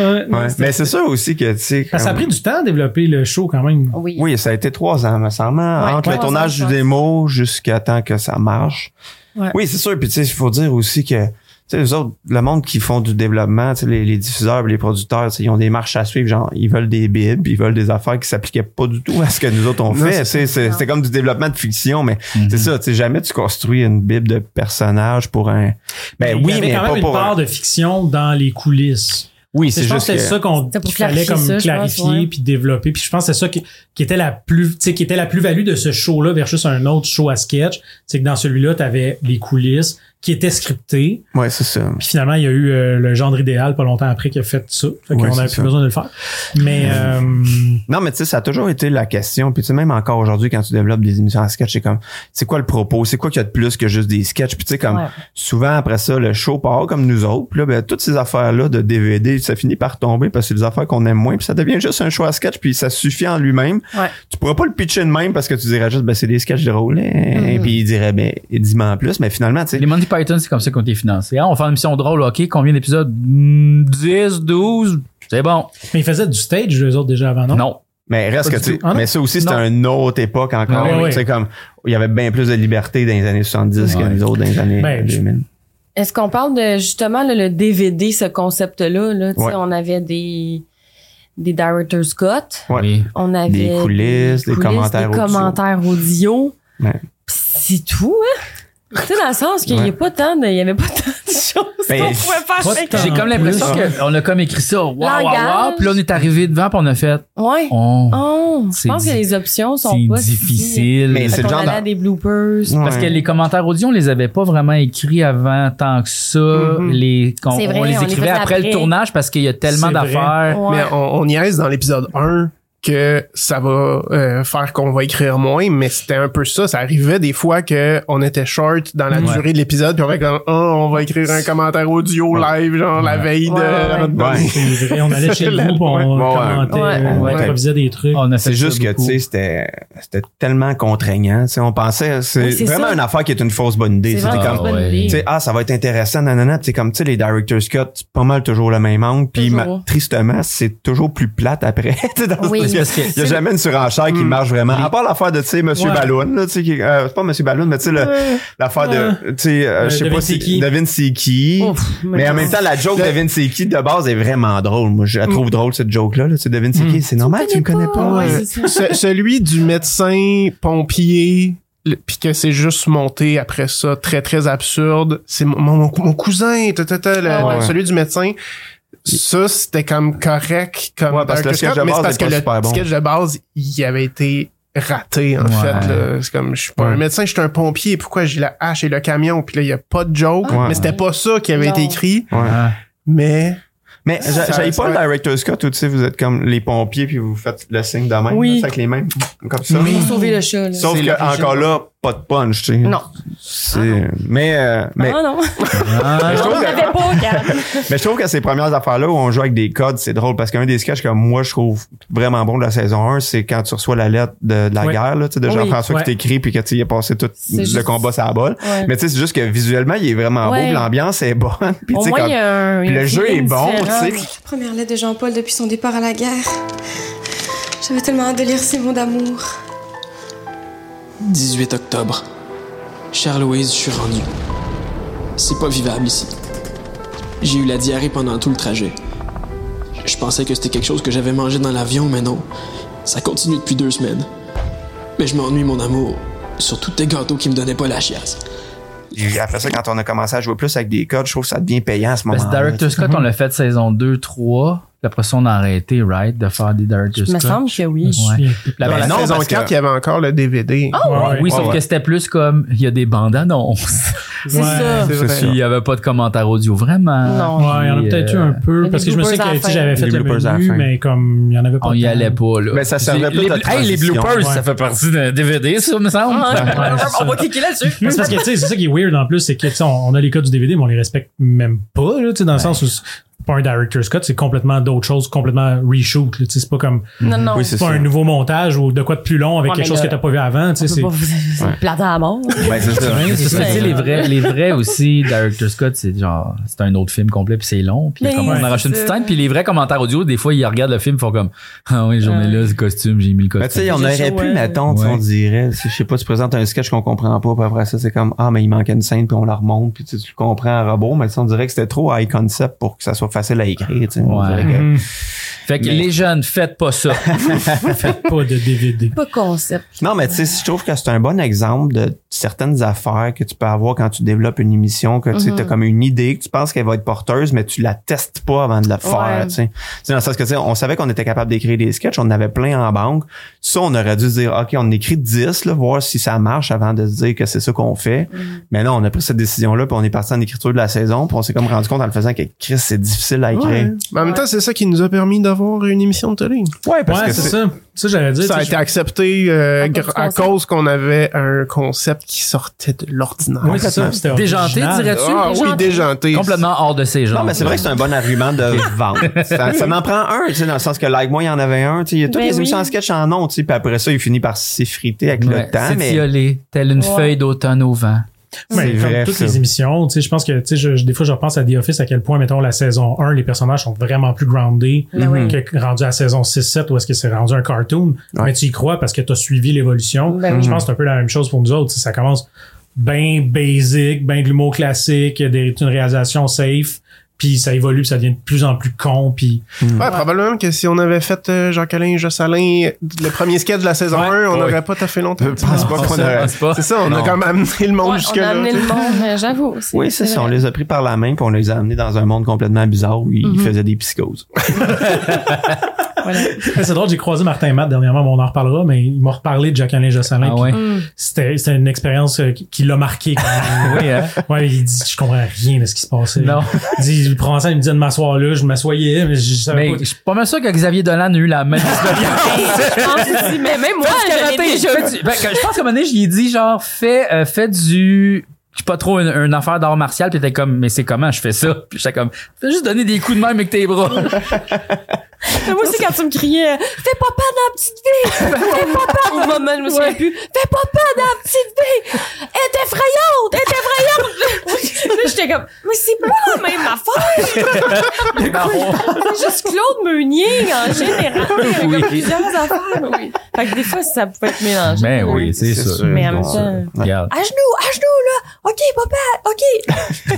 Speaker 1: Ouais, non,
Speaker 4: Ouais.
Speaker 1: c'était-
Speaker 4: Mais c'est ça aussi que, tu sais.
Speaker 1: ça a
Speaker 4: comme-
Speaker 1: pris du temps à développer le show quand même.
Speaker 2: Oui.
Speaker 4: ça a été trois ans, me semble, hein, entre le
Speaker 1: trois
Speaker 4: tournage
Speaker 1: ans,
Speaker 4: du démo jusqu'à temps que ça marche.
Speaker 2: Ouais.
Speaker 4: Oui, c'est sûr. Puis, tu sais, il faut dire aussi que, tu sais, les autres, le monde qui font du développement, tu sais, les, les diffuseurs, les producteurs, tu sais, ils ont des marches à suivre. Genre, ils veulent des bibles, ils veulent des affaires qui s'appliquaient pas du tout à ce que nous autres on
Speaker 5: Non,
Speaker 4: fait.
Speaker 5: c'est
Speaker 4: Tu sais, C'est Mhm. c'est comme du développement de fiction, mais c'est ça, tu sais, jamais tu construis une bible de personnage pour un. Ben
Speaker 1: Il y
Speaker 4: oui,
Speaker 1: avait
Speaker 4: mais
Speaker 1: quand
Speaker 4: pas
Speaker 1: même une
Speaker 4: pour. un-
Speaker 1: part de fiction dans les coulisses.
Speaker 4: Oui,
Speaker 1: Tu sais,
Speaker 4: c'est
Speaker 1: Je pense
Speaker 4: juste
Speaker 1: que c'est
Speaker 4: que-
Speaker 1: ça qu'on
Speaker 2: C'était pour
Speaker 1: qu'il fallait
Speaker 2: clarifier
Speaker 1: comme
Speaker 2: ça, je
Speaker 1: clarifier
Speaker 2: pense, ouais.
Speaker 1: puis développer. Puis je pense que c'est ça qui, qui était la plus, tu sais, qui était la plus value de ce show-là versus un autre show à sketch. C'est que dans celui-là, tu avais les coulisses qui étaient scriptées.
Speaker 4: Ouais, c'est ça.
Speaker 1: Puis finalement, il y a eu euh, le genre idéal pas longtemps après qui a fait ça. Fait
Speaker 4: Ouais,
Speaker 1: qu'on
Speaker 4: c'est
Speaker 1: n'avait plus
Speaker 4: ça.
Speaker 1: besoin de le faire. Mais euh,
Speaker 4: Non, mais tu sais, ça a toujours été la question. Puis tu sais, même encore aujourd'hui, quand tu développes des émissions en sketch, c'est comme, c'est quoi le propos? C'est quoi qu'il y a de plus que juste des sketchs? Puis tu sais, comme,
Speaker 2: Ouais.
Speaker 4: souvent après ça, le show part comme nous autres. Puis là, ben, toutes ces affaires-là de DVD, ça finit par tomber parce que c'est des affaires qu'on aime moins. Puis ça devient juste un show à sketch, puis ça suffit en lui-même.
Speaker 2: Ouais.
Speaker 4: Tu pourras pas le pitcher de même parce que tu dirais juste, ben, c'est des sketchs drôles. hein.
Speaker 1: Mm-hmm.
Speaker 3: Mhm.
Speaker 4: Puis il dirait, ben, dis-moi en plus. Mais finalement, tu sais,
Speaker 3: Les Monty Python, c'est comme ça qu'on été financé. Ah, on fait une émission drôle, OK, combien d'épisodes? Hmm, 10, 12, c'est bon.
Speaker 1: mais ils faisaient du stage, les autres, déjà avant, non?
Speaker 3: Non.
Speaker 4: Mais reste
Speaker 1: Pas
Speaker 4: que
Speaker 1: du
Speaker 4: tu.
Speaker 1: tout. Ah non?
Speaker 4: mais ça aussi, c'était
Speaker 1: Non.
Speaker 4: une autre époque encore.
Speaker 1: Ah oui, oui.
Speaker 4: Tu sais, comme, il y avait bien plus de liberté dans les années 70 que
Speaker 3: Ouais.
Speaker 4: les autres dans les années
Speaker 1: Ben, je-
Speaker 4: 2000.
Speaker 2: Est-ce qu'on parle de justement là, le DVD, ce concept-là? Là, Tu sais,
Speaker 4: Ouais.
Speaker 2: On avait des, des Director's Cut.
Speaker 4: Ouais.
Speaker 2: On avait
Speaker 4: Des coulisses, des commentaires
Speaker 2: des
Speaker 4: audio.
Speaker 2: commentaires audio.
Speaker 4: Ouais.
Speaker 2: Pis c'est tout, hein? tu sais, dans le sens qu'il n'y
Speaker 4: Ouais.
Speaker 2: a pas tant de, il y avait pas tant de choses
Speaker 4: Ben,
Speaker 2: qu'on pouvait faire.
Speaker 1: pas
Speaker 2: chacun.
Speaker 1: tant.
Speaker 3: J'ai comme l'impression
Speaker 1: Plus.
Speaker 3: qu'on a comme écrit ça, waouh, waouh,
Speaker 2: Langage.
Speaker 3: waouh. Puis là, on est arrivé devant, puis on a fait,
Speaker 2: Ouais.
Speaker 3: on.
Speaker 2: Oh, je
Speaker 3: C'est
Speaker 2: pense que
Speaker 3: di-
Speaker 2: les options sont
Speaker 3: C'est
Speaker 2: pas si-
Speaker 3: difficile.
Speaker 4: Mais c'est
Speaker 2: Fait
Speaker 4: le
Speaker 2: qu'on
Speaker 4: genre
Speaker 2: allait à
Speaker 4: de-
Speaker 2: des bloopers.
Speaker 3: Parce que
Speaker 4: Ouais.
Speaker 3: les commentaires audio, on les avait pas vraiment écrits avant tant que ça.
Speaker 4: Mm-hmm.
Speaker 3: les, on,
Speaker 2: C'est vrai,
Speaker 3: on les
Speaker 2: on les
Speaker 3: écrivait
Speaker 2: faisait
Speaker 3: après,
Speaker 2: après.
Speaker 3: le tournage parce qu'il y a tellement
Speaker 1: C'est vrai.
Speaker 3: d'affaires.
Speaker 2: Ouais.
Speaker 5: Mais on, on y reste dans l'épisode 1 que ça va euh, faire qu'on va écrire moins, mais c'était un peu ça. Ça arrivait des fois que on était short dans la
Speaker 3: Ouais.
Speaker 5: durée de l'épisode, puis on fait comme, oh, on va écrire un commentaire audio live, genre la veille de...
Speaker 2: Ouais, ouais.
Speaker 5: avant de
Speaker 4: Ouais.
Speaker 1: C'est vrai, on allait chez nous, puis on commentait,
Speaker 2: Ouais.
Speaker 1: on
Speaker 4: Ouais.
Speaker 1: improvisait des trucs.
Speaker 3: On a fait
Speaker 4: C'est juste
Speaker 3: ça
Speaker 4: que, tu
Speaker 3: beaucoup.
Speaker 4: sais, c'était, c'était tellement contraignant. Tu sais, on pensait, euh, c'est
Speaker 2: Oui, c'est
Speaker 4: vraiment
Speaker 2: ça.
Speaker 4: une affaire qui est une fausse bonne idée.
Speaker 2: C'est
Speaker 4: C'était
Speaker 2: vraiment
Speaker 3: Ah,
Speaker 2: une
Speaker 4: comme,
Speaker 2: bonne
Speaker 3: ouais.
Speaker 2: idée.
Speaker 4: tu sais, ah, ça va être intéressant, nanana. Puis c'est comme, tu sais, les director's cut, c'est pas mal toujours le même angle. Puis,
Speaker 2: Toujours.
Speaker 4: ma- tristement, c'est toujours plus plate après. tu sais, dans
Speaker 2: Oui.
Speaker 4: parce que il y a jamais une surenchère
Speaker 1: Hmm.
Speaker 4: qui marche vraiment. À part l'affaire de, tu sais, Monsieur
Speaker 1: Ouais.
Speaker 4: Balloon, là, tu sais, qui- euh, c'est pas Monsieur Balloon, mais tu sais, le- l'affaire de, tu sais, euh,
Speaker 1: Euh,
Speaker 4: je sais
Speaker 1: devine
Speaker 4: pas
Speaker 1: c'est
Speaker 4: si,
Speaker 1: qui.
Speaker 4: devine c'est qui.
Speaker 2: Ouf,
Speaker 4: Mais en même temps, la joke devine c'est qui de base est vraiment drôle. Moi, je la trouve drôle, cette joke-là. là. Tu sais, devine c'est qui. C'est normal, tu me connais pas.
Speaker 2: Ouais,
Speaker 4: euh,
Speaker 2: c'est ça.
Speaker 5: Ce- celui du médecin pompier le- puis que c'est juste monté après ça très très absurde c'est mon, mon, mon cousin ta, ta, ta, le-
Speaker 2: Ah ouais.
Speaker 5: le- celui du médecin ça c'était comme correct comme
Speaker 4: Ouais, parce que le sketch de
Speaker 5: mais c'est
Speaker 4: base
Speaker 5: parce
Speaker 4: est
Speaker 5: que
Speaker 4: pas
Speaker 5: le
Speaker 4: super bon.
Speaker 5: sketch de base il avait été raté en
Speaker 3: Ouais.
Speaker 5: fait là. c'est comme je suis pas un médecin je suis un pompier pourquoi j'ai la hache et le camion puis là il y a pas de joke
Speaker 4: Ouais.
Speaker 5: mais c'était pas ça qui avait
Speaker 2: Non.
Speaker 5: été écrit
Speaker 4: euh, Ouais.
Speaker 3: Ah.
Speaker 5: mais
Speaker 4: Mais
Speaker 5: Ça,
Speaker 4: j'a- j'avais
Speaker 5: ça,
Speaker 4: pas le director's cut où tu sais, vous êtes comme les pompiers puis vous faites le signe de même,
Speaker 2: Oui.
Speaker 4: là, avec les mains, comme ça.
Speaker 2: Pour sauver le chat, là.
Speaker 4: Sauf
Speaker 5: C'est
Speaker 4: que
Speaker 5: l'origine.
Speaker 4: encore là, pas de punch, tu sais.
Speaker 2: Non.
Speaker 4: C'est- Mais, euh, mais,
Speaker 2: Ah non.
Speaker 4: Ah.
Speaker 2: On ne l'avait pas, Gab.
Speaker 4: mais je trouve que ces premières affaires-là où on joue avec des codes, c'est drôle parce qu'un des sketchs que moi je trouve vraiment bon de la saison 1, c'est quand tu reçois la lettre de, de la
Speaker 5: Ouais.
Speaker 4: guerre là, tu sais, de
Speaker 5: Oui.
Speaker 4: Jean-François
Speaker 5: Ouais.
Speaker 4: qui t'écrit puis que tu y as passé tout le
Speaker 2: juste-
Speaker 4: combat sur la balle.
Speaker 2: Ouais.
Speaker 4: Mais tu sais, c'est juste que visuellement, il est vraiment
Speaker 6: Ouais.
Speaker 4: beau, puis l'ambiance est bonne. Puis, tu
Speaker 6: Au
Speaker 4: sais,
Speaker 6: moins,
Speaker 4: comme-
Speaker 6: il y a un- il y
Speaker 4: puis
Speaker 6: a un
Speaker 4: le jeu est
Speaker 6: feeling
Speaker 4: bon, tu
Speaker 6: différent.
Speaker 4: sais.
Speaker 6: La première lettre de Jean-Paul depuis son départ à la guerre. J'avais tellement hâte de lire ces mots d'amour.
Speaker 8: 18 octobre. Chère Louise, je suis rendu. C'est pas vivable ici. J'ai eu la diarrhée pendant tout le trajet. Je pensais que c'était quelque chose que j'avais mangé dans l'avion, mais non. Ça continue depuis deux semaines. Mais je m'ennuie, mon amour, sur tous tes gâteaux qui me donnaient pas la chiasse.
Speaker 4: Puis après ça, quand on a commencé à jouer plus avec des codes, je trouve que ça devient payant à ce
Speaker 3: Parce
Speaker 4: moment-là.
Speaker 3: que Director
Speaker 4: tu sais.
Speaker 3: Scott, on l'a fait saison 2, 3. Puis après ça, on a arrêté, right, de faire des Director
Speaker 2: Il me
Speaker 3: Scott.
Speaker 2: semble que oui.
Speaker 3: Ouais.
Speaker 5: Dans la saison
Speaker 3: parce que-
Speaker 5: 4, il y avait encore le DVD.
Speaker 3: oui, sauf que c'était plus comme il y a des bandes annonces.
Speaker 5: C'est Ouais, ça. c'est vrai.
Speaker 3: Puis il n'y avait pas de commentaire audio vraiment.
Speaker 1: Non. Ouais, il y en a
Speaker 3: Puis,
Speaker 1: peut-être eu
Speaker 3: euh,
Speaker 1: un peu. Parce que je me souviens
Speaker 3: bloopers à
Speaker 1: que
Speaker 3: la
Speaker 1: tu sais,
Speaker 3: fin.
Speaker 1: j'avais fait
Speaker 3: Les
Speaker 1: le
Speaker 3: bloopers à la
Speaker 1: menu,
Speaker 3: fin.
Speaker 1: mais comme il n'y en avait pas.
Speaker 3: On y
Speaker 1: tant.
Speaker 3: allait pas, là.
Speaker 1: Mais ça servait
Speaker 3: Les-
Speaker 1: plus de
Speaker 3: les- Hey, les
Speaker 1: transition.
Speaker 3: bloopers,
Speaker 1: Ouais.
Speaker 3: ça fait partie d'un DVD, ça, me
Speaker 2: Oh
Speaker 3: semble.
Speaker 1: Ah, ouais, ouais, c'est ça. Mais C'est parce que, tu sais, c'est ça qui est weird en plus, c'est que, tu sais, on, on a les codes du DVD, mais on les respecte même pas, là, tu sais, dans le sens où c'est pas un director's cut, c'est complètement d'autres choses, complètement reshoot, là, tu sais, c'est pas comme.
Speaker 2: Non, non. Oui, c'est
Speaker 1: c'est pas
Speaker 2: ça.
Speaker 1: un nouveau montage ou de quoi de plus long avec
Speaker 2: Ouais,
Speaker 1: quelque
Speaker 2: mais
Speaker 1: chose
Speaker 2: là,
Speaker 1: que t'as pas vu avant, tu sais, c'est.
Speaker 2: On peut pas- C'est
Speaker 1: Ouais.
Speaker 2: plate à la mort.
Speaker 4: Ouais, c'est ça.
Speaker 3: Ouais, c'est ça.
Speaker 4: Ouais.
Speaker 3: Tu sais, les vrais, les vrais aussi, Director Scott, c'est genre, c'est un autre film complet, puis c'est long, puis
Speaker 2: Mais
Speaker 3: comme
Speaker 2: ouais.
Speaker 3: on arrache une
Speaker 2: c'est
Speaker 3: petite
Speaker 2: ça.
Speaker 3: scène, puis les vrais commentaires audio, des fois, ils regardent le film, ils font comme, ah oui, j'en ai là, ce costume, j'ai mis le costume.
Speaker 4: Mais tu sais, on aurait pu, mettons, tu sais, on dirait, si, je sais pas, tu présentes un sketch qu'on comprend pas, puis après ça, c'est comme, ah, mais il manquait une scène, puis on la remonte, puis tu sais, tu le comprends à robot, mais tu sais, on dirait que c'était trop high concept pour que ça soit facile à écrire, tu sais. on
Speaker 3: Ouais.
Speaker 4: dirait que-
Speaker 3: Mhm. Fait que
Speaker 4: Mais-
Speaker 3: les jeunes, faites pas ça.
Speaker 1: faites pas de DVD.
Speaker 2: Pas concept.
Speaker 4: Non, mais tu sais, je trouve que c'est un bon exemple de certaines affaires que tu peux avoir quand tu développes une émission, que tu sais,
Speaker 2: Mhm.
Speaker 4: t'as comme une idée, que tu penses qu'elle va être porteuse, mais tu la testes pas avant de la faire,
Speaker 2: Ouais.
Speaker 4: tu sais. Tu sais, dans le sens que, tu sais, on savait qu'on était capable d'écrire des sketchs, on en avait plein en banque. Ça, on aurait dû se dire, OK, on écrit 10, là, voir si ça marche avant de se dire que c'est ça qu'on fait.
Speaker 2: Mhm.
Speaker 4: Mais non, on a pris cette décision-là, puis on est parti en écriture de la saison, puis on s'est comme rendu compte en le faisant que, Chris, c'est difficile à écrire.
Speaker 5: Ouais. Mais en même temps, c'est ça qui nous a permis d'avoir une émission de télé.
Speaker 4: Ouais, parce
Speaker 1: Ouais,
Speaker 4: que
Speaker 1: c'est
Speaker 4: c'est-
Speaker 1: ça. Ça, j'allais dire.
Speaker 5: Ça a
Speaker 1: tu sais,
Speaker 5: été accepté euh,
Speaker 1: cause
Speaker 5: gr-
Speaker 1: du
Speaker 5: à
Speaker 1: concept.
Speaker 5: cause qu'on avait un concept qui sortait de l'ordinaire.
Speaker 4: Oui, c'est ça, c'était
Speaker 3: Déjanté, dirais-tu?
Speaker 5: Ah oui, déjanté.
Speaker 3: Complètement hors de ses genres.
Speaker 4: Oh, Non, mais c'est vrai que c'est un bon argument de vente. Ça, ça n'en prend un, tu sais, dans le sens que Like Moi, il y en avait un. Tu sais, il y a toutes
Speaker 3: Ben
Speaker 4: les émissions
Speaker 3: oui.
Speaker 4: en sketch en ont, tu sais, puis après ça, il finit par s'effriter avec
Speaker 3: Ouais,
Speaker 4: le temps.
Speaker 3: c'est
Speaker 4: mais
Speaker 3: violé, telle une
Speaker 4: Ouais.
Speaker 3: feuille d'automne au vent.
Speaker 4: C'est
Speaker 1: Mais comme
Speaker 4: vrai,
Speaker 1: toutes
Speaker 4: ça.
Speaker 1: les émissions, tu sais, je pense que, tu sais, je- je- des fois, je repense à The Office à quel point, mettons, la saison 1, les personnages sont vraiment plus groundés
Speaker 2: Ben oui.
Speaker 1: que rendu à la saison 6-7 où est-ce que c'est rendu un cartoon. Mais tu y crois parce que tu as suivi l'évolution.
Speaker 2: Ben oui.
Speaker 1: Je pense que c'est un peu la même chose pour nous autres. Tu sais, Ça commence bien basic, bien de l'humour classique, des, une réalisation safe, puis ça évolue, puis ça devient de plus en plus con, puis...
Speaker 5: Ouais, probablement que si on avait fait euh, Jacqueline Jossalin le premier sketch de la saison 1, on
Speaker 4: Ouais.
Speaker 5: n'aurait pas taffé longtemps.
Speaker 4: Je pense pas
Speaker 5: Non,
Speaker 4: qu'on
Speaker 5: c'est ça,
Speaker 4: aurait-
Speaker 5: je pense pas. C'est ça, on
Speaker 4: Non.
Speaker 5: a quand même amené le monde
Speaker 2: Ouais, on a
Speaker 5: jusque-là.
Speaker 2: amené
Speaker 5: tu
Speaker 2: le
Speaker 5: sais.
Speaker 2: monde, euh, j'avoue. c'est-
Speaker 4: Oui, c'est ça. On
Speaker 2: vrai.
Speaker 4: les a pris par la main, puis on les a amenés dans un monde complètement bizarre où ils
Speaker 2: Mhm.
Speaker 4: faisaient des psychoses.
Speaker 1: Hey, Eh, c'est drôle, j'ai croisé Martin Matt dernièrement, mais on en reparlera, mais il m'a reparlé de Jacques-Alain Josselin.
Speaker 3: Ah
Speaker 1: puis
Speaker 3: ouais.
Speaker 2: Mm.
Speaker 1: C'était c'était une expérience euh, qui, qui l'a marqué. quand même.
Speaker 3: Oui, hein?
Speaker 1: Ouais, il dit, je comprends rien de ce qui se passait. Non. Il dit, il prend ça, il me disait de m'asseoir là, je m'assoyais, mais je savais
Speaker 3: Mais je suis pas mal sûr que Xavier Dolan a eu la même
Speaker 2: Je pense aussi, Ah, mais même moi,
Speaker 3: Fais du
Speaker 2: je l'ai
Speaker 3: karaté,
Speaker 2: déjà
Speaker 3: fais du- ben, que- je pense qu'à un moment donné, je lui ai dit, genre, fais, euh, fais du, je sais pas trop, une, une affaire d'art martial, puis t'es comme, mais c'est comment je fais ça? Puis j'étais comme, fais juste donner des coups de main avec tes bras.
Speaker 2: Mais moi aussi, quand tu me criais, euh, fais pas peur dans la petite vie! Fais pas peur! Au moment, je me souviens plus. Fais pas peur dans la petite vie! Elle est effrayante! Elle est effrayante! Là, j'étais comme, mais c'est pas la même affaire! C'est juste Claude Meunier, en général. Il y a
Speaker 3: Oui.
Speaker 2: comme plusieurs affaires, oui. Fait que des fois, ça pouvait être mélangé.
Speaker 3: Mais oui, c'est sûr. euh,
Speaker 2: Mais en même
Speaker 3: Bon,
Speaker 2: temps-
Speaker 3: Regarde.
Speaker 2: À genoux, à genoux, là! OK, papa,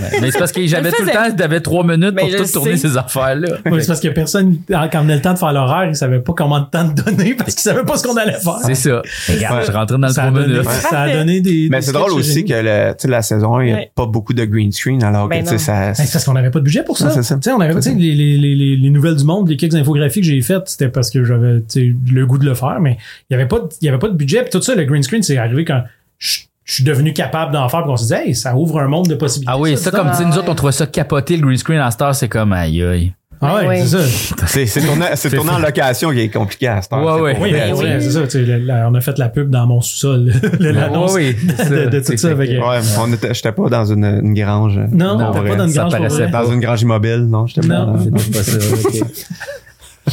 Speaker 2: OK!
Speaker 3: Mais c'est parce qu'il j'avais
Speaker 2: Je
Speaker 3: tout le
Speaker 2: faisais.
Speaker 3: temps, il avait trois minutes
Speaker 2: Mais
Speaker 3: pour
Speaker 2: je
Speaker 3: tout tourner
Speaker 2: sais.
Speaker 3: ces affaires-là.
Speaker 1: Oui, c'est parce que personne, quand on a le temps de faire l'horaire, il savait pas comment de temps de donner parce qu'il savait pas ce qu'on allait faire.
Speaker 3: C'est ça. Regarde,
Speaker 4: Ouais.
Speaker 3: je rentrais dans le
Speaker 1: Ça a
Speaker 3: trois
Speaker 1: donné-
Speaker 3: minutes.
Speaker 1: ça a donné des.
Speaker 4: Mais
Speaker 1: des
Speaker 4: c'est drôle
Speaker 1: sketchs
Speaker 4: aussi que le, tu sais, la saison 1, il n'y a
Speaker 1: Ouais.
Speaker 4: pas beaucoup de green screen, alors
Speaker 1: Ben
Speaker 4: que tu sais,
Speaker 1: non.
Speaker 4: ça.
Speaker 1: Ben, c'est parce qu'on n'avait pas de budget pour ça.
Speaker 4: Non, c'est ça.
Speaker 1: Tu sais, on avait, tu sais, les, les, les, les- les nouvelles du monde, les quelques infographies que j'ai faites, c'était parce que j'avais, tu sais, le goût de le faire, mais il y avait pas, de- il y avait pas de budget. Puis tout ça, le green screen, c'est arrivé quand je, je suis devenu capable d'en faire. Puis on s'est dit, hey, ça ouvre un monde de possibilités.
Speaker 3: Ah oui, ça, comme
Speaker 1: dis
Speaker 3: tu sais, nous autres, on trouvait ça capoté, le green screen à Star, c'est comme, aïe aïe.
Speaker 1: Ah ouais,
Speaker 2: Ouais.
Speaker 1: c'est ça.
Speaker 4: C'est c'est tourné, c'est tourné en location qui est compliqué à cette heure.
Speaker 1: Ouais,
Speaker 4: c'est
Speaker 1: ouais.
Speaker 4: pour
Speaker 1: Oui,
Speaker 4: vrai,
Speaker 1: ben,
Speaker 4: tu sais.
Speaker 1: ouais, c'est ça. tu sais, le- la- on a fait la pub dans mon sous-sol. le- L'annonce
Speaker 4: Ouais, oui, c'est
Speaker 1: de, de tout ça. fait que-
Speaker 4: Ouais, on était, j'étais pas dans une, une grange.
Speaker 1: Non,
Speaker 4: Pour
Speaker 1: t'étais pas
Speaker 4: vrai.
Speaker 1: dans une
Speaker 4: Ça
Speaker 1: grange, pour
Speaker 4: paraissait
Speaker 1: vrai.
Speaker 4: Dans une grange immobile, non, j'étais pas
Speaker 1: Non.
Speaker 4: dans-
Speaker 1: C'était pas ça, ok.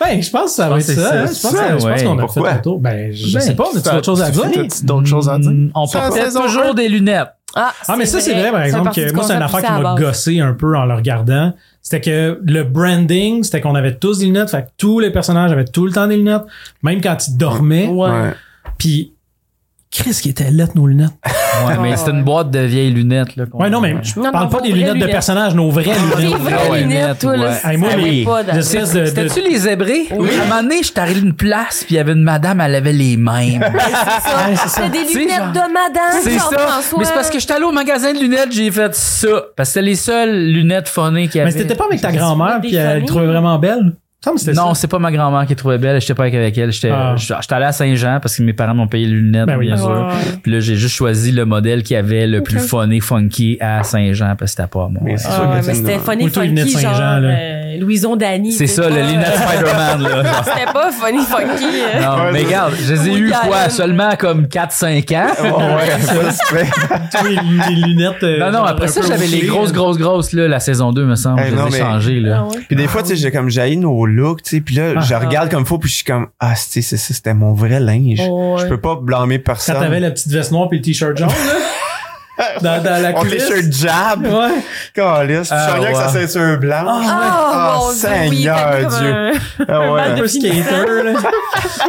Speaker 1: Ben, je pense que ça va
Speaker 3: Je
Speaker 1: être
Speaker 3: pense que
Speaker 1: ça.
Speaker 3: c'est ça,
Speaker 1: hein. Je pense,
Speaker 3: c'est ça,
Speaker 1: que- je pense
Speaker 3: ouais.
Speaker 1: qu'on a
Speaker 3: Pourquoi?
Speaker 1: fait le tour. Ben, je
Speaker 3: Ben,
Speaker 1: sais pas, on a-tu
Speaker 3: t'as-
Speaker 1: d'autres choses à dire?
Speaker 3: t'as-tu
Speaker 5: d'autres choses à dire?
Speaker 3: Mm, On
Speaker 5: C'est la
Speaker 3: portait
Speaker 5: saison
Speaker 3: toujours
Speaker 5: un.
Speaker 3: des lunettes.
Speaker 2: Ah,
Speaker 1: Ah, mais ça, c'est vrai, par
Speaker 2: C'est
Speaker 1: exemple,
Speaker 2: parti
Speaker 1: que
Speaker 2: du
Speaker 1: moi, c'est une
Speaker 2: concept
Speaker 1: affaire
Speaker 2: poussé à
Speaker 1: qui m'a
Speaker 2: la base.
Speaker 1: gossé un peu en le regardant. C'était que le branding, c'était qu'on avait tous des lunettes, fait que tous les personnages avaient tout le temps des lunettes, même quand ils dormaient.
Speaker 4: Ouais.
Speaker 1: Puis, Chris qui était lettre nos lunettes.
Speaker 3: Ouais, mais c'est une boîte de vieilles lunettes. Là, qu'on-
Speaker 1: Ouais, non, mais je
Speaker 2: Non,
Speaker 1: parle
Speaker 2: non,
Speaker 1: pas
Speaker 2: vos
Speaker 1: des
Speaker 2: vraies
Speaker 1: lunettes de
Speaker 2: lunettes.
Speaker 1: personnages, nos vraies
Speaker 2: Ah, Des
Speaker 1: lunettes.
Speaker 2: vraies
Speaker 3: ouais.
Speaker 2: lunettes, toi, là.
Speaker 3: Ouais.
Speaker 2: ça
Speaker 1: Hey, moi,
Speaker 2: allait
Speaker 1: les-
Speaker 2: pas dans-
Speaker 1: l'espèce de- de-
Speaker 3: C'était-tu les zébrés? Oui. À un moment donné, je suis arrivé d'une place, puis il y avait une madame, elle avait les mêmes.
Speaker 1: Ouais, c'est ça.
Speaker 2: C'est des
Speaker 3: Tu sais,
Speaker 2: lunettes
Speaker 3: genre-
Speaker 2: de madame.
Speaker 3: C'est ça.
Speaker 2: Jean-François.
Speaker 3: Mais c'est parce que j'étais allé au magasin de lunettes, j'ai fait ça. Parce que c'était les seules lunettes phonées qu'il y
Speaker 1: Mais
Speaker 3: avait.
Speaker 1: c'était pas avec ta
Speaker 3: Je-
Speaker 1: grand-mère, puis elle le trouvait vraiment belle. Ça me semble que c'était
Speaker 3: Non,
Speaker 1: ça.
Speaker 3: c'est pas ma grand-mère qui trouvait belle, j'étais pas avec elle, j'étais
Speaker 1: Ah.
Speaker 3: j'étais j'étais allé à Saint-Jean parce que mes parents m'ont payé les lunettes
Speaker 1: Ben oui.
Speaker 3: bien sûr.
Speaker 1: Ouais.
Speaker 3: Puis là j'ai juste choisi le modèle qui avait le plus
Speaker 2: Ok.
Speaker 3: funny funky à Saint-Jean parce que c'était pas moi.
Speaker 4: Mais c'est sûr
Speaker 2: Ah, ouais,
Speaker 4: que
Speaker 2: mais
Speaker 4: c'est
Speaker 2: c'était
Speaker 4: une-
Speaker 2: funny,
Speaker 1: Plutôt les lunettes
Speaker 2: funky,
Speaker 1: Saint-Jean,
Speaker 2: genre
Speaker 1: là.
Speaker 2: euh, Louison Dany.
Speaker 3: C'est ça,
Speaker 2: pas,
Speaker 3: le lunette
Speaker 2: euh,
Speaker 3: Spider-Man là.
Speaker 2: C'était pas funny, funky. euh.
Speaker 3: Non, mais regarde, je les ai
Speaker 2: Woody
Speaker 3: eu quoi
Speaker 2: Allen.
Speaker 3: seulement comme 4 5 ans.
Speaker 4: Ouais, ça, c'est vrai.
Speaker 1: Tous les- les lunettes. euh,
Speaker 3: Non non,
Speaker 1: genre
Speaker 3: après
Speaker 1: un
Speaker 3: ça
Speaker 1: peu
Speaker 3: j'avais les
Speaker 1: bouchées,
Speaker 3: grosses
Speaker 1: là.
Speaker 3: grosses grosses là la saison 2 me semble,
Speaker 4: Hey,
Speaker 3: je
Speaker 4: non,
Speaker 3: les ai
Speaker 4: mais-
Speaker 3: changées là.
Speaker 2: Ah ouais.
Speaker 4: Puis des fois, tu sais, j'ai comme jailli nos looks, tu sais, puis là, je regarde comme faut, puis je suis comme, ah, c'est c'est ça, c'était mon vrai linge.
Speaker 2: Oh, ouais.
Speaker 4: Je peux pas blâmer
Speaker 1: Quand
Speaker 4: personne.
Speaker 1: t'avais la petite veste noire puis le t-shirt jaune, là. dans, dans la
Speaker 4: Mon
Speaker 1: coulisse.
Speaker 4: t-shirt jab.
Speaker 1: Ouais.
Speaker 4: Calisse, tu
Speaker 3: Ah,
Speaker 4: sens bien que sa
Speaker 3: ouais.
Speaker 4: ceinture blanche. Ah,
Speaker 2: Oh, mon Dieu, oui,
Speaker 4: Seigneur
Speaker 2: comme
Speaker 4: Dieu.
Speaker 2: un-
Speaker 4: Ah, ouais.
Speaker 1: Un peu skater, là.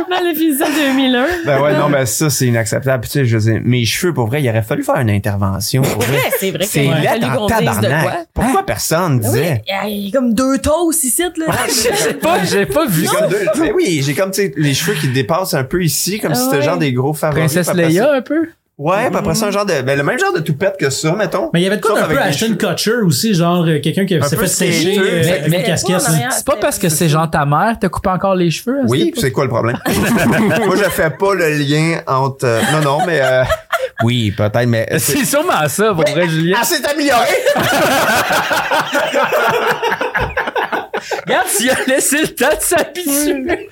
Speaker 2: Dans l'épisode 2001.
Speaker 4: Ben ouais, non, ben ça, c'est inacceptable. Puis tu sais, je veux dire, mes cheveux, pour vrai, il aurait fallu faire une intervention. Pour vrai.
Speaker 2: C'est vrai.
Speaker 4: C'est
Speaker 2: qu'il aurait
Speaker 4: laid
Speaker 2: fallu
Speaker 4: en
Speaker 2: qu'on dise de quoi. Ben
Speaker 4: tabarnak. Pourquoi personne disait?
Speaker 2: Il y a- il y a comme deux tosses ici, là.
Speaker 3: Je sais pas, j'ai pas vu
Speaker 4: J'ai
Speaker 3: ça.
Speaker 4: comme deux- ben oui, j'ai comme, tu sais, les cheveux qui dépassent un peu ici, comme si c'était
Speaker 2: Ouais.
Speaker 4: genre des gros favoris.
Speaker 3: Princesse
Speaker 4: Puis après ça-
Speaker 3: Leia un peu.
Speaker 4: Ouais, puis après ça, un genre de, ben, le même genre de toupette que ça, mettons.
Speaker 1: Mais il y avait de quoi
Speaker 4: Sauf
Speaker 1: d'un peu
Speaker 4: avec des
Speaker 1: Ashton
Speaker 4: cheveux.
Speaker 1: Kutcher aussi, genre euh, quelqu'un qui
Speaker 4: Un
Speaker 1: s'est
Speaker 4: peu
Speaker 1: fait sécher
Speaker 4: skater,
Speaker 1: euh,
Speaker 4: mais-
Speaker 1: avec hein. la
Speaker 2: mais-
Speaker 1: casquette.
Speaker 2: Ouais,
Speaker 1: là.
Speaker 2: ouais.
Speaker 3: C'est pas parce que c'est genre ta mère t'a coupé encore les cheveux. hein, à cette
Speaker 4: Oui,
Speaker 3: époque?
Speaker 4: c'est quoi le problème? Moi, je fais pas le lien entre, euh, non, non, mais, euh, oui, peut-être, mais
Speaker 3: C'est sûrement ça pour vrai Julien.
Speaker 4: Ah, c'est amélioré!
Speaker 3: Regarde, s'il a laissé le temps de s'habituer.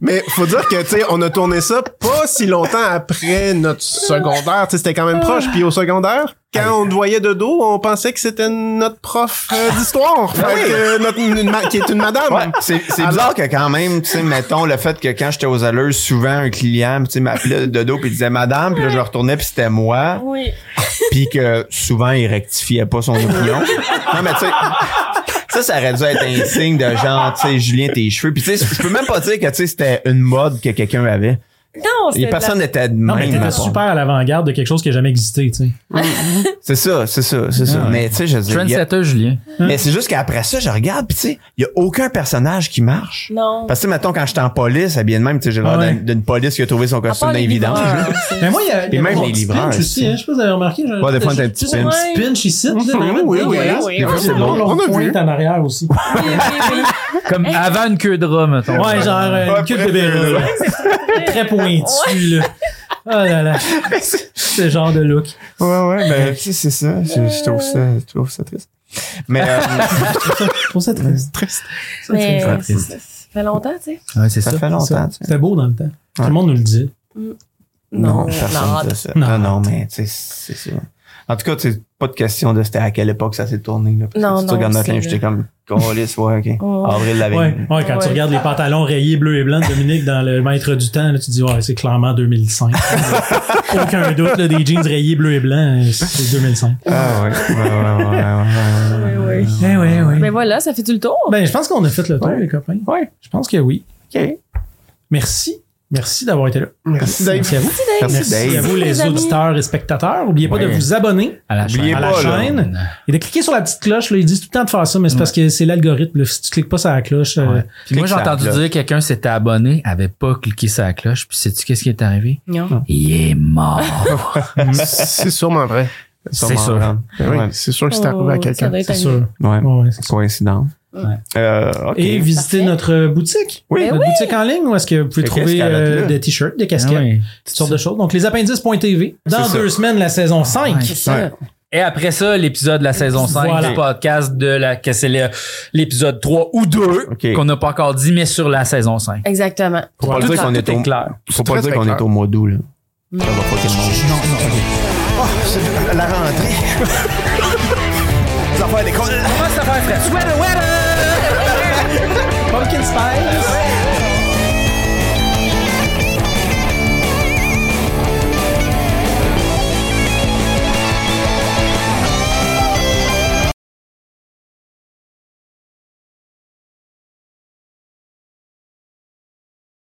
Speaker 5: Mais faut dire que tu sais, on a tourné ça pas si longtemps après notre secondaire. Tu sais, c'était quand même proche. Puis au secondaire, quand on te voyait de dos, on pensait que c'était notre prof euh, d'histoire, Fait que, euh, notre- une ma- qui est une madame.
Speaker 4: Ouais, c'est c'est bizarre
Speaker 5: Alors-
Speaker 4: que quand même, tu sais, mettons le fait que quand j'étais aux allures, souvent un client, tu sais, m'appelait de dos puis disait madame, puis là je retournais puis c'était moi,
Speaker 2: Oui.
Speaker 4: puis que souvent il rectifiait pas son opinion. Non mais tu sais ça, ça aurait dû être un signe de genre, tu sais, Julien, tes cheveux. Puis tu sais, je peux même pas dire que tu sais, c'était une mode que quelqu'un avait.
Speaker 2: Non,
Speaker 4: Et
Speaker 2: c'était.
Speaker 4: personne
Speaker 2: de la-
Speaker 4: n'était de
Speaker 1: Non, mais
Speaker 4: même.
Speaker 1: t'étais
Speaker 4: mettons.
Speaker 1: super à l'avant-garde de quelque chose qui n'a jamais existé, tu sais.
Speaker 4: C'est ça, c'est ça, c'est ça. Mais tu sais, je dis,
Speaker 3: Trendsetter Julien.
Speaker 4: mais c'est juste qu'après ça, je regarde, puis tu sais, il y a aucun personnage qui marche.
Speaker 2: Non.
Speaker 4: Parce que, mettons, quand j'étais en police, habillé de même, tu sais, j'ai l'air
Speaker 1: Ouais.
Speaker 4: d'un- d'une police qui a trouvé son costume
Speaker 2: part les
Speaker 4: d'invidence.
Speaker 2: livreurs, c'est-
Speaker 1: Mais moi, il y a, il y a
Speaker 4: même
Speaker 1: mon
Speaker 4: les
Speaker 1: petit
Speaker 4: livreurs,
Speaker 1: pinch aussi,
Speaker 4: c'est-
Speaker 1: hein. Je sais pas si vous avez remarqué. j'ai-
Speaker 4: Ouais, des fois,
Speaker 1: j'ai-
Speaker 4: t'as un petit
Speaker 1: j'ai
Speaker 4: pinch.
Speaker 1: petit pinch ici. là,
Speaker 5: Mhm, oui, oui,
Speaker 1: dégueulasse.
Speaker 2: oui,
Speaker 1: Des fois,
Speaker 2: oui,
Speaker 1: c'est
Speaker 2: oui.
Speaker 1: bon, là, on
Speaker 5: On a vu.
Speaker 1: pointe en arrière aussi.
Speaker 2: Oui, oui, oui.
Speaker 3: Comme avant une queue de rat, mettons.
Speaker 1: Ouais, genre, euh, une
Speaker 4: Ouais,
Speaker 1: queue de
Speaker 4: après,
Speaker 1: bébé là. Très pointu, là. Oh là là. Ce genre de look.
Speaker 4: Ouais, ouais, mais tu sais, c'est ça. Je, je trouve ça, je trouve ça triste. Mais, euh,
Speaker 1: Je trouve ça triste.
Speaker 4: triste.
Speaker 1: Ça,
Speaker 2: Mais
Speaker 1: triste.
Speaker 2: ça ça fait longtemps, tu sais.
Speaker 3: Ouais, c'est
Speaker 4: Ça
Speaker 3: ça.
Speaker 4: fait longtemps, tu sais.
Speaker 1: C'était beau dans le temps. Tout le monde nous le dit.
Speaker 4: Non,
Speaker 2: Non,
Speaker 4: personne
Speaker 2: non.
Speaker 4: ne dit ça.
Speaker 1: Non.
Speaker 4: Non, non, mais, tu sais, c'est ça. En tout cas, tu sais, pas de question de c'était à quelle époque ça s'est tourné, là. Parce que
Speaker 2: Non,
Speaker 4: si tu
Speaker 2: non,
Speaker 4: regardes notre
Speaker 2: c'est
Speaker 4: linge,
Speaker 2: vrai.
Speaker 4: j'étais comme, Colis, ouais, ok.
Speaker 2: Oh.
Speaker 4: Avril l'avait.
Speaker 1: Ouais, ouais, quand tu
Speaker 2: Ouais.
Speaker 1: regardes les pantalons rayés bleu et blanc de Dominique dans le maître du temps, là, tu dis, ouais, c'est clairement 2005. Aucun doute, là, des jeans rayés bleu et blanc, euh, c'est 2005.
Speaker 4: Ah, ouais. Ouais, ouais, ouais, ouais, ouais,
Speaker 2: Oui,
Speaker 4: ouais.
Speaker 2: oui.
Speaker 1: Ben oui, oui.
Speaker 2: Mais voilà, ça fait tout le tour.
Speaker 1: Ben, je pense qu'on a fait le tour, les copains.
Speaker 4: Ouais.
Speaker 1: Je pense que oui.
Speaker 4: Ok.
Speaker 1: Merci. Merci d'avoir été là.
Speaker 5: Merci Dave.
Speaker 1: Merci à vous.
Speaker 4: Merci,
Speaker 1: Merci à
Speaker 4: Dave.
Speaker 1: vous, les
Speaker 2: les amis.
Speaker 1: auditeurs et spectateurs. N'oubliez pas de
Speaker 3: Ouais.
Speaker 1: vous abonner
Speaker 3: À la
Speaker 4: Oubliez
Speaker 1: euh, à la
Speaker 4: pas, là.
Speaker 1: chaîne et de cliquer sur la petite cloche. Là, ils disent tout le temps de faire ça, mais c'est parce que c'est l'algorithme. là. Si tu cliques pas sur la cloche, euh,
Speaker 3: Ouais. Puis moi, j'ai
Speaker 4: Clique sur la
Speaker 3: entendu
Speaker 4: cloche.
Speaker 3: dire que quelqu'un s'était abonné, avait pas cliqué sur la cloche, puis sais-tu qu'est-ce qui est arrivé?
Speaker 2: Non.
Speaker 3: Il est mort.
Speaker 5: C'est sûrement vrai.
Speaker 3: C'est
Speaker 4: Sûrement,
Speaker 3: sûr.
Speaker 4: hein.
Speaker 5: Oui,
Speaker 4: Ouais.
Speaker 5: c'est sûr que c'est
Speaker 2: Oh,
Speaker 5: arrivé à
Speaker 2: ça
Speaker 5: quelqu'un.
Speaker 2: doit être
Speaker 1: c'est
Speaker 2: un-
Speaker 1: sûr.
Speaker 4: Ouais.
Speaker 1: Ouais, c'est sûr.
Speaker 4: Coïncidence.
Speaker 1: Ouais.
Speaker 4: Euh, ok.
Speaker 1: Et visiter
Speaker 2: Parfait. Ben
Speaker 1: notre boutique.
Speaker 4: Oui.
Speaker 1: Notre boutique en ligne où est-ce que vous pouvez
Speaker 4: Des
Speaker 1: trouver
Speaker 4: cascades,
Speaker 1: euh,
Speaker 4: là.
Speaker 1: des t-shirts, des
Speaker 3: Ah
Speaker 1: casquettes,
Speaker 3: ouais.
Speaker 1: toutes sortes de choses. Donc, les appendices.tv. Dans
Speaker 4: C'est ça.
Speaker 1: deux semaines, la saison 5.
Speaker 3: Ouais, c'est
Speaker 4: ça.
Speaker 3: Et après ça, l'épisode de la saison 5
Speaker 1: Voilà.
Speaker 3: du podcast de la, que c'est le- l'épisode 3 ou 2 qu'on n'a pas encore dit, mais sur la saison 5.
Speaker 2: Exactement.
Speaker 4: Faut pas le
Speaker 3: Tout
Speaker 4: dire
Speaker 3: en-
Speaker 4: qu'on
Speaker 3: tout
Speaker 4: est
Speaker 3: est
Speaker 4: au
Speaker 3: clair.
Speaker 4: Faut
Speaker 3: Très,
Speaker 4: pas dire
Speaker 3: très
Speaker 4: qu'on
Speaker 3: clair.
Speaker 4: est au mois d'août là.
Speaker 2: Mm.
Speaker 4: Ça va pas tout le monde.
Speaker 1: Non, non,
Speaker 14: Oh, c'est la rentrée. Ça va des
Speaker 3: Comment ça va, frère? Sweater, weather!
Speaker 14: Pumpkin spice.